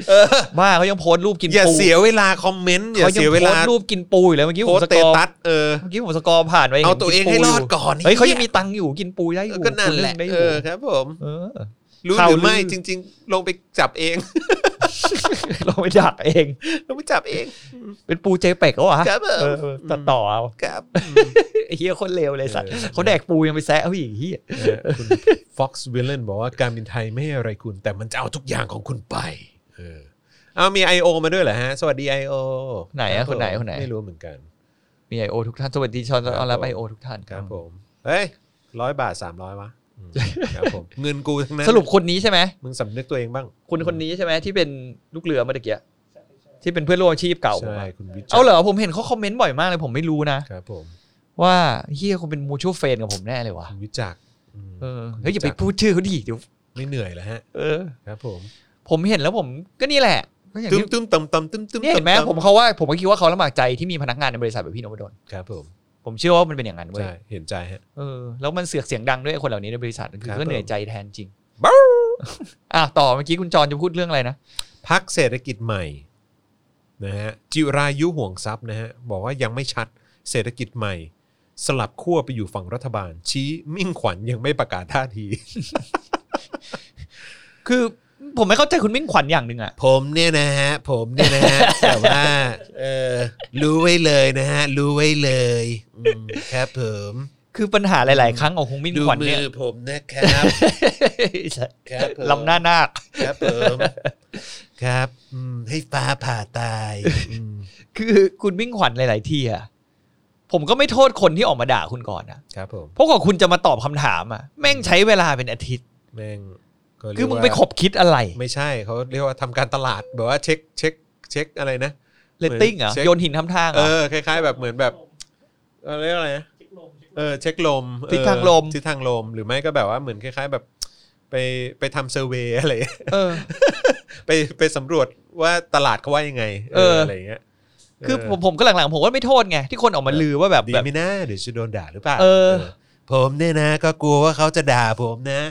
Speaker 2: เออ
Speaker 3: บ้าเขายังโพสต์รูปกิน
Speaker 2: อย่า
Speaker 3: ปู
Speaker 2: เสียเวลาคอมเมนต์อย่า
Speaker 3: เขายัง
Speaker 2: เสียเว
Speaker 3: โพส
Speaker 2: ลา
Speaker 3: ต์รูปกินปูอยู่เลยเมื่อกี้ผ
Speaker 2: โพ
Speaker 3: ม
Speaker 2: ส
Speaker 3: ส
Speaker 2: ต์เต
Speaker 3: กอร์
Speaker 2: ตัสเออ
Speaker 3: เมื่อกี้ผมสกอร์ผ่านไป
Speaker 2: เอาตัวเองให้รอดก่อน
Speaker 3: เฮ้ยเขา
Speaker 2: ไอ้
Speaker 3: ยัง
Speaker 2: เหี้
Speaker 3: มีตังค์อยู่กินปูได้อยู่
Speaker 2: ก็นั่นแหละ
Speaker 3: คุณเองได้อ
Speaker 2: เอยู่ อครับผม
Speaker 3: เออ
Speaker 2: รู้ห
Speaker 3: ข่าว
Speaker 2: รือไม่
Speaker 3: ลือ
Speaker 2: จริง ๆ ลงไปจับเอง
Speaker 3: เราไปดักเอง
Speaker 2: ลงไปจับเอง
Speaker 3: เป็นปูเจเป็กเหรอวะ
Speaker 2: ครับผม
Speaker 3: เออตัดต่อเอา
Speaker 2: ครับ
Speaker 3: ไอ้เฮียคนเลวเลยสัตว์เขาแดกปูยังไปแซะเขาอีกเฮีย
Speaker 2: คุณ Fox w i l l a n บอกว่าการบินไทยไม่ให้อะไรคุณ แต่มันจะเอาทุกอย่างของคุณไป เออเอามี I.O. มาด้วยเหรอฮะ สวัสดี I.O.
Speaker 3: ไหน
Speaker 2: รั
Speaker 3: อะ
Speaker 2: บ
Speaker 3: คนไหน
Speaker 2: ผม
Speaker 3: คนไหน
Speaker 2: ไม่รู้เหมือนกัน
Speaker 3: มีไอโอทุกท่านสวัสดีชอนออนไลน์ไอโอทุกท่าน
Speaker 2: ครับผม เฮ้ยร้อยบาทสามร้อยวะอืมครับ ผม เงินกูทั้งนั้น
Speaker 3: สรุปคนนี้ใช่ไหม
Speaker 2: มึงสำนึกตัวเองบ้าง
Speaker 3: คุณคนนี้ใช่ไหมที่เป็นลูกเรือเมื่อตะกี้ที่เป็นเพื่อนร่วมอาชีพเก่าผม
Speaker 2: ใช่
Speaker 3: อะ
Speaker 2: คุณวิจั
Speaker 3: เอาเหรอผมเห็นเขาคอมเมนต์บ่อยมากเลยผมไม่รู้นะ
Speaker 2: ครับผม
Speaker 3: ว่าเฮียคงเป็นมูชัวเฟนกับผมแน่เลยวะ
Speaker 2: คุณวิจักรอืม
Speaker 3: เออเฮ้ยอย่าไปพูดชื่อเขาดิเดี๋ยว
Speaker 2: ไม่เหนื่อยแล้วฮะ
Speaker 3: เออ
Speaker 2: ครับผม
Speaker 3: ผมเห็นแล้วผมก็นี่แหละก็อย่าง
Speaker 2: ตึม
Speaker 3: ที่
Speaker 2: ตึมต่ำต่ำตึมตึม
Speaker 3: เนี่ยเห็นไหม
Speaker 2: ต่ำต่ำ
Speaker 3: ผมเขาว่าผมก็คิดว่าเขาลำบากใจที่มีพนักงานในบริษัทแบบพี่นพดล
Speaker 2: ครับผม
Speaker 3: ผมเชื่อว่ามันเป็นอย่างนั้นเว้ย
Speaker 2: ใช่เห็นใจฮะ
Speaker 3: เออแล้วมันเสือกเสียงดังด้วยไอ้คนเหล่านี้ในบริษัทคือ
Speaker 2: ครับ
Speaker 3: ก็เหนื่อย
Speaker 2: ผม
Speaker 3: ใจแทนจริง อ่ะต่อเมื่อกี้คุณจรจะพูดเรื่องอะไรนะ
Speaker 2: พักเศรษฐกิจใหม่นะฮะจิรายุห่วงทรัพย์นะฮะบอกว่ายังไม่ชัดเศรษฐกิจใหม่ สลับขั้วไปอยู่ฝั่งรัฐบาล ชี้มิ่งขวัญยังไม่ประกาศท่าที
Speaker 3: คือผมไม่เข้าใจคุณมิ่งขวัญอย่างหนึ่งอ่ะ
Speaker 2: ผมเนี่ยนะฮะ ผมเนี่ยนะ ฮะ แต่ว่าเออรู้ไว้เลยนะฮะ รู้ไว้เลยอืมครับผม
Speaker 3: คือปัญหาหลาย ๆ ครั้งของคุณมิ่ง
Speaker 2: ดู
Speaker 3: ขวัญ
Speaker 2: มื
Speaker 3: เนี่ย
Speaker 2: อผมนะครับ ครับผม
Speaker 3: ลำหน้านาค
Speaker 2: ครับ ผมครับอืมให้ฟ้าผ่าตายอืม
Speaker 3: คือคุณมิ่งขวัญหลาย ๆ ที่อ่ะผมก็ไม่โทษคนที่ออกมาด่าคุณก่อนนะครับ
Speaker 2: ผม
Speaker 3: เพราะกว่าคุณจะมาตอบคำถามอ่ะแม่งใช้เวลาเป็นอาทิตย์
Speaker 2: แม่งเขาเรียก
Speaker 3: คือมึง
Speaker 2: ว่า
Speaker 3: ไปขบคิดอะไร
Speaker 2: ไม่ใช่เขาเรียกว่าทำการตลาดแบบว่าเช็คเช็คเช็คอะไรนะ
Speaker 3: เลตติ้งเหรอ
Speaker 2: เช็ค
Speaker 3: โยนหินทำทางเหร
Speaker 2: เอ
Speaker 3: อ
Speaker 2: อคล้าย ๆ แบบเหมือนแบบเออเรียกว่าอะไรนะ
Speaker 4: เช็คลมเช็คลม
Speaker 2: เออเช็คลม
Speaker 3: ทิศทางลม
Speaker 2: เออทิศทางลมหรือไม่ก็แบบว่าเหมือนคล้าย ๆ แบบไปไปทำเซอร์เวย์อะไร
Speaker 3: เออ
Speaker 2: ไปไปสำรวจว่าตลาดเขาว่ายังไง
Speaker 3: เอออ
Speaker 2: อะไรอย่างเงี้ย
Speaker 3: คือ
Speaker 2: เ
Speaker 3: ผมผมก็หลัง ๆ ผมก็ไม่โทษไงที่คนออกมาลือว่าแบบ
Speaker 2: ดี
Speaker 3: แบบ
Speaker 2: ไม่น่าเดี๋ยวจะโดนด่าหรือเปล่า
Speaker 3: เออ
Speaker 2: ผมเนี่ยนะ ก็กลัวว่าเขาจะด่าผมนะ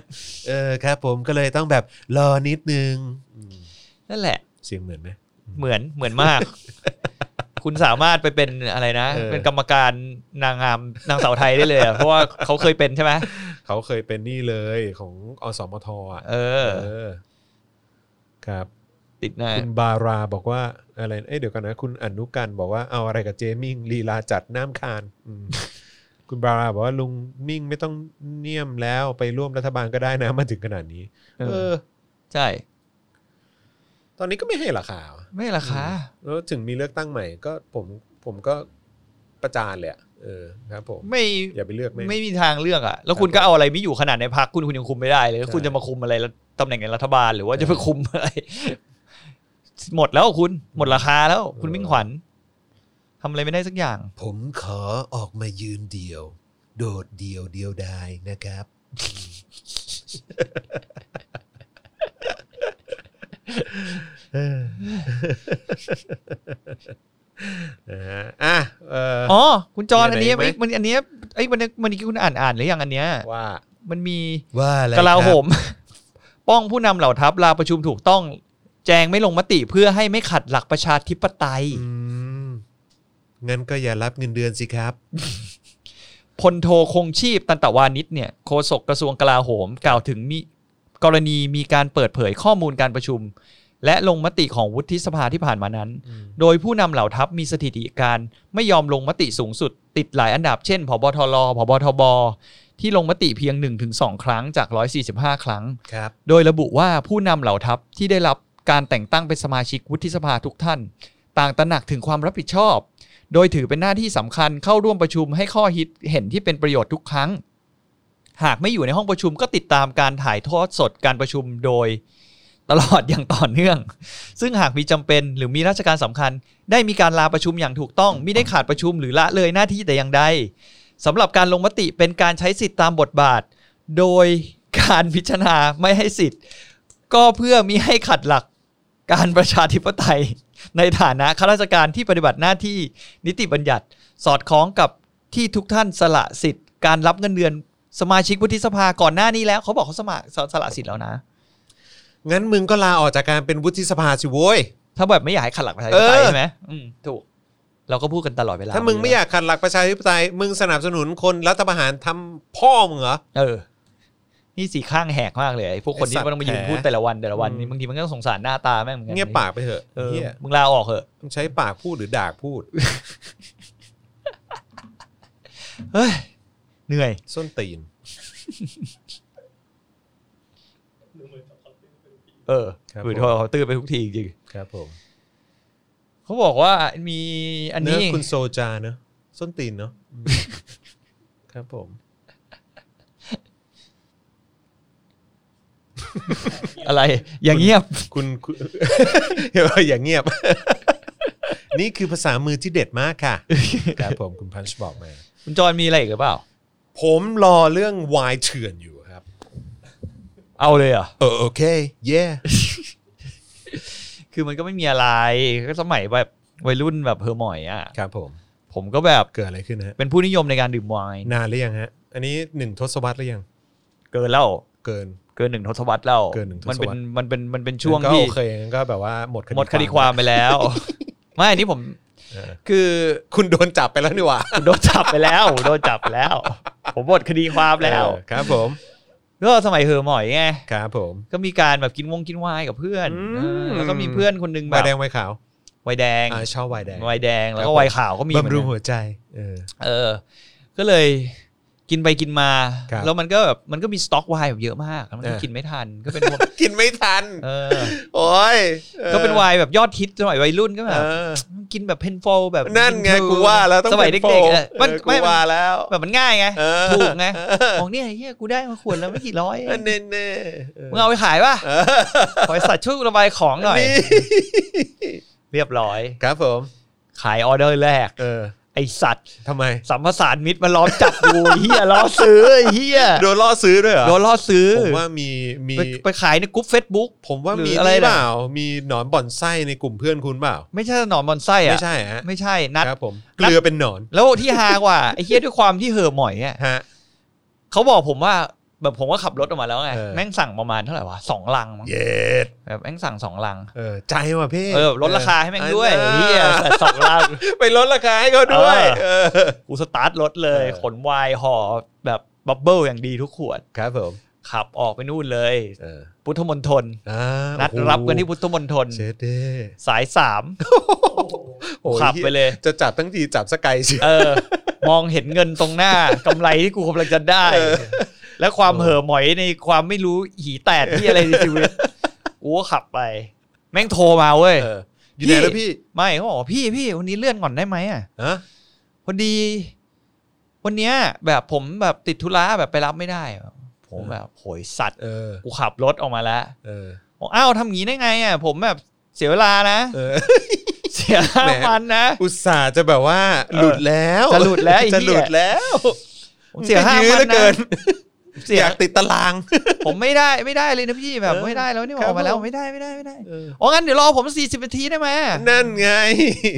Speaker 2: เออครับ ผมก็เลยต้องแบบรอนิดนึงอืม
Speaker 3: นั่นแหละ
Speaker 2: เสียงเหมือนไหม
Speaker 3: เหมือนเหมือน มาก คุณสามารถไปเป็นอะไรนะ
Speaker 2: เออ
Speaker 3: เป็นกรรมการนางงามนางสาวไทยได้เลยอะเพราะว่าเขาเคยเป็นใช่ไหม
Speaker 2: เขาเคยเป็นนี่เลยของอสมทอ่ะ
Speaker 3: เออ
Speaker 2: เออ ครับ
Speaker 3: ติดหน้า
Speaker 2: คุณบาราบอกว่าอะไรเอ้ยเดี๋ยวกันนะ คุณอนุกันบอกว่าเอาอะไรกับเจมิ่งลีลาจัดน้ำคานอืม คุณบาราบอกว่าลุงมิ่งไม่ต้องเนียมแล้วไปร่วมรัฐบาลก็ได้นะมาถึงขนาดนี้
Speaker 3: เอ
Speaker 2: เอ
Speaker 3: อ
Speaker 2: อ
Speaker 3: ใช่
Speaker 2: ตอนนี้ก็ไม่ให้ราคาว่ะ
Speaker 3: ไม่ราคา
Speaker 2: แล้วถึงมีเลือกตั้งใหม่ก็ผมผมก็ประจานเลยอะเออครับผม
Speaker 3: ไม่
Speaker 2: อย่าไปเลือกแม่ง
Speaker 3: ไม่มีทางเลือกอ่ะ แล้ว
Speaker 2: ครับ
Speaker 3: คุณก็เอาอะไรไม่อยู่ขนาดในพักคุณคุณยังคุมไม่ได้เลยแล้ว
Speaker 2: ใช่
Speaker 3: คุณจะมาคุมอะไรแล้วตำแหน่งในรัฐบาลหรือว่าจะไปคุมอะไร หมดแล้วคุณหมดราคาแล้ว คุณมิ่งขวัญทำอะไรไม่ได้สักอย่าง
Speaker 2: ผมขอออกมายืนเดียว โดดเดียวเดียวดายนะครับ นะฮะอ่ะเอออ
Speaker 3: อ๋อคุณจอนอันนี้
Speaker 2: มีอะไรไหม
Speaker 3: ไม่มันอันเนี้ยไอ้ยมันมันที่คุณอ่านอ่านหรือยังอันเนี้ย
Speaker 2: ว่า
Speaker 3: มันมี
Speaker 2: ว่าอะไร
Speaker 3: กลา
Speaker 2: ค
Speaker 3: โห
Speaker 2: รับ
Speaker 3: ม ป้องผู้นำเหล่าทัพลาประชุมถูกต้อง แจงไม่ลงมติเพื่อให้ไม่ขัดหลักประชาธิปไตย
Speaker 2: อืมงั้นก็อย่ารับเงินเดือนสิครับ
Speaker 3: พลโทคงชีพตันตวานิชเนี่ยโฆษกกระทรวงกลาโหม กล่าวถึงมีกรณีมีการเปิดเผยข้อมูลการประชุม และลงมติของวุฒิสภาที่ผ่านมานั้น
Speaker 2: อืม
Speaker 3: โดยผู้นำเหล่าทัพมีสถิติการไม่ยอมลงมติสูงสุด ติดหลายอันดับเช่นพบทรพบทบ ที่ลงมติเพียง 1-2 ครั้งจาก 145 ครั้ง
Speaker 2: ครับ
Speaker 3: โดยระบุว่าผู้นำเหล่าทัพที่ได้รับการแต่งตั้งเป็นสมาชิกวุฒิสภาทุกท่าน ต่างตระหนักถึงความรับผิดชอบ โดยถือเป็นหน้าที่สำคัญเข้าร่วมประชุมให้ข้อฮิตเห็นที่เป็นประโยชน์ทุกครั้ง หากไม่อยู่ในห้องประชุมก็ติดตามการถ่ายทอดสดการประชุมโดยตลอดอย่างต่อเนื่อง ซึ่งหากมีจำเป็นหรือมีราชการสำคัญ ได้มีการลาประชุมอย่างถูกต้องไม่ได้ขาดประชุมหรือละเลยหน้าที่แต่อย่างใดสำหรับการลงมติเป็นการใช้สิทธิตามบทบาท โดยการพิจารณาไม่ให้สิทธิ์ ก็เพื่อมิให้ขัดหลักการประชาธิปไตย ในฐานะข้าราชการที่ปฏิบัติหน้าที่นิติบัญญัติ สอดคล้องกับที่ทุกท่านสละสิทธิ์ การรับเงินเดือนสมาชิกวุฒิสภาก่อนหน้านี้แล้ว เขาบอกเขาสมัครสละสิทธิ์แล้วนะ
Speaker 2: งั้นมึงก็ลาออกจากการเป็นวุฒิสภาสิโว้ย
Speaker 3: ถ้าแบบไม่อยากให้ขัดหลักประชาธิปไตย
Speaker 2: เออ
Speaker 3: ใช่ไหมอืมถูก เราก็พูดกันตลอดเวลา
Speaker 2: ถ้ามึงไม่อยากขัดหลักประชาธิปไตย มึงสนับสนุนคนรัฐประหารทำพ่อมึงเหรอ
Speaker 3: เออ นี่สีข้างแหกมากเลยไอ้พวกคนที่
Speaker 2: ไอ้สัตว์
Speaker 3: มันต้องมายืนพูดแต่ละวันแต่ละวัน
Speaker 2: อืม
Speaker 3: นี่บางทีมันก็สงสารหน้าตาแม่งเหมือนกัน
Speaker 2: เงียบปากไปเถอะ
Speaker 3: เออ
Speaker 2: เฮีย
Speaker 3: มึงลาออกเหอะ
Speaker 2: มึงใช้ปากพูดหรือด่าก พูด
Speaker 3: เฮ้ย เหนื่อย
Speaker 2: ส้นตีน
Speaker 4: หนึ่งหมื่นสองพันเป็นเป็นปี
Speaker 3: เออ
Speaker 2: ครับ
Speaker 3: คือโทรเขาตื้อไปทุกทีจริง
Speaker 2: ครับผม
Speaker 3: ๆเขาบอกว่ามีอัน
Speaker 2: เนื้
Speaker 3: นี้
Speaker 2: อคุณโซจาเนอะส้นตีนเนอะอืม ครับผม
Speaker 3: อะไร อย่างเงียบ
Speaker 2: คุณ คุณ เดี๋ยวอย่างเงียบ นี่คือภาษามือที่เด็ดมากค่ะ ครับผมคุณพันช์บอกมา
Speaker 3: คุณจอนมีอะไรอีกหรือเปล่า
Speaker 2: ผมรอเรื่องวายเถื่อนอยู่ครับ
Speaker 3: เอาเลยเหรอ่ะ
Speaker 2: เออโอเค เย่
Speaker 3: คือมันก็ไม่มีอะไร ก็สมัยแบบวัยรุ่นแบบเฮอร์หมอยอ่ะ
Speaker 2: ครับผม
Speaker 3: ผมก็แบบ
Speaker 2: เกิดอะไรขึ้นฮะ
Speaker 3: เป็นผู้นิยมในการดื่มไวน์
Speaker 2: นานหรือยังฮะ อันนี้หนึ่งทศวรรษหรือยัง
Speaker 3: เกินแล้ว
Speaker 2: เกิน
Speaker 3: เกินหนึ่งทศวรรษแล้ว
Speaker 2: เกินหนึ่งทศวรรษ
Speaker 3: มันเป็นมันเป็นมันเป็นช่วง
Speaker 2: ก็
Speaker 3: ที่
Speaker 2: โอเคงั้นก็แบบว่าหมด
Speaker 3: หมดคดีความไปแล้ว ไม่อันนี้ผม
Speaker 2: เออ
Speaker 3: คือ
Speaker 2: คุณโดนจับไปแล้วนี่หว่า
Speaker 3: ผม โดนจับไปแล้วผมโดนจับไปแล้ว ผมหมดคดีความแล้ว
Speaker 2: เออครับผม
Speaker 3: ก็สมัยเฮอร์หมอยไง
Speaker 2: ครับผม
Speaker 3: ก็มีการแบบกินวงกินไวน์กับเพื่อน
Speaker 2: อืม
Speaker 3: เออแล้วก็มีเพื่อนคนหนึงแบ
Speaker 2: วาย
Speaker 3: บ
Speaker 2: แดงวายขาว
Speaker 3: วัยแดง
Speaker 2: อ่าชอบวายแดง
Speaker 3: วัยแดง แล้ว
Speaker 2: ครั
Speaker 3: ก็
Speaker 2: บ
Speaker 3: วัยขาวก็มีเหมือน
Speaker 2: บำรุง
Speaker 3: กัน
Speaker 2: หัวใจ เออ
Speaker 3: เออ ก็เลยกินไปกินมา
Speaker 2: ครับ
Speaker 3: แล้วมันก็แบบมันก็มีสต็อกไวน์แบบเยอะมากแล้วมันก็
Speaker 2: เออ
Speaker 3: กินไม่ทัน ก็ เป็นพวก
Speaker 2: กินไม่ทัน
Speaker 3: เออ
Speaker 2: โอ้ย
Speaker 3: ก็เป็นไวน์แบบยอดฮิตสมัยวัยรุ่นก็แบ
Speaker 2: เอบ อ
Speaker 3: กินแบบเพนโฟแบบ
Speaker 2: นั่นไงกูว่าแล้วต้อง
Speaker 3: สมัย
Speaker 2: ป็น
Speaker 3: เด็กๆเออ
Speaker 2: โฟ
Speaker 3: มัน
Speaker 2: เออกู
Speaker 3: ไม่
Speaker 2: ว่าแล้ว
Speaker 3: แบบมันง่ายไง
Speaker 2: เออ
Speaker 3: ถูกไง
Speaker 2: เออ
Speaker 3: ของเนี่ยไอ้เฮียกูได้มาขวดแล้วไม่กี่ร้อยเอง
Speaker 2: เน่เน่เออ
Speaker 3: มึงเอาไปขายป่ะ
Speaker 2: เออ
Speaker 3: บริษัทช่วยระบายของหน่อย
Speaker 2: นี่
Speaker 3: เรียบร้อย
Speaker 2: ครับผม
Speaker 3: ขายออเดอร์แรก
Speaker 2: เออ
Speaker 3: ไอสัตว์
Speaker 2: ทำไม
Speaker 3: สัมภสารมิตรมาล้อมจับกู เฮียล้อซื้อไอ้เฮีย
Speaker 2: โดนล่อซื้อด้วยเหรอ
Speaker 3: โดนล้อซื้อ
Speaker 2: ผมว่ามีมี
Speaker 3: ไปไปขายในกลุ่มเฟซบุ๊ก
Speaker 2: ผมว่า
Speaker 3: หรือ
Speaker 2: มี
Speaker 3: อะไร
Speaker 2: นี่
Speaker 3: นะ
Speaker 2: เปล่า มีหนอนบ่อนไส้ในกลุ่มเพื่อนคุณเปล่า
Speaker 3: ไม่ใช่หนอนบอนไส้อะ
Speaker 2: ไม่ใช่ฮะ
Speaker 3: ไม่ใช่นัด
Speaker 2: ครับผม
Speaker 3: นั
Speaker 2: เก
Speaker 3: ด
Speaker 2: ลือเป็นหนอน
Speaker 3: แล้วที่ฮากว่า ไอ้เฮียด้วยความที่เห่อะหมอยอ่ะ
Speaker 2: ฮะ
Speaker 3: เขาบอกผมว่าแบบผมก็ขับรถออกมาแล้วไง
Speaker 2: เออ
Speaker 3: แม่งสั่งประมาณเท่าไหร่วะสองลังมั้ง
Speaker 2: เย็ด
Speaker 3: แบบแม่งสั่งสองลัง
Speaker 2: เออใจว่ะพี่
Speaker 3: เออลดราคาให้แม่งด้วย
Speaker 2: ออ
Speaker 3: เฮียแต่สองลัง
Speaker 2: ไปลดราคาให้เขาด้วย
Speaker 3: เออ
Speaker 2: เออ
Speaker 3: กูสตาร์ทรถเลย
Speaker 2: เออ
Speaker 3: ขนไวายห่อแบบบับเบิลอย่างดีทุกขวด
Speaker 2: ครับผม
Speaker 3: ขับออกไปนู่นเลย
Speaker 2: เออ
Speaker 3: พุทธมณฑล
Speaker 2: อ่า
Speaker 3: นัด
Speaker 2: โอ้โห
Speaker 3: รับกันที่พุทธมณฑล
Speaker 2: เชดเด้
Speaker 3: สายสาม
Speaker 4: โอ้โห
Speaker 2: โอ้ย
Speaker 3: ขับไปเลย
Speaker 2: จะจับทั้งทีจับสกไกลเชียว
Speaker 3: เออ มองเห็นเงินตรงหน้าก ำไรที่กูกำลังจะได้
Speaker 2: เออ
Speaker 3: และความเห่อหมอยในความไม่รู้หีแตกที่อะไรในชีวิตกูก็ขับไป แม่งโทรมาเว้ย
Speaker 2: เอออยู่ไหนแล้วพี่
Speaker 3: ไม่เขาบอกว่าพี่พี่วันนี้เลื่อนก่อนได้ไหมอ่ะ
Speaker 2: ฮะ
Speaker 3: พอดี วันเนี้ยแบบผมแบบติดธุระแบบไปรับไม่ได้ ผมแบบโหยสัตว์
Speaker 2: เออ
Speaker 3: กูขับรถออกมาแล้ว
Speaker 2: เออ
Speaker 3: บอกอ้าวทำงี้ได้ไงอ่ะผมแบบเสียเวลานะ
Speaker 2: เออ
Speaker 3: เสียห้า
Speaker 2: แหม
Speaker 3: พันนะ
Speaker 2: อุตส่าห์จะแบบว่าหลุดแล้ว
Speaker 3: จะหลุดแล้วไอ้เหี้ย
Speaker 2: จะหลุดแล้ว
Speaker 3: ผมเสียห้า
Speaker 2: ยื้อ
Speaker 3: พั
Speaker 2: เหลือ
Speaker 3: นนะ
Speaker 2: เกิน
Speaker 3: เสีย
Speaker 2: อยากติดตาราง
Speaker 3: ผมไม่ได้ไม่ได้เลยนะพี่แบบ
Speaker 2: เออ
Speaker 3: ไม่ได้แล้วนี่
Speaker 2: ครับ
Speaker 3: ออกมาแล้ว
Speaker 2: ผม
Speaker 3: ไม่ได้ไม่ได้ไม่ได้อ๋องั้นเดี๋ยวรอผมสี่สิบนาทีได้ไหม
Speaker 2: นั่นไง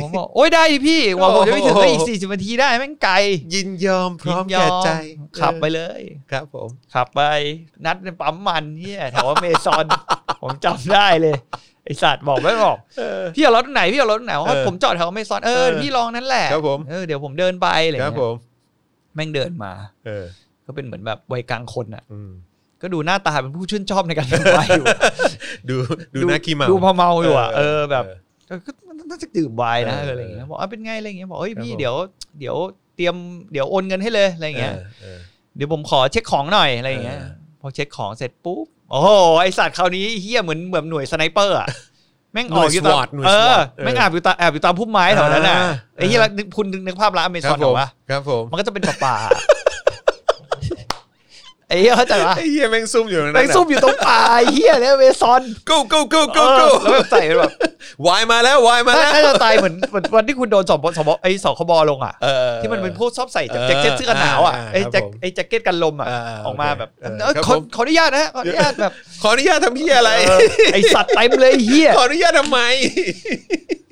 Speaker 3: ผมบอกโอ้ยได้ดิพี่กว่าผมจะไปถึง
Speaker 2: โอ้โห
Speaker 3: ก็อีกสี่สิบนาทีได้แม่งไกล
Speaker 2: ยินยอมพร้อม
Speaker 3: ยินย
Speaker 2: แก่ใจ
Speaker 3: ขับไป
Speaker 2: เออ
Speaker 3: เลย
Speaker 2: ครับผม
Speaker 3: ขับไปนัดในปั๊มมันเนี่ยแถวอเมซอน ผมจำได้เลยไอสัตว์บอกไม่บอก
Speaker 2: เออ
Speaker 3: พี่เอารถไหนพี่เอารถไหน
Speaker 2: เออ
Speaker 3: ผมจอดแถวอเมซอนเออ
Speaker 2: เออ
Speaker 3: พี่ลองนั้นแหละ
Speaker 2: ครับผม
Speaker 3: เออเดี๋ยวผมเดินไปอะไร
Speaker 2: ครับ
Speaker 3: เงี้
Speaker 2: ผ
Speaker 3: ย
Speaker 2: ม
Speaker 3: แม่งเดินมา
Speaker 2: เออ
Speaker 3: ก็เป็นเหมือนแบบวัยกลางคนอ่ะ
Speaker 2: อืม
Speaker 3: ก็ดูหน้าตาเป็นผู้ชื่นชอบในการทำวายอยู่
Speaker 2: ดูดูหน้าขี้เมา
Speaker 3: ดูพอเมาอยู่อ่ะ
Speaker 2: เอ
Speaker 3: เอ
Speaker 2: อ
Speaker 3: อแบบ
Speaker 2: เออ
Speaker 3: เออก็น่าจะดื่มไวน์นะ
Speaker 2: เออ
Speaker 3: อะไรอย่างเงี้ยบอกอ่ะเป็นไงอะไรอย่างเงี้ยบอกเอ้ย
Speaker 2: ครับ
Speaker 3: พี่
Speaker 2: ผม
Speaker 3: เดี๋ยวเดี๋ยวเตรียมเดี๋ยวโอนเงินให้เลยอะไรอย่างเงี้ย
Speaker 2: เออ
Speaker 3: เดี๋ยวผมขอเช็คของหน่อยอะไรอย่างเงี้ย
Speaker 2: เออ
Speaker 3: พอเช็คของเสร็จปุ๊บโอ้โหไอสัตว์คราวนี้เฮี้ยเหมือนเหมือนหน่วยสไนเปอร์อะแม่งออกอยู่ตาม
Speaker 2: หน่วย
Speaker 3: เอ
Speaker 2: SWAT
Speaker 3: อ
Speaker 2: เออ
Speaker 3: แม่งอาบอยู่ตามแอบอยู่ตามพุ่มไม้แถวนั้นน่ะ
Speaker 2: อ่า
Speaker 3: ไอ้เฮี้ยนึกคุณนึกภาพร้านอเม
Speaker 2: ค
Speaker 3: ซ
Speaker 2: รั
Speaker 3: อบ น
Speaker 2: ผ
Speaker 3: หร
Speaker 2: ม
Speaker 3: อวะ
Speaker 2: ครับผม
Speaker 3: มันก็จะเป็นป่าๆไอ้เฮี้ยเข้าใจปะ
Speaker 2: ไอ้เหี้ยแม่งซุ่มอยู่ตรงนั้น
Speaker 3: แม่งซุ่มอยู่ตรงป่าไอ้เฮี้ยเนี่ยอเมซอน
Speaker 2: กูกูกูกู
Speaker 3: เอ
Speaker 2: กู
Speaker 3: อแล้วแบบใส่แบบ
Speaker 2: วายมาแล้ววายมาแล้ว
Speaker 3: น่าจะตายเหมือนเหมือนวันที่คุณโดนสอบสบไอ้สคบลงอ่ะ
Speaker 2: เออ
Speaker 3: ที่มันเป็นพวกชอบใส่แจ็คเก็ตเสื้อกันหนาวอ่ะ
Speaker 2: อ่า
Speaker 3: ไอ้แจ็ค
Speaker 2: ครับผม
Speaker 3: ไอ้แจ็คเก็ตกันลมอ่ะ
Speaker 2: อ่า
Speaker 3: ออกมาแบบ
Speaker 2: โอเค
Speaker 3: เออ
Speaker 2: ครับ
Speaker 3: ขอ
Speaker 2: ผม
Speaker 3: ขออนุญาตนะขออนุญาตแบบ
Speaker 2: ขออนุญาตทำเหี้ยอะไร
Speaker 3: เไอสัตว์เต็มเลยไอ้เฮีย
Speaker 2: ขออนุญาตทำไม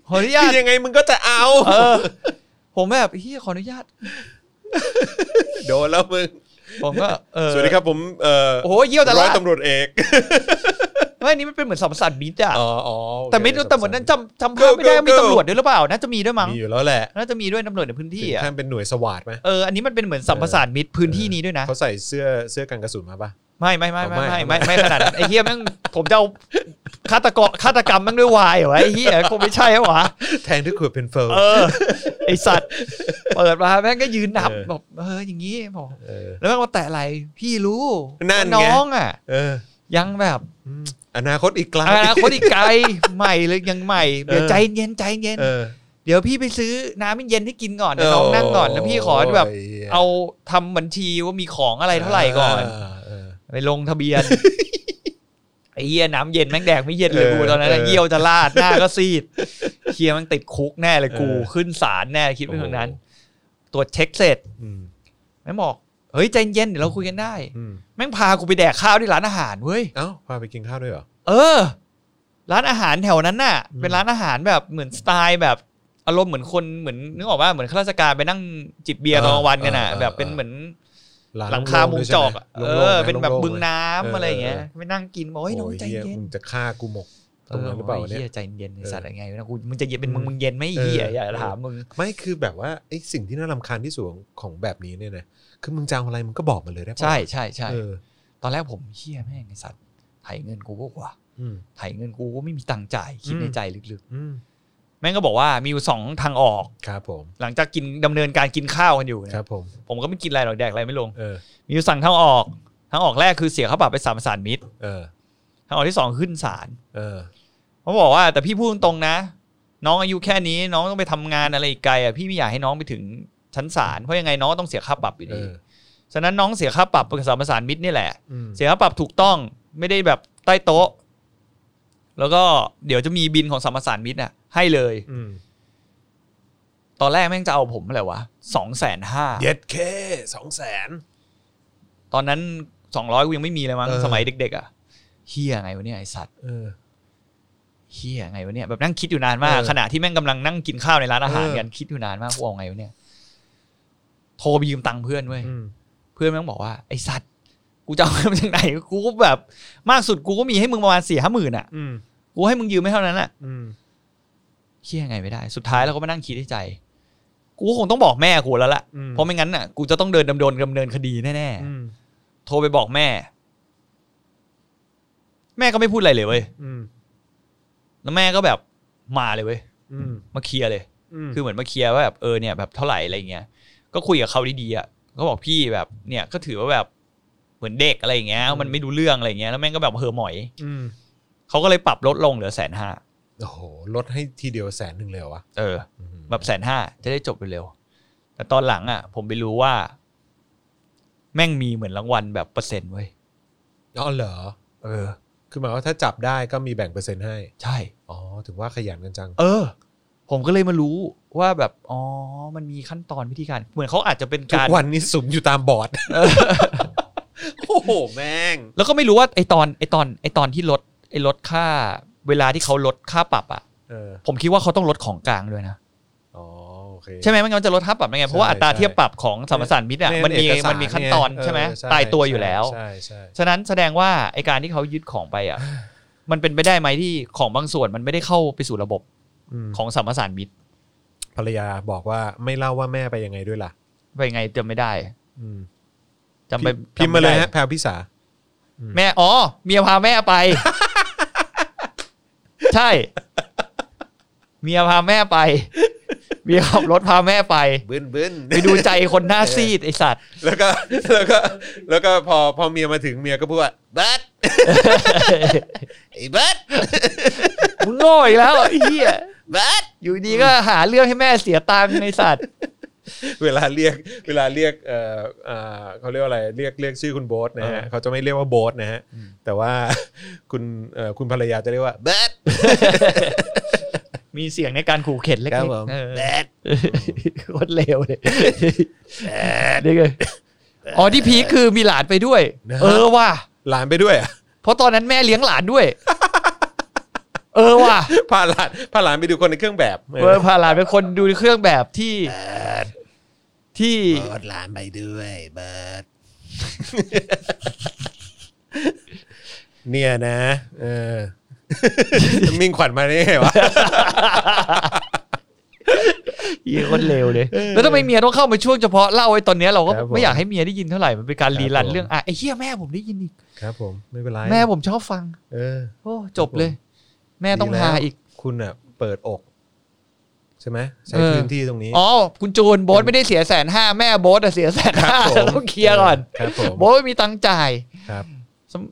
Speaker 3: ขออนุญา
Speaker 2: คื
Speaker 3: ต
Speaker 2: อยังไงมึงก็จะเอา
Speaker 3: เออ ผมแบบเฮียขออนุญาต
Speaker 2: โดนแล้วมึง
Speaker 3: ผมก็เออ
Speaker 2: สวัสดีครับผมเอ่อ
Speaker 3: โอ้โหเยี่ยวแต่
Speaker 2: ร้อ
Speaker 3: ละ
Speaker 2: ยตำรวจเอก
Speaker 3: ไม่อันนี้มันเป็นเหมือนสัมสัตว์มิตรอ่ะ
Speaker 2: อ๋ออ๋อโอเค
Speaker 3: แต่มิตรแต่เหมือนนั้นจำจำภาพไม่ได้ว่ามีตำรวจด้วยหรือเปล่าน่าจะมีด้วยมั้ง
Speaker 2: มีอยู่แล้วแหละ
Speaker 3: น่าจะมีด้วยตำรวจในพื้นที่อ่ะ
Speaker 2: ท่านเป็นหน่วยสวาดไหม
Speaker 3: เอออันนี้มันเป็นเหมือนสัมประสานมิตรพื้นที่นี้ด้วยนะ
Speaker 2: เขาใส่เสื้อเสื้อกันกระสุนมาปะ
Speaker 3: ไม่ไม่ไม่ไม่
Speaker 2: ไม่
Speaker 3: ไม่
Speaker 2: ไม่
Speaker 3: ไม่ไม่ขนาดนั้นไอ้เฮียแม่งผมจะเอาฆาตกรฆาตกรรมแม่งด้วยวายเหรอวะไอ้เฮียคงไม่ใช่หรอวะ
Speaker 2: แทงด้วยขวดเพนเฟิล
Speaker 3: เออไอสัตว์ เปิดมาแม่งก็ยืนนับ
Speaker 2: เออ
Speaker 3: บอกเอออย่างงี้บอก
Speaker 2: เออ
Speaker 3: แล้วแม่งมาแตะอะไร พี่รู้
Speaker 2: นั่นไง
Speaker 3: ว่าน้องอ่ะ
Speaker 2: เออ
Speaker 3: ยังแบบ
Speaker 2: อืมอนาคตอีกไกล
Speaker 3: อนาคตอีกไกล ใหม่เลยยังใหม่ เดี๋ยว
Speaker 2: เออ
Speaker 3: ใจเย็นใจเย็น
Speaker 2: เออ
Speaker 3: เดี๋ยวพี่ไปซื้อน้ำเย็นให้กินก่อนเดี๋ยวน้องนั่งก่อนแล้วพี่ขอแบบ
Speaker 2: โย
Speaker 3: เอาทำบัญชีว่ามีของอะไรเท่าไหร่ก่อน
Speaker 2: เเออ
Speaker 3: ไปลงทะเบียน ไอ้เหี้ยน้ำเย็นแม่งแดกไม่เย็นเลย
Speaker 2: เออ
Speaker 3: กูตอนนั้นอะ
Speaker 2: เออ
Speaker 3: เยี่ยวจะล าดหน้าก็ซีดเคียมันติดคุกแน่เลยกู
Speaker 2: เออ
Speaker 3: ขึ้นศาลแน่คิดไปถึงนั้น
Speaker 2: โอ้
Speaker 3: ตรวจเช็คเสร็จ
Speaker 2: อืม
Speaker 3: แม่งบอกเฮ้ยใจเย็นเดี๋ยวเราคุยกันได้
Speaker 2: อืม
Speaker 3: แม่งพากูไปแดกข้าวที่ร้านอาหารเว้ย
Speaker 2: เอ้าพาไปกินข้าวด้วยเหรอ
Speaker 3: เออ ร้านอาหารแถวนั้นน่ะ
Speaker 2: อืม
Speaker 3: เป็นร้านอาหารแบบเหมือนสไตล์แบบอารมณ์เหมือนคนเหมือนนึกออกว่าเหมือนข้าราชการไปนั่งจิบเบียร์ตอนกลางวันกันน่ะ แบบเป็นเหมือน หลังคามุงจอกอะ
Speaker 2: โล่งๆ
Speaker 3: เอ
Speaker 2: ด้วย
Speaker 3: อ
Speaker 2: ใช่ไหม
Speaker 3: เป็นแบบ
Speaker 2: โล่ๆ
Speaker 3: บึง
Speaker 2: ไหม
Speaker 3: น้ำ
Speaker 2: เอออ
Speaker 3: อะไรอย่างเงี้ยไปนั่งกินบอกเฮ้ยน้องใจ
Speaker 2: โหี้
Speaker 3: เย็น
Speaker 2: มึงจะฆ่ากูหมกตรงนั้นหรือเปล่า
Speaker 3: โย
Speaker 2: เนี่ย
Speaker 3: หี้ใจเย็นไอ้สัตว์
Speaker 2: เออ
Speaker 3: ยังไงวะนะกูมึงจะเย็นเป็นมึง
Speaker 2: อืม
Speaker 3: มึงเย็นไหมไอ้
Speaker 2: เออ
Speaker 3: เฮียอย่า
Speaker 2: เออ
Speaker 3: ถามมึง
Speaker 2: ไม่คือแบบว่าไอ้สิ่งที่น่ารำคาญที่สุดของของแบบนี้เนี่ยนะคือมึงจะเอาอะไรมึงก็บอกมาเลยได้ปะ
Speaker 3: ใช่ใช่ใช่
Speaker 2: เออ
Speaker 3: ตอนแรกผมเฮียแม่งไอ้สัตว์ไถ่ายเงินกูบอกว่า
Speaker 2: อืม
Speaker 3: ไถ่ายเงินกูก็ไม่มีตังค์จ่ายคิด
Speaker 2: อืม
Speaker 3: ในใจลึก
Speaker 2: อืม
Speaker 3: ๆ แม่งก็บอกว่ามีอยู่สองทางออก
Speaker 2: ครับผม
Speaker 3: หลังจากกินดำเนินการกินข้าวกันอยู่เนี่ย
Speaker 2: ครับผม
Speaker 3: ผมก็ไม่กินอะไรหรอกแดกอะไรไม่ลง
Speaker 2: เออ
Speaker 3: มีอยู่สั่งทางออกทางออกแรกคือเสียค่าปรับไปสามพันสามมิตร
Speaker 2: เออ
Speaker 3: ทางออกที่สองขึ้นศาล
Speaker 2: เออ
Speaker 3: เขาบอกว่าแต่พี่พูดตรงๆนะ น้องอายุแค่นี้น้องต้องไปทำงานอะไรอีกไกลอ่ะพี่ไม่อยากให้น้องไปถึงชั้นศาลเพราะยังไงน้องก็ต้องเสียค่าปรับอยู่
Speaker 2: เอ
Speaker 3: ดี
Speaker 2: อ
Speaker 3: ฉะนั้นน้องเสียค่าปรับประสานประสานมิตรนี่แหละ
Speaker 2: อืม
Speaker 3: เสียค่าปรับถูกต้องไม่ได้แบบใต้โต๊ะ แล้วก็เดี๋ยวจะมีบินของสามประสานมิตรน่ะให้เลย
Speaker 2: อืม
Speaker 3: ตอนแรกแม่งจะเอาผมอะไรวะสองแสนห้า
Speaker 2: เย็ดเคสองแสน
Speaker 3: ตอนนั้นสองร้อยกูยังไม่มีเลยมั้ง
Speaker 2: เออ
Speaker 3: สมัยเด็ก ๆ อ่ะเฮียไงวะเนี่ยไอสัตว์
Speaker 2: เออ
Speaker 3: เฮียไงวะเนี่ยแบบนั่งคิดอยู่นานมาก
Speaker 2: เออ
Speaker 3: ขณะที่แม่งกำลังนั่งกินข้าวในร้านอาหาร
Speaker 2: เออ
Speaker 3: กันคิดอยู่นานมากกูเอาไงวะเนี่ย โทรไปยืมตังค์เพื่อนเว้ย
Speaker 2: อืม
Speaker 3: เพื่อนแม่งบอกว่าไอสัตว์กูจะเอาเงินมาจากไหนกูก็แบบ มากสุดกูก็มีให้มึงประมาณสี่ห้าหมื่นอ่ะ
Speaker 2: อืม
Speaker 3: กูให้มึงยืมไม่เท่านั้นอ่ะ
Speaker 2: อืม
Speaker 3: เชี่ยไงไม่ได้ สุดท้ายเราก็มานั่งคิดในใจ กูก็คงต้องบอกแม่กูแล้วล่ะ
Speaker 2: อืม
Speaker 3: เพราะไม่งั้นอ่ะกูจะต้องเดินดำเนินดำเนินคดีแน่
Speaker 2: อืม
Speaker 3: ๆโทรไปบอกแม่ แม่ก็ไม่พูดอะไรเลยเว้ย
Speaker 2: อืม
Speaker 3: แล้วแม่ก็แบบมาเลยเว้ย
Speaker 2: อืม
Speaker 3: มาเคลียร์เลย
Speaker 2: อืม
Speaker 3: คือเหมือนมาเคลียร์ว่าแบบเออเนี่ยแบบเท่าไหร่อะไรเงี้ย ก็คุยกับเขาดีๆอ่ะก็บอกพี่แบบเนี่ยก็ถือว่าแบบเหมือนเด็กอะไรอย่างเงี้ย มันไม่รู้เรื่องอะไรเงี้ยแล้วแม่งก็แบบเฮอหมอย
Speaker 2: อืม
Speaker 3: เขาก็เลยปรับลดลงเหลือแสนห้า
Speaker 2: โอ้โห ลดให้ทีเดียวแสนหนึ่งเลยเหรอวะ
Speaker 3: เออ
Speaker 2: อืม
Speaker 3: แบบแสนห้าจะได้จบเร็วๆแต่ตอนหลังอ่ะ ผมไปรู้ว่า แม่งมีเหมือนรางวัลแบบเปอร์เซ็นต์เว้ย
Speaker 2: อ๋อเหรอ
Speaker 3: เออ
Speaker 2: คือหมายว่าถ้าจับได้ก็มีแบ่งเปอร์เซ็นต์ให้
Speaker 3: ใช่
Speaker 2: อ๋อ ถึงว่าขยันกันจัง
Speaker 3: เออ ผมก็เลยมารู้ว่าแบบอ๋อมันมีขั้นตอนวิธีการ เหมือนเขาอาจจะเป็น
Speaker 2: ทุก
Speaker 3: การ
Speaker 2: วันนี้สุมอยู่ตามบอร์ด โอ้โห แม่ง
Speaker 3: แล้วก็ไม่รู้ว่าไอตอนไอตอนไอตอนที่ลดไอลดค่า เวลาที่เขาลดค่าปรับอ่ะ
Speaker 2: เออ
Speaker 3: ผมคิดว่าเขาต้องลดของกลางด้วยนะ
Speaker 2: อ๋อ โอเค
Speaker 3: ใช่ไหมไม่งั้นมันจะลดค่าปรับยังไง เพราะว่า
Speaker 2: ใช่
Speaker 3: อัตรา
Speaker 2: ใช่
Speaker 3: เทียบปรับของสมรสารมิตรอ่ะมันมี
Speaker 2: เอกสาร
Speaker 3: มันมีขั้นตอน
Speaker 2: ไง
Speaker 3: ใช่ไหม
Speaker 2: เออ
Speaker 3: ตายตัวอยู่แล้ว
Speaker 2: ใช่ใช่
Speaker 3: ฉะนั้นแสดงว่าไอการที่เขายึดของไปอ่ะ มันเป็นไปได้ไหมที่ของบางส่วนมันไม่ได้เข้าไปสู่ระบบ
Speaker 2: อืม
Speaker 3: ของสมรสารมิตร
Speaker 2: ภรรยาบอกว่าไม่เล่าว่าแม่ไปยังไงด้วยล่ะ
Speaker 3: ไปไงจำไม่ได้
Speaker 2: อืม
Speaker 3: จำไป
Speaker 2: พิมพ์
Speaker 3: จำ
Speaker 2: มาเล
Speaker 3: ไได้
Speaker 2: ยฮะแพรวพิสา
Speaker 3: แม่อ๋อเมียพาแม่ ไป ใช่ เมียพาแม่ไปเมียขับรถพาแม่ไป
Speaker 2: บึ้นบึ้น
Speaker 3: ไป ดูใจคนหน้าซีดไอสัตว์
Speaker 2: แล้วก็แล้วก็แล้วก็พอพอเมียมาถึงเมียก็พูดว่าเบิร์ดไอ้เบิร์ด
Speaker 3: มึงโง่อีกแล้วไอ้เหี้ย
Speaker 2: เบิร์ด
Speaker 3: อยู่ดีก็หาเรื่องให้แม่เสียตังค์ไอสัตว์
Speaker 2: เวลาเรียกเวลาเรียกเอ่อเอ่อเขาเรียกว่าอะไรเรียกเรียกชื่อคุณโบ๊ทนะฮะ
Speaker 3: เออ
Speaker 2: เขาจะไม่เรียกว่าโบ๊ทนะฮะแต่ว่า คุณเอ่อคุณภรรยาจะเรียกว่าเบิร์ด
Speaker 3: มีเสียงในการขู่เข็นเล็ก
Speaker 2: ครับผม
Speaker 3: ๆเออโคตรเลวเลยนี่ไงอ๋อที่พีคคือมีหลานไปด้วย เออว่ะ
Speaker 2: หลานไปด้วยอ่ะ
Speaker 3: เพราะตอนนั้นแม่เลี้ยงหลานด้วย เออว่ะ
Speaker 2: พาหลานพาหลานไปดูคนในเครื่องแบบ
Speaker 3: เออพาหลานเป็นคนดูเครื่องแบบที่ที่
Speaker 2: โบ๊ทหลานไปด้วยเบิร์ด เนี่ยนะเออ มิ่งขวัญมาได้ไงวะ
Speaker 3: เหี้ยโคนเลวเลย แล้วทำไมเมียต้องเข้ามาช่วงเฉพาะเล่าไอ้ตอนเนี้ยเราก็
Speaker 2: ครับผม
Speaker 3: ไม่อยากให้เมียได้ยินเท่าไหร่มันเป็นการรีรัน
Speaker 2: ครับผม
Speaker 3: เรื่องอ่ะไอ้เหี้ยแม่ผมได้ยินอีก
Speaker 2: ครับผมไม่เป็นไร
Speaker 3: แม่ผมชอบฟัง
Speaker 2: เออ
Speaker 3: โอ้จบเลย แม่ต้อง
Speaker 2: ดีแล้ว
Speaker 3: หาอีก
Speaker 2: คุณอ่ะ เปิดอก ใช่ไหมใช้
Speaker 3: เออ
Speaker 2: พื้นที่ตรงนี้
Speaker 3: อ๋อ คุณจูนโบ๊ทไม่ได้เสียแสนห้าแม่โบ๊ทอะเสียแสน
Speaker 2: ครั
Speaker 3: ห้า
Speaker 2: บผม
Speaker 3: ต้องเคลียร์ก่อน
Speaker 2: ครับผม
Speaker 3: โบ๊ทไม่มีตังค์จ่าย
Speaker 2: ครับ
Speaker 3: สม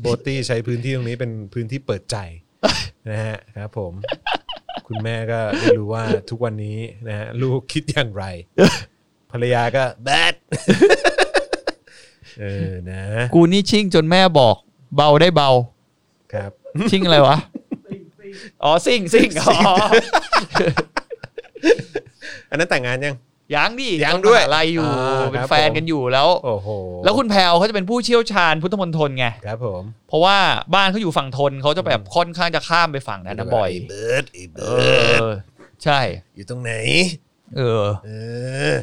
Speaker 2: โบตี้ใช้พื้นที่ตรงนี้เป็นพื้นที่เปิดใจ นะฮะครับผม คุณแม่ก็ได้รู้ว่าทุกวันนี้นะฮะลูกคิดอย่างไร ภรรยาก็แบด เออนะ
Speaker 3: กูนี่ชิ่งจนแม่บอก เบาได้เบา
Speaker 2: ครับ
Speaker 3: ชิ่งอะไรวะ อ๋อซิ่งซิ่งอ๋อ
Speaker 2: อันนั้นแต่งงานยัง
Speaker 3: ยังดิ
Speaker 2: ยังด้วย
Speaker 3: อะไรอยู่
Speaker 2: อ่าคน
Speaker 3: เป็
Speaker 2: รับ
Speaker 3: แฟน
Speaker 2: ผม
Speaker 3: กันอยู่แล้ว
Speaker 2: โอ้โห
Speaker 3: แล้วคุณแพลวเขาจะเป็นผู้เชี่ยวชาญพุทธมนทนไง
Speaker 2: ครับผม
Speaker 3: เพราะว่าบ้านเขาอยู่ฝั่งทนเขาจะแบบค่อนข้างจะข้ามไปฝั่งนั้นนะบ่อย
Speaker 2: ไเบิร์ดไอ้
Speaker 3: เอ
Speaker 2: เบิร์ด
Speaker 3: อ ใช่
Speaker 2: อยู่ตรงไหน
Speaker 3: เออ
Speaker 2: เออ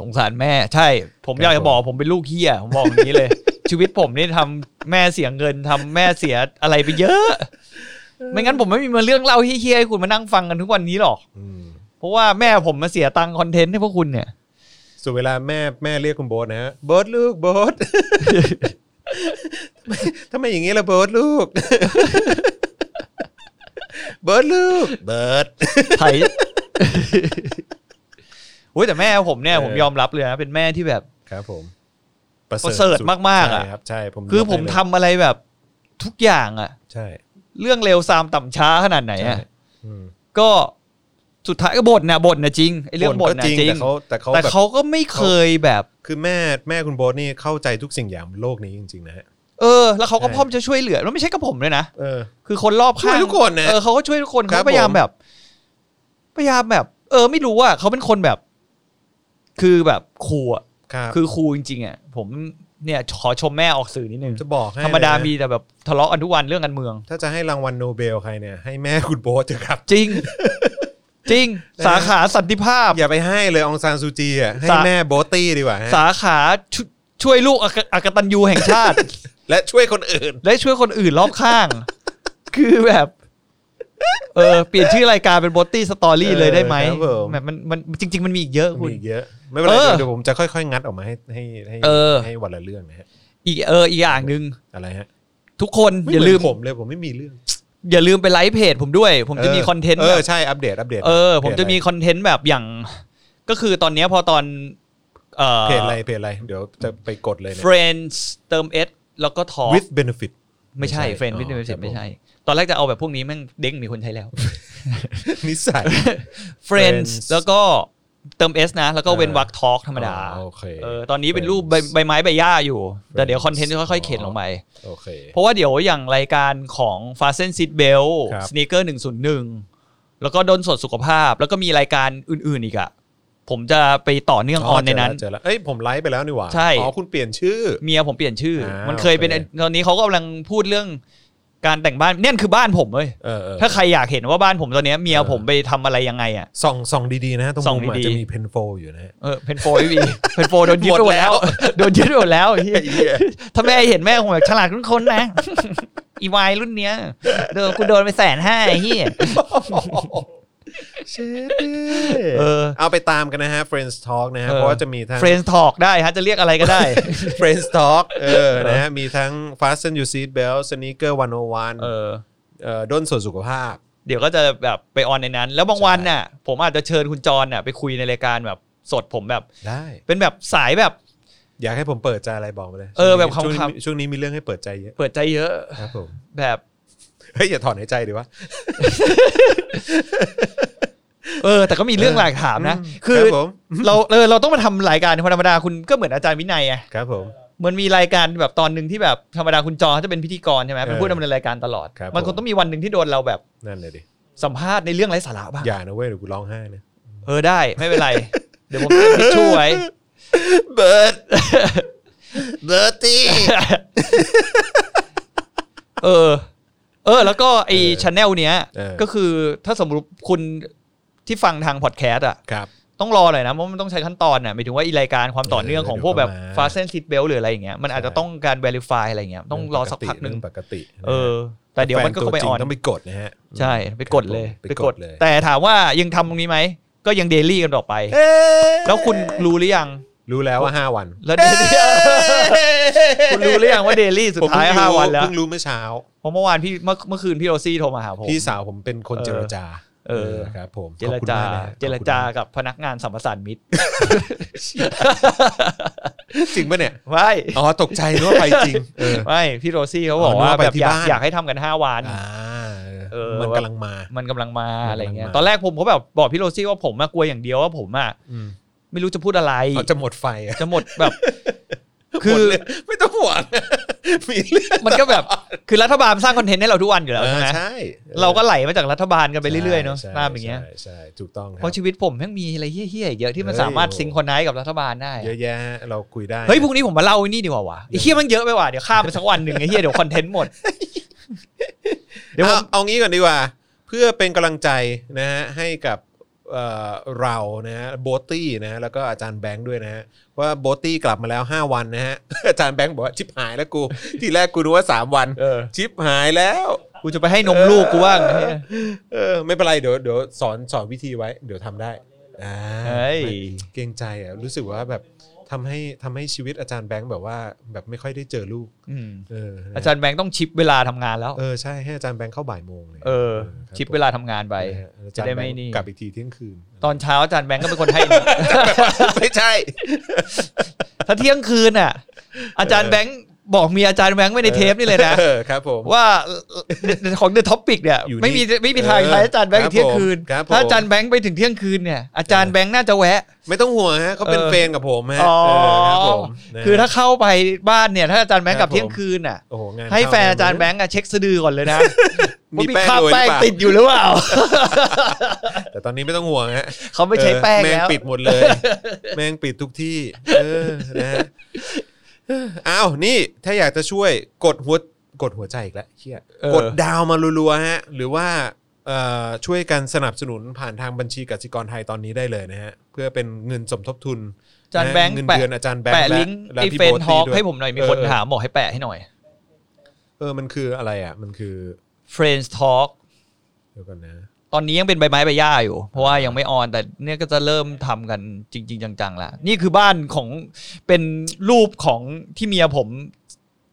Speaker 3: สงสารแม่ใช่ ผม
Speaker 2: ครับ
Speaker 3: อยากจะ
Speaker 2: ผม
Speaker 3: บอกผมเป็นลูกเฮียผมบอกอย่างนี้เลย ชีวิตผมนี่ทำแม่เสียเงินทำแม่เสียอะไรไปเยอะ ไม่งั้นผมไม่มีมาเรื่องเล่าเฮียๆให้คุณมานั่งฟังกันทุกวันนี้หรอก
Speaker 2: อืม
Speaker 3: เพราะว่าแม่ผมมาเสียตังค์คอนเทนต์ให้พวกคุณเนี่ย
Speaker 2: ส่วนเวลาแม่แม่เรียกคุณโบ๊ทนะฮะโบ๊ทลูกโบ๊ท ทำไมทำไมอย่างนี้ล่ะโบ๊ทลูก โบ๊ทลูกเบิร์ด
Speaker 3: ไทย โอ้ยแต่แม่ผมเนี่ย
Speaker 2: เออ
Speaker 3: ผมยอมรับเลยนะเป็นแม่ที่แบบ
Speaker 2: ครับผม
Speaker 3: ประเสริฐมากๆอะ
Speaker 2: ใช่ครับใช่ผม
Speaker 3: คือย
Speaker 2: ก
Speaker 3: ผม
Speaker 2: ให้เลย
Speaker 3: ทำอะไรแบบ ทุกอย่างอะ
Speaker 2: ใช่
Speaker 3: เรื่องเลวซามต่ำช้าขนาดไหน
Speaker 2: ใช่
Speaker 3: อะ
Speaker 2: อืม
Speaker 3: ก็สุดท้ายก็บ่นนะบ่นนะจริงไอ้เรื่องบ่นนะจริง
Speaker 2: แต่เขาแต่เขา
Speaker 3: แต่
Speaker 2: แบบ
Speaker 3: เขาก็ไม่เคยแบบ
Speaker 2: คือแม่แม่คุณโบ๊ทนี่เข้าใจทุกสิ่งอย่างบนโลกนี้จริงๆนะฮะ
Speaker 3: เออแล้วเขาก็
Speaker 2: ใช่
Speaker 3: พร้อมจะช่วยเหลือแล้วไม่ใช่กับผมด้วยนะ
Speaker 2: เออ
Speaker 3: คือคนรอบข้า
Speaker 2: ช่
Speaker 3: ง
Speaker 2: วยทุกคนนะ
Speaker 3: เออเขาก็ช่วยทุกคน
Speaker 2: ครั
Speaker 3: เขา
Speaker 2: บ
Speaker 3: ก็พยายาม
Speaker 2: ผม
Speaker 3: แบบ พยายามแบบ เออ ไม่รู้ว่าเขาเป็นคนแบบ คือแบบครูอะ
Speaker 2: ครับ
Speaker 3: คือครูจริงๆอ่ะผมเนี่ยขอชมแม่ออกสื่อนิดนึง
Speaker 2: จะบอกให้
Speaker 3: ธรรมดา
Speaker 2: เลยนะ
Speaker 3: มีแต่แบบทะเลาะกันทุกวันเรื่องการเมือง
Speaker 2: ถ้าจะให้รางวัลโนเบลใครเนี่ยให้แม่คุณโบ๊ทเถอะครับ
Speaker 3: จริง จริง
Speaker 2: นะ
Speaker 3: สาขาสันติภาพ
Speaker 2: อย่าไปให้เลยองซานซูจีอ่ะให้
Speaker 3: สะ
Speaker 2: แม่โบตี้ดีกว่าฮะ
Speaker 3: สาขาชช่วยลูกอกอกตันยูแห่งชาติ
Speaker 2: และช่วยคนอื่น
Speaker 3: ได้ช่วยคนอื่นรอบข้าง คือแบบ เออเปลี่ยนชื่อรายการเป็นบอตตี้สตอรี่
Speaker 2: เออ
Speaker 3: เลยได้ไหม
Speaker 2: ครับผม
Speaker 3: แบบมันมันจริง ๆ มันมีอีกเยอะ
Speaker 2: มี
Speaker 3: คุณ
Speaker 2: อีกเยอะ ไม่เป็นไร
Speaker 3: เออ
Speaker 2: เดี๋ยวผมจะค่อยๆ งัดออกมาให้ให้ให้
Speaker 3: เออ
Speaker 2: ให้วันละเรื่องนะฮะ
Speaker 3: อีกเอออีกอย่างหนึ่ง
Speaker 2: อะไรฮะ
Speaker 3: ทุกคนอย่าลืม
Speaker 2: ไเหนผมเลยผมไม่มีเรื่อง
Speaker 3: อย่าลืมไปไลฟ์เพจผมด้วย ผมจะมีคอนเทนต์
Speaker 2: เอ
Speaker 3: แบ
Speaker 2: อบ ใช่อัปเดตอัปเดต
Speaker 3: เออ ผมจะมีคอนเทนต์แบบอย่าง ก็คือตอนเนี้ยพอตอน เอ่อ
Speaker 2: เพจอะไรเพจอะไร เดี๋ยวจะไปกดเลยนะ
Speaker 3: Friends เติม S แล้วก็ทอ
Speaker 2: with benefit
Speaker 3: ไม่ใช่
Speaker 2: ไม่ใช่
Speaker 3: Friends
Speaker 2: อ๋อค
Speaker 3: ไม่
Speaker 2: รั
Speaker 3: ใช่
Speaker 2: บ
Speaker 3: ไม่ใช่ ตอนแรกจะเอาแบบพวกนี้แม่งเด้งมีคนใช้แล้ว
Speaker 2: นิสัย
Speaker 3: Friends
Speaker 2: Friends
Speaker 3: แล้วก็เติม S นะ แล้วก็เว้นวรรคทอล์กธรรมดา
Speaker 2: อ๋อโอเค
Speaker 3: เออตอนนี้เป็นรูปใบ
Speaker 2: Friends
Speaker 3: ใบไม้ใบหญ้าอยู่ แต่เดี๋ยวคอนเทนต์จะค่อย ๆ
Speaker 2: อ๋อ
Speaker 3: เข็นลงไป
Speaker 2: โอเค
Speaker 3: เพราะว่าเดี๋ยวอย่างรายการของ f a s t e n Seat Belt
Speaker 2: ครับ
Speaker 3: Sneaker 101 แล้วก็ดนสดสุขภาพ แล้วก็มีรายการอื่น ๆ อีกอะผมจะไปต่อเนื่องออนในนั้น
Speaker 2: เจอแล้วเอ้ยผมไลฟ์ไปแล้วนี่หว่า
Speaker 3: ใช่
Speaker 2: อ๋อคุณเปลี่ยนชื่อ
Speaker 3: เมียผมเปลี่ยนชื่อ
Speaker 2: อ่า
Speaker 3: มันเคยเป็น
Speaker 2: โอเค
Speaker 3: ตอนนี้เขากำลังพูดเรื่องการแต่งบ้านเนี่ยคือบ้านผมเว้ย
Speaker 2: เออเออ
Speaker 3: ถ้าใครอยากเห็นว่าบ้านผมตอนเนี้ยเมีย
Speaker 2: เออ
Speaker 3: ผมไปทำอะไรยังไงอะ
Speaker 2: ส่องส่องดีๆนะฮะตรง
Speaker 3: ส่อง
Speaker 2: มุมอาจ
Speaker 3: ดีๆ
Speaker 2: จะมีเพนโฟอยู่ นะฮะ
Speaker 3: เออเพนโฟไม่มี เพนโฟโดนยึดไปหมดแล้ว โดนยึดไปหมดแล้วไอ้เหี้ย ถ้าแม่เห็นแม่คงแบบฉลาดรุ่นคน นะ อีวายรุ่นเนี้ยโดนกูโดนไปแสนห้าไอ้เหี้ย
Speaker 2: เช็ดเด้
Speaker 3: เออ
Speaker 2: เอาไปตามกันนะฮะ Friends Talk นะฮะ
Speaker 3: เออ
Speaker 2: เพราะว่าจะมีทั้ง
Speaker 3: เฟรน d ์ทอกได้ฮะจะเรียกอะไรก็ได้
Speaker 2: Friends Talk เออนะฮะมีทั้ง Fasten Your Seat Belt Sneaker 101
Speaker 3: เออ
Speaker 2: เอ่อด้นส่วนสุขภาพ
Speaker 3: เดี๋ยวก็จะแบบไปออนในนั้น แล้วบางวันน่ะ ผมอาจจะเชิญคุณจรน่ะไปคุยในรายการแบบสดผมแบบ
Speaker 2: ได้
Speaker 3: เป็นแบบสายแบบ
Speaker 2: อยากให้ผมเปิดใจอะไรบอกมาเลย
Speaker 3: เออแบบ
Speaker 2: ช่วงนี้
Speaker 3: คำๆ
Speaker 2: มีช่วงนี้มีเรื่องให้เปิดใจเยอะ
Speaker 3: เปิดใจเยอะ
Speaker 2: ครับผม
Speaker 3: แบบ
Speaker 2: เฮ้ยอย่าถอนหายใจดิวะ
Speaker 3: เออ แต่ก็มีเรื่องหลากถามนะ
Speaker 2: อืม
Speaker 3: คือ
Speaker 2: ครับผม
Speaker 3: เราเออเราต้องมาทำรายการธรรมดาคุณก็เหมือนอาจารย์วินัยไง
Speaker 2: ครับผม
Speaker 3: มันมีรายการแบบตอนหนึ่งที่แบบธรรมดาคุณจอเขาจะเป็นพิธีกรใช่ไหมเป็นผู้ดำเนินรายการตลอด
Speaker 2: ครับ
Speaker 3: มันค
Speaker 2: ผ
Speaker 3: ง
Speaker 2: ม
Speaker 3: ต้องมีวันหนึ่งที่โดนเราแบบ
Speaker 2: นั่นเลยดิ
Speaker 3: สัมภาษณ์ในเรื่องไร้สาระบ้าง
Speaker 2: อย่านะเว้ยเดี๋ยวกูร้องไห้นะ
Speaker 3: เออได้ไม่เป็นไร เดี๋ยวผมเตรียมทิชชู่ไว้
Speaker 2: เบิ ร์ดเบิร์ดตี้
Speaker 3: เออ เออ แล้วก็ไอชแนลเนี้ย
Speaker 2: เออ
Speaker 3: ก็คือถ้าสมมติคุณที่ฟังทางพอดแคสต์อ่ะ
Speaker 2: ครับ
Speaker 3: ต้องรอหน่อยนะเพราะมันต้องใช้ขั้นตอนน่ะหมายถึงว่าอีรายการความต่อเนื่อง
Speaker 2: เออ
Speaker 3: ของพวกแบบ
Speaker 2: เดี๋ยวเข้ามา
Speaker 3: fast and seat belt หรืออะไรอย่างเงี้ยมันอาจจะต้องการ verify อะไรอย่างเงี้ยต้องรอสักพักหนึ่ง
Speaker 2: เรื่อปกติ
Speaker 3: เออ แต่เดี๋ยวมันก็เข้าไป
Speaker 2: แฟตั
Speaker 3: อ
Speaker 2: วจ
Speaker 3: อ
Speaker 2: ริ
Speaker 3: น
Speaker 2: งต้องไปกดนะฮะ
Speaker 3: ใช่ ไปกดเลย
Speaker 2: ไปกดเลย
Speaker 3: แต่ถามว่ายังทำตรงนี้ไหม ก็ยังเดลี่กันต่อไป แล้วคุณรู้หรือยัง
Speaker 2: รู้แล้วว่าห้าวัน
Speaker 3: แล้ว daily คุณรู้หรือยังว่าเดลี่สุดท้าย
Speaker 2: ผมเพิ่ง
Speaker 3: ห้า
Speaker 2: รู้
Speaker 3: วันแล้ว
Speaker 2: เพิ่งรู้เมื่อเช้า
Speaker 3: เพราะเมื่อวานพี่เมื่อเมื่อคืนพี่โรซี่โทรมาหาผม
Speaker 2: พี่สาวผมเป็นคน
Speaker 3: เออ
Speaker 2: เจรจา
Speaker 3: เออ
Speaker 2: ครับผม
Speaker 3: เจ
Speaker 2: ข
Speaker 3: ร
Speaker 2: อบคุณ
Speaker 3: จาม
Speaker 2: กนะฮะ
Speaker 3: เจรจากับพนักงานสัมปทานมิตร
Speaker 2: จริงปะเนี่ย
Speaker 3: ไม่
Speaker 2: อ๋อตกใจนึกว่าไปจริงเออ
Speaker 3: ไม่พี่โรซี่เขา
Speaker 2: อ๋อ
Speaker 3: บอกว่า
Speaker 2: นึกว่าไป
Speaker 3: แบบ
Speaker 2: ที่
Speaker 3: อยาก
Speaker 2: บ้าน
Speaker 3: อยากให้ทำกัน 5 วัน
Speaker 2: อ่า
Speaker 3: เออ
Speaker 2: มันกำลังมา
Speaker 3: มันกำลังมาอะไรเงี้ย
Speaker 2: มันกำลังมา
Speaker 3: ตอนแรกผมก็แบบบอกพี่โรซี่ว่าผมอะกลัวอย่างเดียวว่าผมอะ
Speaker 2: อืม
Speaker 3: ไม่รู้จะพูดอะไร
Speaker 2: อ๋อจะหมดไฟอะ
Speaker 3: จะหมดแบบ คือ
Speaker 2: หมดเลยไม่ต้องห่วง มีเรื่อง
Speaker 3: มันก็แบบคือรัฐบาลสร้างคอนเทนต์ให้เราทุกวันอยู่แล้วใช่ไหม
Speaker 2: ใช่
Speaker 3: เราก็ไหลมาจากรัฐบาลกันไปเรื่อยๆเนาะ
Speaker 2: ใช่
Speaker 3: ภาพอย่างเงี้ย
Speaker 2: ใช่ใช่ถูกต้องค
Speaker 3: เพ
Speaker 2: รับ
Speaker 3: ราะชีวิตผมแม่งมีอะไรเฮี้ยๆอีกเยอะที่มัน
Speaker 2: เฮ้ย
Speaker 3: สามารถซิงค์คนไนกับรัฐบาลได้อะ
Speaker 2: เยอะแยะฮะเราคุยได้
Speaker 3: เฮ้ยพรุ่งนี้ผมมาเล่าไอ้นี่ดีกว่าวะไอ้เฮียมันเยอะไปว่ะเดี๋ยวข้ามไปสักวันหนึ่งไอ้เฮียเดี๋ยวคอนเทนต์หมด เดี๋ยวผ
Speaker 2: เอา
Speaker 3: ม
Speaker 2: เอางี้ก่อนดีกว่า เพื่อเป็นกำลังใจนะฮะให้กับเอ่อเรานะฮะโบตี้นะฮะแล้วก็อาจารย์แบงค์ด้วยนะฮะว่าโบตี้กลับมาแล้ว 5 วันนะฮะ อาจารย์แบงค์บอกว่าชิบหายแล้วกู ที่แรกกูนึกว่า 3 วัน
Speaker 3: เออ
Speaker 2: ชิบหายแล้ว
Speaker 3: กูจะไปให้นมลูกกูบ้างไอ้เหี้ย
Speaker 2: เออไม่เป็นไรเดี๋ยวเดี๋ยวสอนสอนวิธีไว้ เดี๋ยวทำได้อ่า
Speaker 3: เฮ้ย
Speaker 2: เกรงใจอ่ะรู้สึกว่าแบบทำให้ทำให้ชีวิตอาจารย์แบงค์แบบว่าแบบไม่ค่อยได้เจอลูก
Speaker 3: อืม
Speaker 2: เออนะ
Speaker 3: อาจารย์แบงค์ต้องชิปเวลาทำงานแล้ว
Speaker 2: เออใช่ให้อาจารย์แบงค์เข้าบ่ายโมงเลย
Speaker 3: เออ
Speaker 2: ครับ
Speaker 3: ชิปเวลาทำงานไป
Speaker 2: ผมนะฮะอาจาร
Speaker 3: จะได้
Speaker 2: ย์แบ
Speaker 3: ไม่
Speaker 2: งค์
Speaker 3: นี่
Speaker 2: กลับอีกทีเที่ยงคืน
Speaker 3: ตอนเช้าอาจารย์แบงค์ก็เป็นคนให้
Speaker 2: ไม่ใช่
Speaker 3: ถ้าเที่ยงคืนอ่ะ อาจารย์แบงค์บอกเมียอาจารย์แบงค์ไว้ในเทปนี่เลยนะ
Speaker 2: เออครับผม
Speaker 3: ว่า ของเดอะท็อปิกเนี่ย
Speaker 2: อยู่นี่
Speaker 3: ไม่มีไม่มีทาง
Speaker 2: เออ
Speaker 3: ใช้อาจารย์แบงค์ถึงเที่ยงคืน
Speaker 2: ครับผม
Speaker 3: ถ้าอาจารย์แบงค์ไปถึงเที่ยงคืนเนี่ยอาจารย์แบงค์น่าจะแวะ
Speaker 2: ไม่ต้องห่วงฮะเขาเป็น
Speaker 3: เออ
Speaker 2: เฟนกับผมฮะ
Speaker 3: อ๋อ
Speaker 2: เออครับผมนะฮะ
Speaker 3: คือถ้าเข้าไปบ้านเนี่ย ถ้าอาจารย์แบงค์กลับ
Speaker 2: ครับผม
Speaker 3: เที่ยงคืนอ่ะ
Speaker 2: โอ้โหงาน
Speaker 3: ให้
Speaker 2: เข้
Speaker 3: แฟนอาจารย์แบงค์อะเช็คสะดือก่อนเลยนะ
Speaker 2: มี
Speaker 3: ว่ามี
Speaker 2: แป้ง
Speaker 3: คราบ
Speaker 2: โรยหรื
Speaker 3: แป้ง
Speaker 2: อเปล่า
Speaker 3: ติดอยู่หรือเปล่า
Speaker 2: แต่ตอนนี้ไม่ต้องห่วงฮะ
Speaker 3: เขาไม่ใช้แป้ง
Speaker 2: เออม่
Speaker 3: แล้ว
Speaker 2: ปิดหมด เลย แม่งปิดทุกที่ เออนะฮ ะอ้าวนี่ถ้าอยากจะช่วยกดหัวกดหัวใจอีกแล้วเฮีย
Speaker 3: เออ
Speaker 2: กดดาวมารัวๆฮะ หรือว่าเอ่อช่วยกันสนับสนุนผ่านทางบัญชีกสิกรไทยตอนนี้ได้เลยนะฮะ เพื่อเป็นเงินสมทบทุน
Speaker 3: อาจารย์แบงค์
Speaker 2: ะฮะเงิน
Speaker 3: แปะ
Speaker 2: เดือนอาจารย์แบงค์
Speaker 3: แปะ
Speaker 2: และ
Speaker 3: ลิงก์
Speaker 2: และ
Speaker 3: ไอ
Speaker 2: พี่
Speaker 3: เฟน
Speaker 2: โบ๊ท
Speaker 3: ทอล์ก
Speaker 2: ด้วย
Speaker 3: ให้ผมหน่อยมีคน
Speaker 2: เออ
Speaker 3: ถามบอกให้แปะให้หน่อย
Speaker 2: เออมันคืออะไรอ่ะ มันคือ
Speaker 3: Friends Talk
Speaker 2: เดี๋ยวก่อนนะ
Speaker 3: ตอนนี้ยังเป็นใบไม้ใบหญ้าอยู่ เพราะว่ายังไม่ออนแต่เนี่ยก็จะเริ่มทำกันจริง ๆ จังๆละนี่คือบ้านของเป็นรูปของที่เมียผม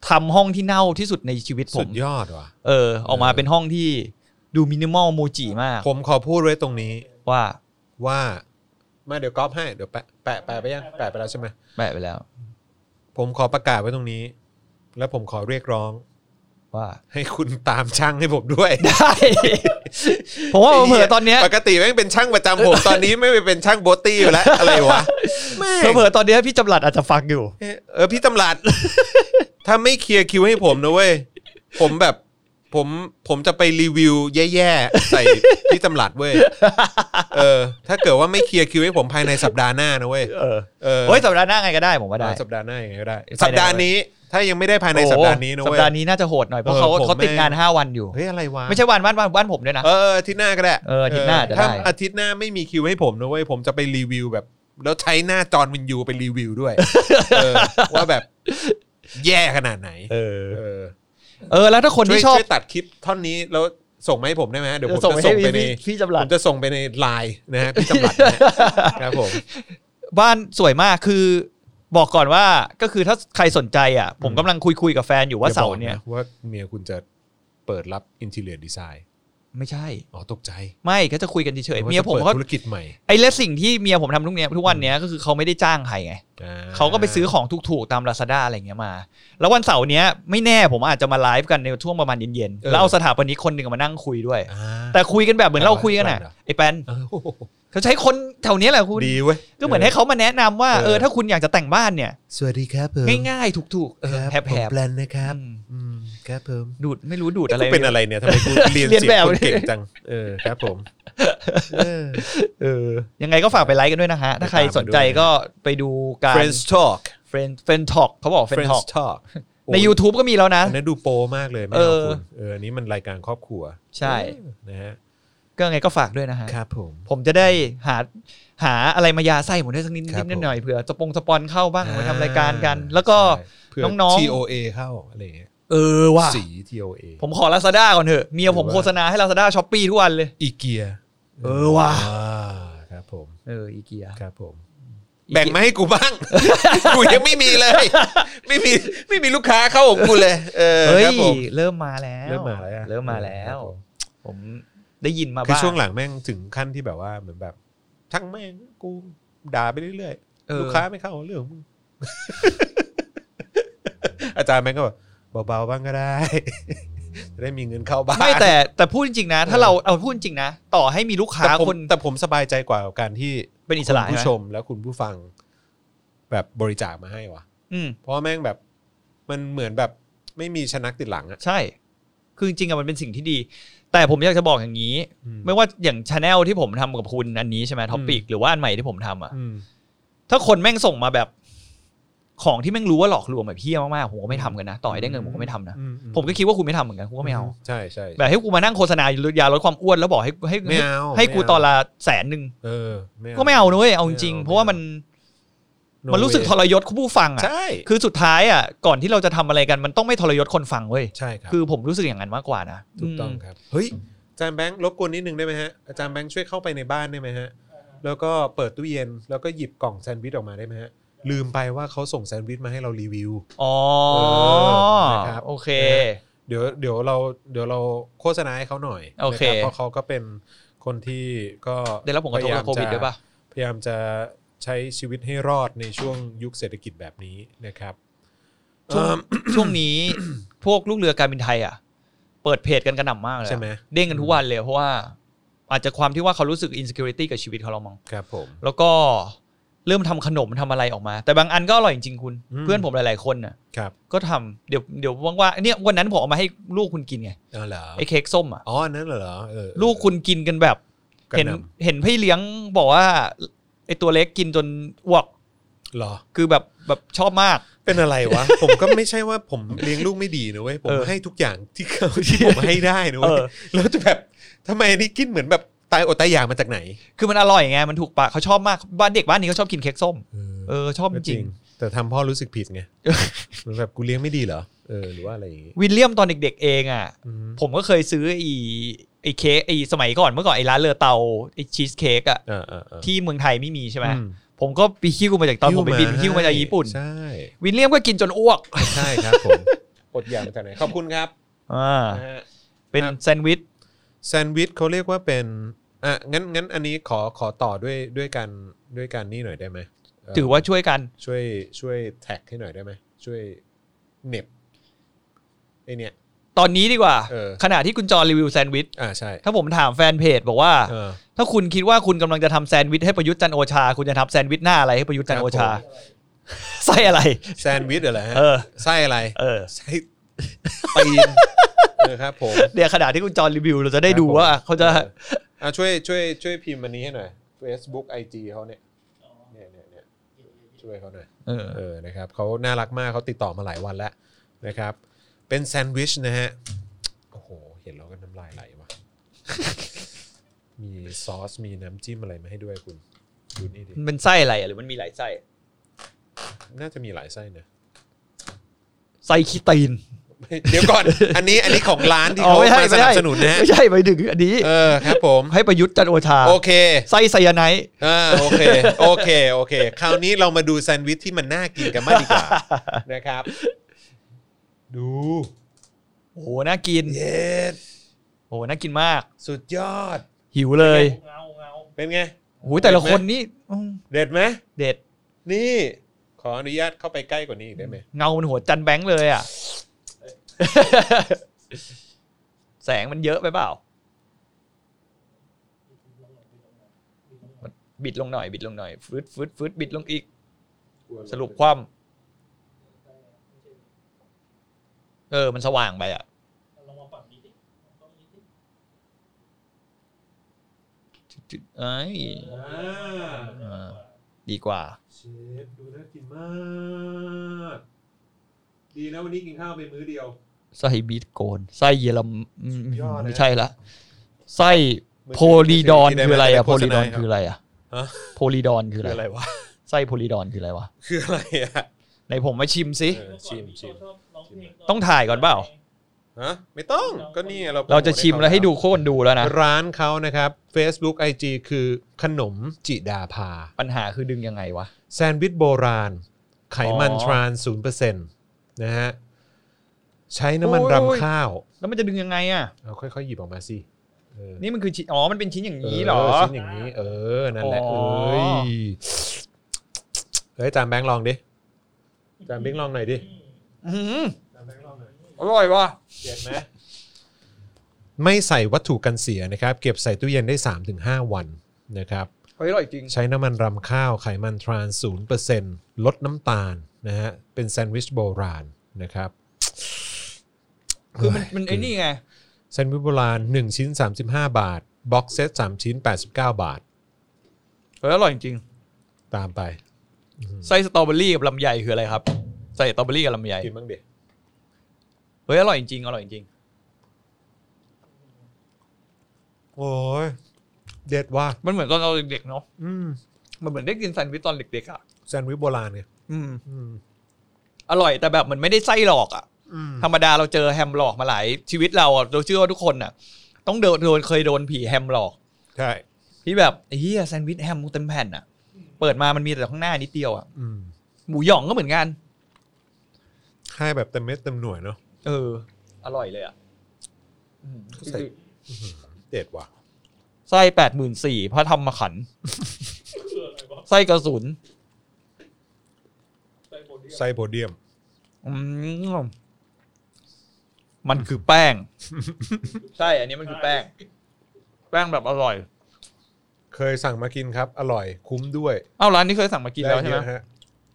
Speaker 3: ทำห้องที่เน่าที่สุดในชีวิตผ
Speaker 2: สุ
Speaker 3: ม
Speaker 2: ดยอดว่ะ
Speaker 3: เออ ออกมาเป็นห้องที่ดูมินิมอลโมจิมาก
Speaker 2: ผมขอพูดไว้ตรงนี้
Speaker 3: ว่า
Speaker 2: ว่ามาเดี๋ยวก๊อปให้ เดี๋ยวแปะแปะแปะไปยังแปะไปแล้วใช่ไหม
Speaker 3: แปะไปแล้ว
Speaker 2: ผมขอประกาศไว้ตรงนี้ แล้วผมขอเรียกร้อง
Speaker 3: ว่า
Speaker 2: ให้คุณตามช่างให้ผมด้วย
Speaker 3: ได้ ผมว่า เผื่อๆตอนเนี้ย
Speaker 2: ปกติแม่งเป็นช่างประจำผม ตอนนี้ไม่ไปเป็นช่างโบตี้อยู่แล้ว อะไรวะแม่ง
Speaker 3: เผื่อๆตอนเนี้ยพี่จำหลัดอาจจะฟังอยู่
Speaker 2: เออพี่ตำ รัด ถ้าไม่เคลียร์คิวให้ผมนะเว้ย ผมแบบผมผมจะไปรีวิวแย่ๆ ใส่พี่ตำรัดเว้ย เออ ถ้าเกิดว่าไม่เคลียร์คิวให้ผมภายในสัปดาห์หน้านะเว้ย
Speaker 3: เออ
Speaker 2: เออ
Speaker 3: โอ้ยสัปดาห์หน้าไงก็ได้ผมว่าได้
Speaker 2: สัปดาห์หน้ายังไงก็ได้
Speaker 3: ไปไหน
Speaker 2: สัปดาห์นี้ ถ้ายังไม่ได้ภายใน
Speaker 3: โอ้
Speaker 2: สัปดาห์นี้นะ
Speaker 3: สั
Speaker 2: เว้
Speaker 3: ป
Speaker 2: ย
Speaker 3: ดาห์นี้น่าจะโหดหน่อย เพราะ
Speaker 2: เออ
Speaker 3: เขา
Speaker 2: ผม
Speaker 3: เขาติด
Speaker 2: แม่ง
Speaker 3: งาน 5 วันอยู่
Speaker 2: เฮ้ยอะไรวะ
Speaker 3: ไม่ใช่วันบ้านบ้านบ้านผมด้วยนะ
Speaker 2: เอออาทิตย์หน้าก็ได้
Speaker 3: เอออาทิตย์หน้าจะได้
Speaker 2: ถ้าอาทิตย์หน้าไม่มีคิวให้ผมนะเว้ยผมจะไปรีวิวแบบ แล้วใช้หน้าจอห์นวินยูไปรีวิวด้วย เออว่าแบบแย่ขนาดไหน
Speaker 3: เออ
Speaker 2: เออ
Speaker 3: เออ แล้วถ้าคน
Speaker 2: ช่วย
Speaker 3: ที่ชอบ
Speaker 2: ช่วยตัดคลิปท่อนนี้แล้ว ส่งมาให้ผมได้ไหมฮะเดี๋ยวผม
Speaker 3: ส่ง
Speaker 2: จะ
Speaker 3: ให้
Speaker 2: ส่งไปใน
Speaker 3: พี่พี่จำหลั
Speaker 2: ผ
Speaker 3: ด
Speaker 2: มจะส่งไปในไลน์นะ ฮะพี่จำหลัดนะฮะครับผม
Speaker 3: บ้านสวยมากคือบอกก่อนว่าก็คือถ้าใครสนใจอ่ะ ผมกำลังคุยคุยๆกับแฟนอยู่ว่าเสาร์เนี่ย
Speaker 2: อย่บอกะว่าเมียคุณจะเปิดรับอินเท i เ r ียดีไซน์
Speaker 3: ไม่ใช่
Speaker 2: อ๋อตกใจ
Speaker 3: ไม่ก็จะคุยกันเฉยๆ
Speaker 2: ว่า
Speaker 3: เมียผม
Speaker 2: จะ
Speaker 3: ก็
Speaker 2: ปิดธุรกิจใหม่
Speaker 3: ไอ้และสิ่งที่เมียผมทำทุกเนี้ยทุกวันเนี้ยก็คือเขาไม่ได้จ้างใครไง
Speaker 2: อ่
Speaker 3: เขาก็ไปซื้อของถูกๆ ตาม Lazada อะไรเงี้ยมา แล้ววันเสาร์เนี้ยไม่แน่ผมอาจจะมาไลฟ์กันในช่วงประมาณเย็นๆ แล้วเอาสถาปนิกคนหนึ่งมานั่งคุยด้วย
Speaker 2: อ่า
Speaker 3: แต่คุยกันแบบเหมือนเราคุยกันน่ะ
Speaker 2: แปลกเหรอ
Speaker 3: ไอ้แปน
Speaker 2: เออโอ้โห
Speaker 3: เขาใช้คนแถวเนี้ยแหละคุณ
Speaker 2: ดีเว้ย
Speaker 3: ก็เหมือนให้เขามาแนะนำว่า
Speaker 2: เออ
Speaker 3: เออถ้าคุณอยากจะแต่งบ้านเนี่ย
Speaker 2: สวัสดีครับผม
Speaker 3: ง่ายๆ ถูกๆเออ
Speaker 2: ครับ
Speaker 3: แผ
Speaker 2: ผม
Speaker 3: ลบ
Speaker 2: แปลนนะครับ
Speaker 3: ๆอืม
Speaker 2: อืมครับผม
Speaker 3: ดูดไม่รู้ดูดอะไร
Speaker 2: กูเป็นอะไรเนี่ยทำไมกูเรียน
Speaker 3: เรียน
Speaker 2: เสียงคน
Speaker 3: แบบ
Speaker 2: เก่งจังเออครับผมเออ
Speaker 3: เออยังไงก็ฝากไปไลค์กันด้วยนะฮะ ถ้าใคร
Speaker 2: ไปตามกัน
Speaker 3: สนใจ
Speaker 2: ด้วยนะ
Speaker 3: ก็ไปดูการ
Speaker 2: Friends Talk
Speaker 3: Friends Friends Talk เขาบอก Friends Talk
Speaker 2: Friends Talk
Speaker 3: ใน YouTube ก็มีแล้วนะ
Speaker 2: อันนั้นดูโปรมากเลยไม่เอาคุณเอออันนี้มันรายการครอบครัว
Speaker 3: ใช่
Speaker 2: นะฮะ
Speaker 3: ก็ยังไงก็ฝากด้วยนะฮะ
Speaker 2: ครับผม
Speaker 3: ผมจะได้หาหาอะไรมายาไส้ผมด้วยสักนิดนิดหน่อยๆเผื่อสปงสปอนเข้าบ้างมาทำรายการกัน แล้วก็
Speaker 2: ใช่เผื่
Speaker 3: น้องๆ
Speaker 2: TOA เข้าอะไรอย่างเงี้ย
Speaker 3: เออว่ะ
Speaker 2: สี TOA
Speaker 3: ผมขอลาซาด้าก่อนเถอะเมียผมโฆษณาให้ลาซาด้าช้อปปี้ทุกวันเลย
Speaker 2: อีเกีย
Speaker 3: เออว่ะ
Speaker 2: ครับผม
Speaker 3: เอออีเกีย
Speaker 2: ครับผม
Speaker 3: อีเกีย
Speaker 2: แบ่งมาให้กูบ้าง กูยังไม่มีเลย ไม่มี ไม่มีลูกค้าเข้าของกูเลย เออ
Speaker 3: เฮ้ย
Speaker 2: ครับผม
Speaker 3: เริ่มมาแล้ว
Speaker 2: เริ่มมาแล้วอะ
Speaker 3: เริ่มมาแล้ว
Speaker 2: ครับผม
Speaker 3: ผมได้ยินมา
Speaker 2: คือ
Speaker 3: บ้าง
Speaker 2: ช่วงหลังแม่งถึงขั้นที่แบบว่าเหมือนแบบทั้งแม่งกูด่าไปเรื่อย
Speaker 3: เอ
Speaker 2: ๆ
Speaker 3: อ
Speaker 2: ลูกค้าไม่เข้าเรื่องของ มึง อาจารย์แม่งก็บอกเบาๆบ้างก็ได้ จะได้มีเงินเข้าบ้าง
Speaker 3: ไม่แต่แต่พูดจริงๆนะ ถ้า
Speaker 2: เออ
Speaker 3: เราเอาพูดจริงๆนะ ต่อให้มีลูกค้า
Speaker 2: แต่ผม
Speaker 3: คน
Speaker 2: แต่ผมสบายใจกว่ากับการที่
Speaker 3: เป็นอิส
Speaker 2: คุณ
Speaker 3: ระ
Speaker 2: ผู้
Speaker 3: ใช่
Speaker 2: ช
Speaker 3: ไหม
Speaker 2: มและคุณผู้ฟัง แบบบริจาคมาให้วะ
Speaker 3: อืม
Speaker 2: เพราะแม่งแบบมันเหมือนแบบไม่มีชนักติดหลังอะ
Speaker 3: ใช่ คือจริงๆอะมันเป็นสิ่งที่ดี แต่ผมอยากจะบอกอย่างนี้
Speaker 2: อืม
Speaker 3: ไม่ว่าอย่างชาแนลที่ผมทำกับคุณอันนี้ใช่ไหมท็อปิกหรือว่าอันใหม่ที่ผมทำอ่ะ
Speaker 2: อืม
Speaker 3: ถ้าคนแม่งส่งมาแบบของที่แม่งรู้ว่าหลอกลวงแบบเพี้ยมากๆผมก็ไม่ทำกันนะ ต่อให้ได้เงินผมก็ไม่ทำนะ
Speaker 2: อื
Speaker 3: ผมก็คิดว่าคุณไม่ทำเหมือนกันคุณก็ไม่เอา
Speaker 2: ใช่ใช่
Speaker 3: แบบให้กูมานั่งโฆษณายาลดความอ้วนแล้วบอกให้ให้
Speaker 2: ไม่เอา
Speaker 3: ให้กูตอน
Speaker 2: ละ
Speaker 3: ละแสนหนึ่ง
Speaker 2: เออ
Speaker 3: ก็ไม่เอานุ้ยเอาจริงๆเพราะว่ามัน
Speaker 2: โ
Speaker 3: มันรู้สึกทรยศผู้ฟังอ่ะ
Speaker 2: ใช่
Speaker 3: คือสุดท้ายอ่ะก่อนที่เราจะทำอะไรกันมันต้องไม่ทรยศคนฟังเว้ย
Speaker 2: ใช่ครับ
Speaker 3: คือผมรู้สึกอย่างนั้นมากกว่านะ
Speaker 2: ถูกต้องครับ เฮ้ยอาจารย์แบงค์รบกวนนิดนึงได้ไหมฮะอาจารย์แบงค์ช่วยเข้าไปในบ้านได้ไหมฮะ แล้วก็เปิดตู้เย็นแล้วก็หยิบกล่องแซนด์วิชออกมาได้ไหมฮะ ลืมไปว่าเขาส่งแซนด์วิชมาให้เรารีวิว
Speaker 3: อ๋อ
Speaker 2: เออนะครับ
Speaker 3: โอเค
Speaker 2: เดี๋ยวเดี๋ยวเราเดี๋ยวเราโฆษณาให้เขาหน่อย
Speaker 3: โอ
Speaker 2: นะค
Speaker 3: เค
Speaker 2: รับเพราะเขาก็เป็นคนที่ก็
Speaker 3: ได้รับผลกระทบจากโควิด
Speaker 2: พาามจ
Speaker 3: ด้วยป่ะ
Speaker 2: พยายามจะใช้ชีวิตให้รอดในช่วงยุคเศรษฐกิจแบบนี้นะครับ
Speaker 3: ช่วง
Speaker 2: เอิ่ม
Speaker 3: ช่วงนี้ พวกลูกเรือการบินไทยอ่ะ เปิดเพจกันกระหน่ำมากเลยอะ
Speaker 2: ใช่ไหม
Speaker 3: เด้งกันทุกวันเลย เพราะว่า อาจจะความที่ว่าเขารู้สึก insecurity กับชีวิตเขาเรามั้ง
Speaker 2: ครับผม
Speaker 3: แล้วก็เริ่มทำขนมทำอะไรออกมา แต่บางอันก็อร่อยจริงๆคุณ
Speaker 2: อืม
Speaker 3: เพื่อนผมหลายๆคนน่ะ
Speaker 2: ครับ
Speaker 3: ก็ทำเดี๋ยวเดี๋ยวว่างๆเนี่ยวันนั้นผมเอามาให้ลูกคุณกินไง
Speaker 2: เออเหรอ
Speaker 3: ไอ้เค้กส้มอ่ะ
Speaker 2: อ๋ออันนั้นเหรอเออ
Speaker 3: ลูกคุณกินกันแบบ
Speaker 2: กระ
Speaker 3: เห็น
Speaker 2: ห
Speaker 3: เห็นพี่เลี้ยงบอกว่าไอ้ตัวเล็กกินจนอ้วก
Speaker 2: ำเหรอ
Speaker 3: คือแบบแบบชอบมาก
Speaker 2: เป็นอะไร วะ ผมก็ไม่ใช่ว่าผมเลี้ยงลูกไม่ดีนะเว้ยผม
Speaker 3: เออ
Speaker 2: ให้ทุกอย่างที่เขา ที่ผมให้ได้นะเว้ย
Speaker 3: เออ
Speaker 2: แล้วจะแบบทำไมอันนี่กินเหมือนแบบตายอดตายอยากมาจากไหน
Speaker 3: คือมันอร่อยไงมันถูกปากเขาชอบมากบ้านเด็กบ้านนี้เขาชอบกินเค้กส้ม เออชอบจ
Speaker 2: ก็จ
Speaker 3: ริ
Speaker 2: ริ
Speaker 3: ง
Speaker 2: ง แต่ทำพ่อรู้สึกผิด ไงเหมือนแบบกูเลี้ยงไม่ดีเหรอเออหรือว่าอะไรอย่างงี้
Speaker 3: วิลเลียมตอนเด็กๆเองอ่ะ
Speaker 2: อืม
Speaker 3: ผมก็เคยซื้อไอีไอเค้กไอสมัยก่อนเมื่อก่อนไอร้านเลอเตาไอชีสเค้กอ่ะ
Speaker 2: อ่าอ่าอ่า
Speaker 3: ที่เมืองไทยไม่มีใช่ไหม
Speaker 2: อื
Speaker 3: ผมก็ไปหิ้วมาจากตอนผมไปบินหิ้วมาจากญี่ปุ่น
Speaker 2: ใช่
Speaker 3: วิลเลียมก็กินจนอ้วก
Speaker 2: ใช่ครับผมอดอยากมาจากไหนขอบคุณครับ
Speaker 3: อ่า
Speaker 2: นะฮะ
Speaker 3: เป็นแซนด์วิช
Speaker 2: แซนด์วิชเขาเรียกว่าเป็นอ่ะงั้นงั้นอันนี้ขอขอต่อด้วยด้วยการด้วยการนี่หน่อยได้ไหมเ
Speaker 3: ถือว่าช่วยกัน
Speaker 2: ช่วยช่วยแท็กให้หน่อยได้ไหมช่วยเหน็บไอเนี่ย
Speaker 3: ตอนนี้ดีกว่า
Speaker 2: เออ
Speaker 3: ขณะที่คุณจอรีวิวแซนด์วิช
Speaker 2: อ่าใช่
Speaker 3: ถ้าผมถามแฟนเพจบอกว่า
Speaker 2: เออ
Speaker 3: ถ้าคุณคิดว่าคุณกำลังจะทำแซนด์วิชให้ประยุทธ์จันทร์โอชา คุณจะทำแซนด์วิชหน้าอะไรให้ประยุทธ์จันทร์โอชา ใส่อะไร
Speaker 2: แซนด์วิชเหรอฮะ
Speaker 3: เออ
Speaker 2: ไส้อะไร
Speaker 3: เออ
Speaker 2: ไส้ตีนนะครับผม
Speaker 3: เดี๋ยวขณะที่คุณจอรีวิวเราจะได้
Speaker 2: ครับ
Speaker 3: ดู
Speaker 2: ผม
Speaker 3: ว่าเขาจะ
Speaker 2: เอออ่ะช่วยช่วยช่วยพิมพ์อันนี้ให้หน่อย Facebook IG เขาเนี่ยเนี่ยเนี่ยเนี่ยช่วยเขาหน่อย
Speaker 3: เออ
Speaker 2: เออ นะครับเขาน่ารักมากเขาติดต่อมาหลายวันแล้วนะครับ เป็นแซนด์วิชนะฮะ โอ้โห เห็นแล้วก็น้ำลายไหลวะ มีซอส มีน้ำจิ้มอะไรมาให้ด้วยคุณ ดูนี่ดิ
Speaker 3: มันเป็นไส้อะไรอะหรือมันมีหลายไส้
Speaker 2: น่าจะมีหลายไส้นะ
Speaker 3: ไส้ขี้ตีน
Speaker 2: เดี๋ยวก่อน อันนี้อันนี้ของร้านที่
Speaker 3: อ๋อ
Speaker 2: เขา
Speaker 3: ไม่
Speaker 2: มาสนั
Speaker 3: ใช่ไม่ใช่
Speaker 2: บสนุนนะฮะ
Speaker 3: ไม่ใช่ไปถึงอันนี้
Speaker 2: เออครับผม
Speaker 3: ให้ประยุทธ์จันทร์โอชา
Speaker 2: โอเค
Speaker 3: ไส้ไซยาไนด์
Speaker 2: เออโอเคโอเคโอเค คราวนี้เรามาดูแซนด์วิชที่มันน่ากินกันมากดีก ว่านะครับ ดู
Speaker 3: โอ้โหน่ากิน
Speaker 2: เย็ด
Speaker 3: โอ้โหน่ากินมาก
Speaker 2: สุดยอด
Speaker 3: หิวเลย
Speaker 4: เงาเงา
Speaker 2: เป็นไง
Speaker 3: โอ้โหแต่ละคนนี่อืม
Speaker 2: เด็ดไหม
Speaker 3: เด็ด
Speaker 2: นี่ ขออนุญาตเข้าไปใกล้กว่านี้อีกได้ไหม
Speaker 3: เงามันหัวจันแบงค์เลยอ่ะ แสงมันเยอะไปเปล่า บิดลงหน่อย บิดลงหน่อยฟืดฟืดฟืดบิดลงอีก สรุปความเออ มันสว่างไปอ่ะ
Speaker 4: ลองมาปรับนี้ดิลองนี้ดิ
Speaker 3: จุดๆเอ้ย
Speaker 2: อ่า
Speaker 3: อ่า ดีกว่า
Speaker 2: เชฟดูน่ากินมาก ดีนะวันนี้กินข้าวไปมื้อเดียว
Speaker 3: ไส้บีทโกน ไส้เยอรมอืม
Speaker 2: สุดยอดนะ
Speaker 3: ไม่ใช่ละ ไส้โพลีดอนคืออะไรอะโพลีดอนคืออะไรอะ
Speaker 2: ฮะ
Speaker 3: โพลีดอนคือ
Speaker 2: คือ
Speaker 3: อะ
Speaker 2: อะไร ไรวะ
Speaker 3: ไส้โพลีดอนคืออะไรวะ
Speaker 2: คืออะไรอ่ะ
Speaker 3: ในผมมาชิมสิ
Speaker 2: เออชิมชิม
Speaker 3: ต้องถ่ายก่อนเปล่า
Speaker 2: ฮะไม่ต้องก็นี่เรา
Speaker 3: เราจะชิมแล้วให้ดูโคนดูแล้วนะ
Speaker 2: ร้านเขานะครับ Facebook IG คือขนมจิดาภา
Speaker 3: ปัญหาคือดึงยังไงวะ
Speaker 2: แซนด์วิชโบราณ ไขมัน
Speaker 3: อ๋อ
Speaker 2: ทรานศูนย์เปอร์เซ็นต์นะฮะ ใช้น้ำมันรำข้าว
Speaker 3: แล้วมันจะดึงยังไงอะ
Speaker 2: เอาค่อยๆ หยิบออกมาสิเออ
Speaker 3: นี่มันคือชิ้นอ๋อมันเป็นชิ้นอย่างนี้เหรอ
Speaker 2: ชิ้นอย่างนี้ เออ นั่นแหละ
Speaker 3: อ๋
Speaker 2: เอ
Speaker 3: อ
Speaker 2: ้ยเฮ้ย จามแบงค์ลองดิ จามแบงค์ลองหน่อยดิ
Speaker 3: อื้อหือ
Speaker 4: จำได้รอบหน่อย
Speaker 3: อร่อยว่ะ
Speaker 2: เจ็บไหมไม่ใส่วัตถุกันเสียนะครับ เก็บใส่ตู้เย็นได้ 3-5 วันนะครับ
Speaker 3: เฮ้ยอร่อยจริง
Speaker 2: ใช้น้ำมันรำข้าว ไขมันทรานศูนย์เปอร์เซ็นต์ลดน้ำตาลนะฮะ เป็นแซนด์วิชโบราณนะครับ
Speaker 3: คือมัน
Speaker 2: เฮ้ย
Speaker 3: มันไอ้นี่ไง
Speaker 2: แซนด์วิชโบราณ 1 ชิ้น 35 บาท บ็อกเซต3ชิ้น 89 บาท
Speaker 3: เฮ้ยอร่อยจริง
Speaker 2: ตามไป
Speaker 3: ไส้สตรอเบอรี่กับลำไยคืออะไรครับ ไส้สตรอเบอรี่กับลำไย
Speaker 2: กินบ้างเด็ก
Speaker 3: เฮ้ยอร่อยจริงอร่อยจริง
Speaker 2: โอ้ยเด็ดว่า
Speaker 3: มันเหมือนตอนเราเด็กๆเนาะ
Speaker 2: อืม
Speaker 3: มันเหมือนได้กินแซนด์วิชตอนเด็กๆอ่ะ
Speaker 2: แซนด์วิชโบราณเนี่ย
Speaker 3: อืม
Speaker 2: อืม
Speaker 3: อร่อยแต่แบบเหมือนไม่ได้ไส้หลอกอ่ะ
Speaker 2: อืม
Speaker 3: ธรรมดาเราเจอแฮมหลอกมาหลายชีวิตเราอะเราเชื่อว่าทุกคนอ่ะ ต้องโดนโดนเคยโดนผีแฮมหลอก
Speaker 2: ใช่
Speaker 3: ที่แบบไอ้เฮียแซนด์วิชแฮมกูเต็มแผ่นอ่ะ เปิดมามันมีแต่ข้างหน้านิดเดียวอ่ะ
Speaker 2: อืม
Speaker 3: หมูหย่องก็เหมือนกัน
Speaker 2: ให้แบบเต็มเม็ดเต็มหน่วยเนาะ
Speaker 3: เออ อร่อยเลยอ่ะอืม
Speaker 2: เด็ดว่ะ
Speaker 3: ไส้แปดหมื่นสี่พระธรรม ขันธ์
Speaker 4: คืออะไรวะ
Speaker 3: ไส้กระสุน
Speaker 4: ไซโบเดียม
Speaker 2: ไซโบเดียม
Speaker 3: อืมมันคือแป้ง ใช่ อันนี้มันคือแป้ง แป้งแบบอร่อย
Speaker 2: เคยสั่งมากินครับ อร่อยคุ้มด้วย
Speaker 3: เอ้าร้านนี้เคยสั่งมากินแล้ว
Speaker 2: ด้
Speaker 3: ใช่
Speaker 2: เย
Speaker 3: ไหม
Speaker 2: อะฮะ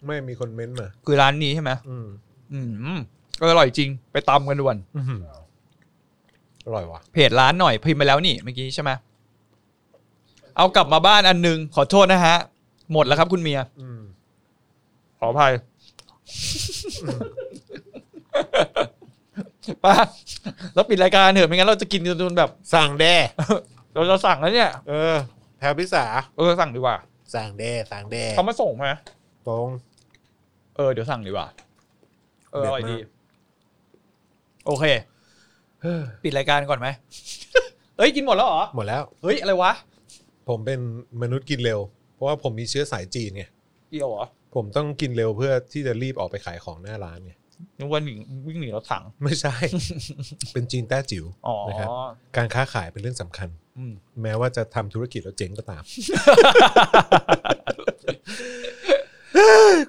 Speaker 2: ไม่มีคนเม้นต์มา
Speaker 3: คือร้านนี้ใช่ไหม
Speaker 2: อืม
Speaker 3: อืมเอออร่อยจริง ไปตามกันด่วน
Speaker 2: อื้อหืออร่อยว่ะ
Speaker 3: เพจร้านหน่อยพิมพ์ไปแล้วนี่เมื่อกี้ใช่ไหมเอากลับมาบ้านอันหนึง ขอโทษนะฮะ หมดแล้วครับคุณเมีย
Speaker 2: อืม
Speaker 3: ขออภั ยป้าแล้วปิดรายการเถอะไม่งั้นเราจะกินจนแบบ
Speaker 2: สั่งแด่
Speaker 3: เราจะสั่งแล้วเนี่ย
Speaker 2: เออแถวพิสา
Speaker 3: เออสั่งดีกว่า
Speaker 2: สั่งแด่สั่งแด่
Speaker 3: เขามาส่งไหม
Speaker 2: ตรง
Speaker 3: เออเดี๋ยวสั่งดีกว่า เออ
Speaker 2: เด็
Speaker 3: อ
Speaker 2: ด
Speaker 3: ร่อยดี
Speaker 2: มาก
Speaker 3: โอเค
Speaker 2: เฮ้อ
Speaker 3: ปิดรายการก่อนไหม เอ้ย กินหมดแล้วเหรอ
Speaker 2: หมดแล้ว
Speaker 3: เฮ้ย อะไรวะ
Speaker 2: ผมเป็นมนุษย์กินเร็ว เพราะว่าผมมีเชื้อสายจีนไง
Speaker 3: เกี่ยวเหรอ
Speaker 2: ผมต้องกินเร็วเพื่อที่จะรีบออกไปขายของหน้าร้านไง
Speaker 3: นึกว่าหนีวิ่งหนีรถถัง
Speaker 2: ไม่ ใช่ เป็นจีนแต้จิ๋ว
Speaker 3: อ๋อ
Speaker 2: นะครับ การค้าขายเป็นเรื่องสำคัญ
Speaker 3: อืม
Speaker 2: แม้ว่าจะทำธุรกิจแล้วเจ๊งก็ตาม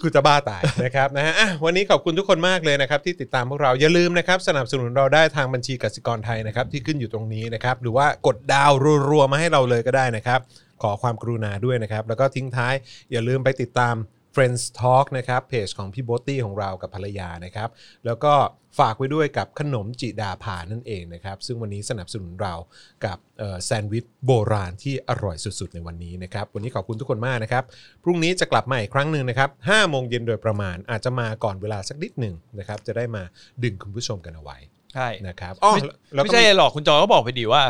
Speaker 2: กูจะบ้าตาย นะครับนะฮะอ่ะวันนี้ขอบคุณทุกคนมากเลยนะครับ ที่ติดตามพวกเราอย่าลืมนะครับ สนับสนุนเราได้ทางบัญชีกสิกรไทยนะครับ ที่ขึ้นอยู่ตรงนี้นะครับ หรือว่ากดดาวรัวๆมาให้เราเลยก็ได้นะครับ ขอความกรุณาด้วยนะครับ แล้วก็ทิ้งท้ายอย่าลืมไปติดตาม Friends Talk นะครับเพจของพี่โบตี้ของเรากับภรรยานะครับ แล้วก็ฝากไว้ด้วยกับขนมจิดาผานั่นเองนะครับ ซึ่งวันนี้สนับสนุนเรากับเอ่อแซนด์วิชโบราณที่อร่อยสุดๆ ในวันนี้นะครับ วันนี้ขอบคุณทุกคนมากนะครับ พรุ่งนี้จะกลับมาอีกครั้งหนึ่งนะครับ5โมงเย็นโดยประมาณ อาจจะมาก่อนเวลาสักนิดหนึ่งนะครับ จะได้มาดึงคุณผู้ชมกันเอาไว้
Speaker 3: ใช่
Speaker 2: นะครับอ๋อแล้วแล้ว
Speaker 3: ไม่
Speaker 2: ก็
Speaker 3: ใช่
Speaker 2: มี
Speaker 3: หรอกคุณจอยก็บอกไปดีว่า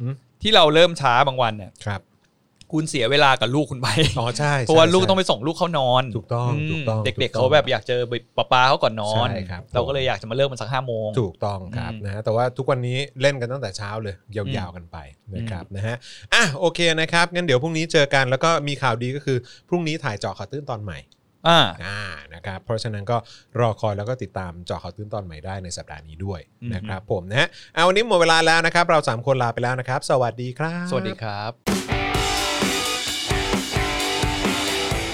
Speaker 2: หืม
Speaker 3: ที่เราเริ่มช้าบางวันเนี่ย
Speaker 2: ครับ
Speaker 3: คุณเสียเวลากับลูกคุณไป
Speaker 2: อ๋อใช่ใช่
Speaker 3: เพราะว่าลูกต้อง
Speaker 2: ใช่
Speaker 3: ไปส่งลูกเขานอน
Speaker 2: ถูกต้อง
Speaker 3: ม
Speaker 2: ถูกต้อง
Speaker 3: เด็ก
Speaker 2: ถูกต้
Speaker 3: ๆ
Speaker 2: อง
Speaker 3: เขาแบบอยากเจอป้าป้าเขาก่อนนอน
Speaker 2: ใช่ครับ
Speaker 3: เราก็เลยอยากจะมาเลิกมันสักห้าโมง
Speaker 2: ถูกต้องครับ
Speaker 3: อืม
Speaker 2: นะฮะแต่ว่าทุกวันนี้เล่นกันตั้งแต่เช้าเลยยาวๆกันไปนะครับนะฮะอ่ะโอเคนะครับงั้นเดี๋ยวพรุ่งนี้เจอกันแล้วก็มีข่าวดีก็คือพรุ่งนี้ถ่ายเจาะข่าวตื้นตอนใหม่
Speaker 3: ่า
Speaker 2: อ่านะครับเพราะฉะนั้นก็รอคอยแล้วก็ติดตามเจาะข่าวตื้นตอนใหม่ได้ในสัปดาห์นี้ด้วย
Speaker 3: อืม
Speaker 2: นะครับผมนะฮะเอาวันนี้หมดเวลาแล้วนะครับเราสามคนลาไปแล้วนะครับ สวัสดีครับ
Speaker 3: สวัสดีครับ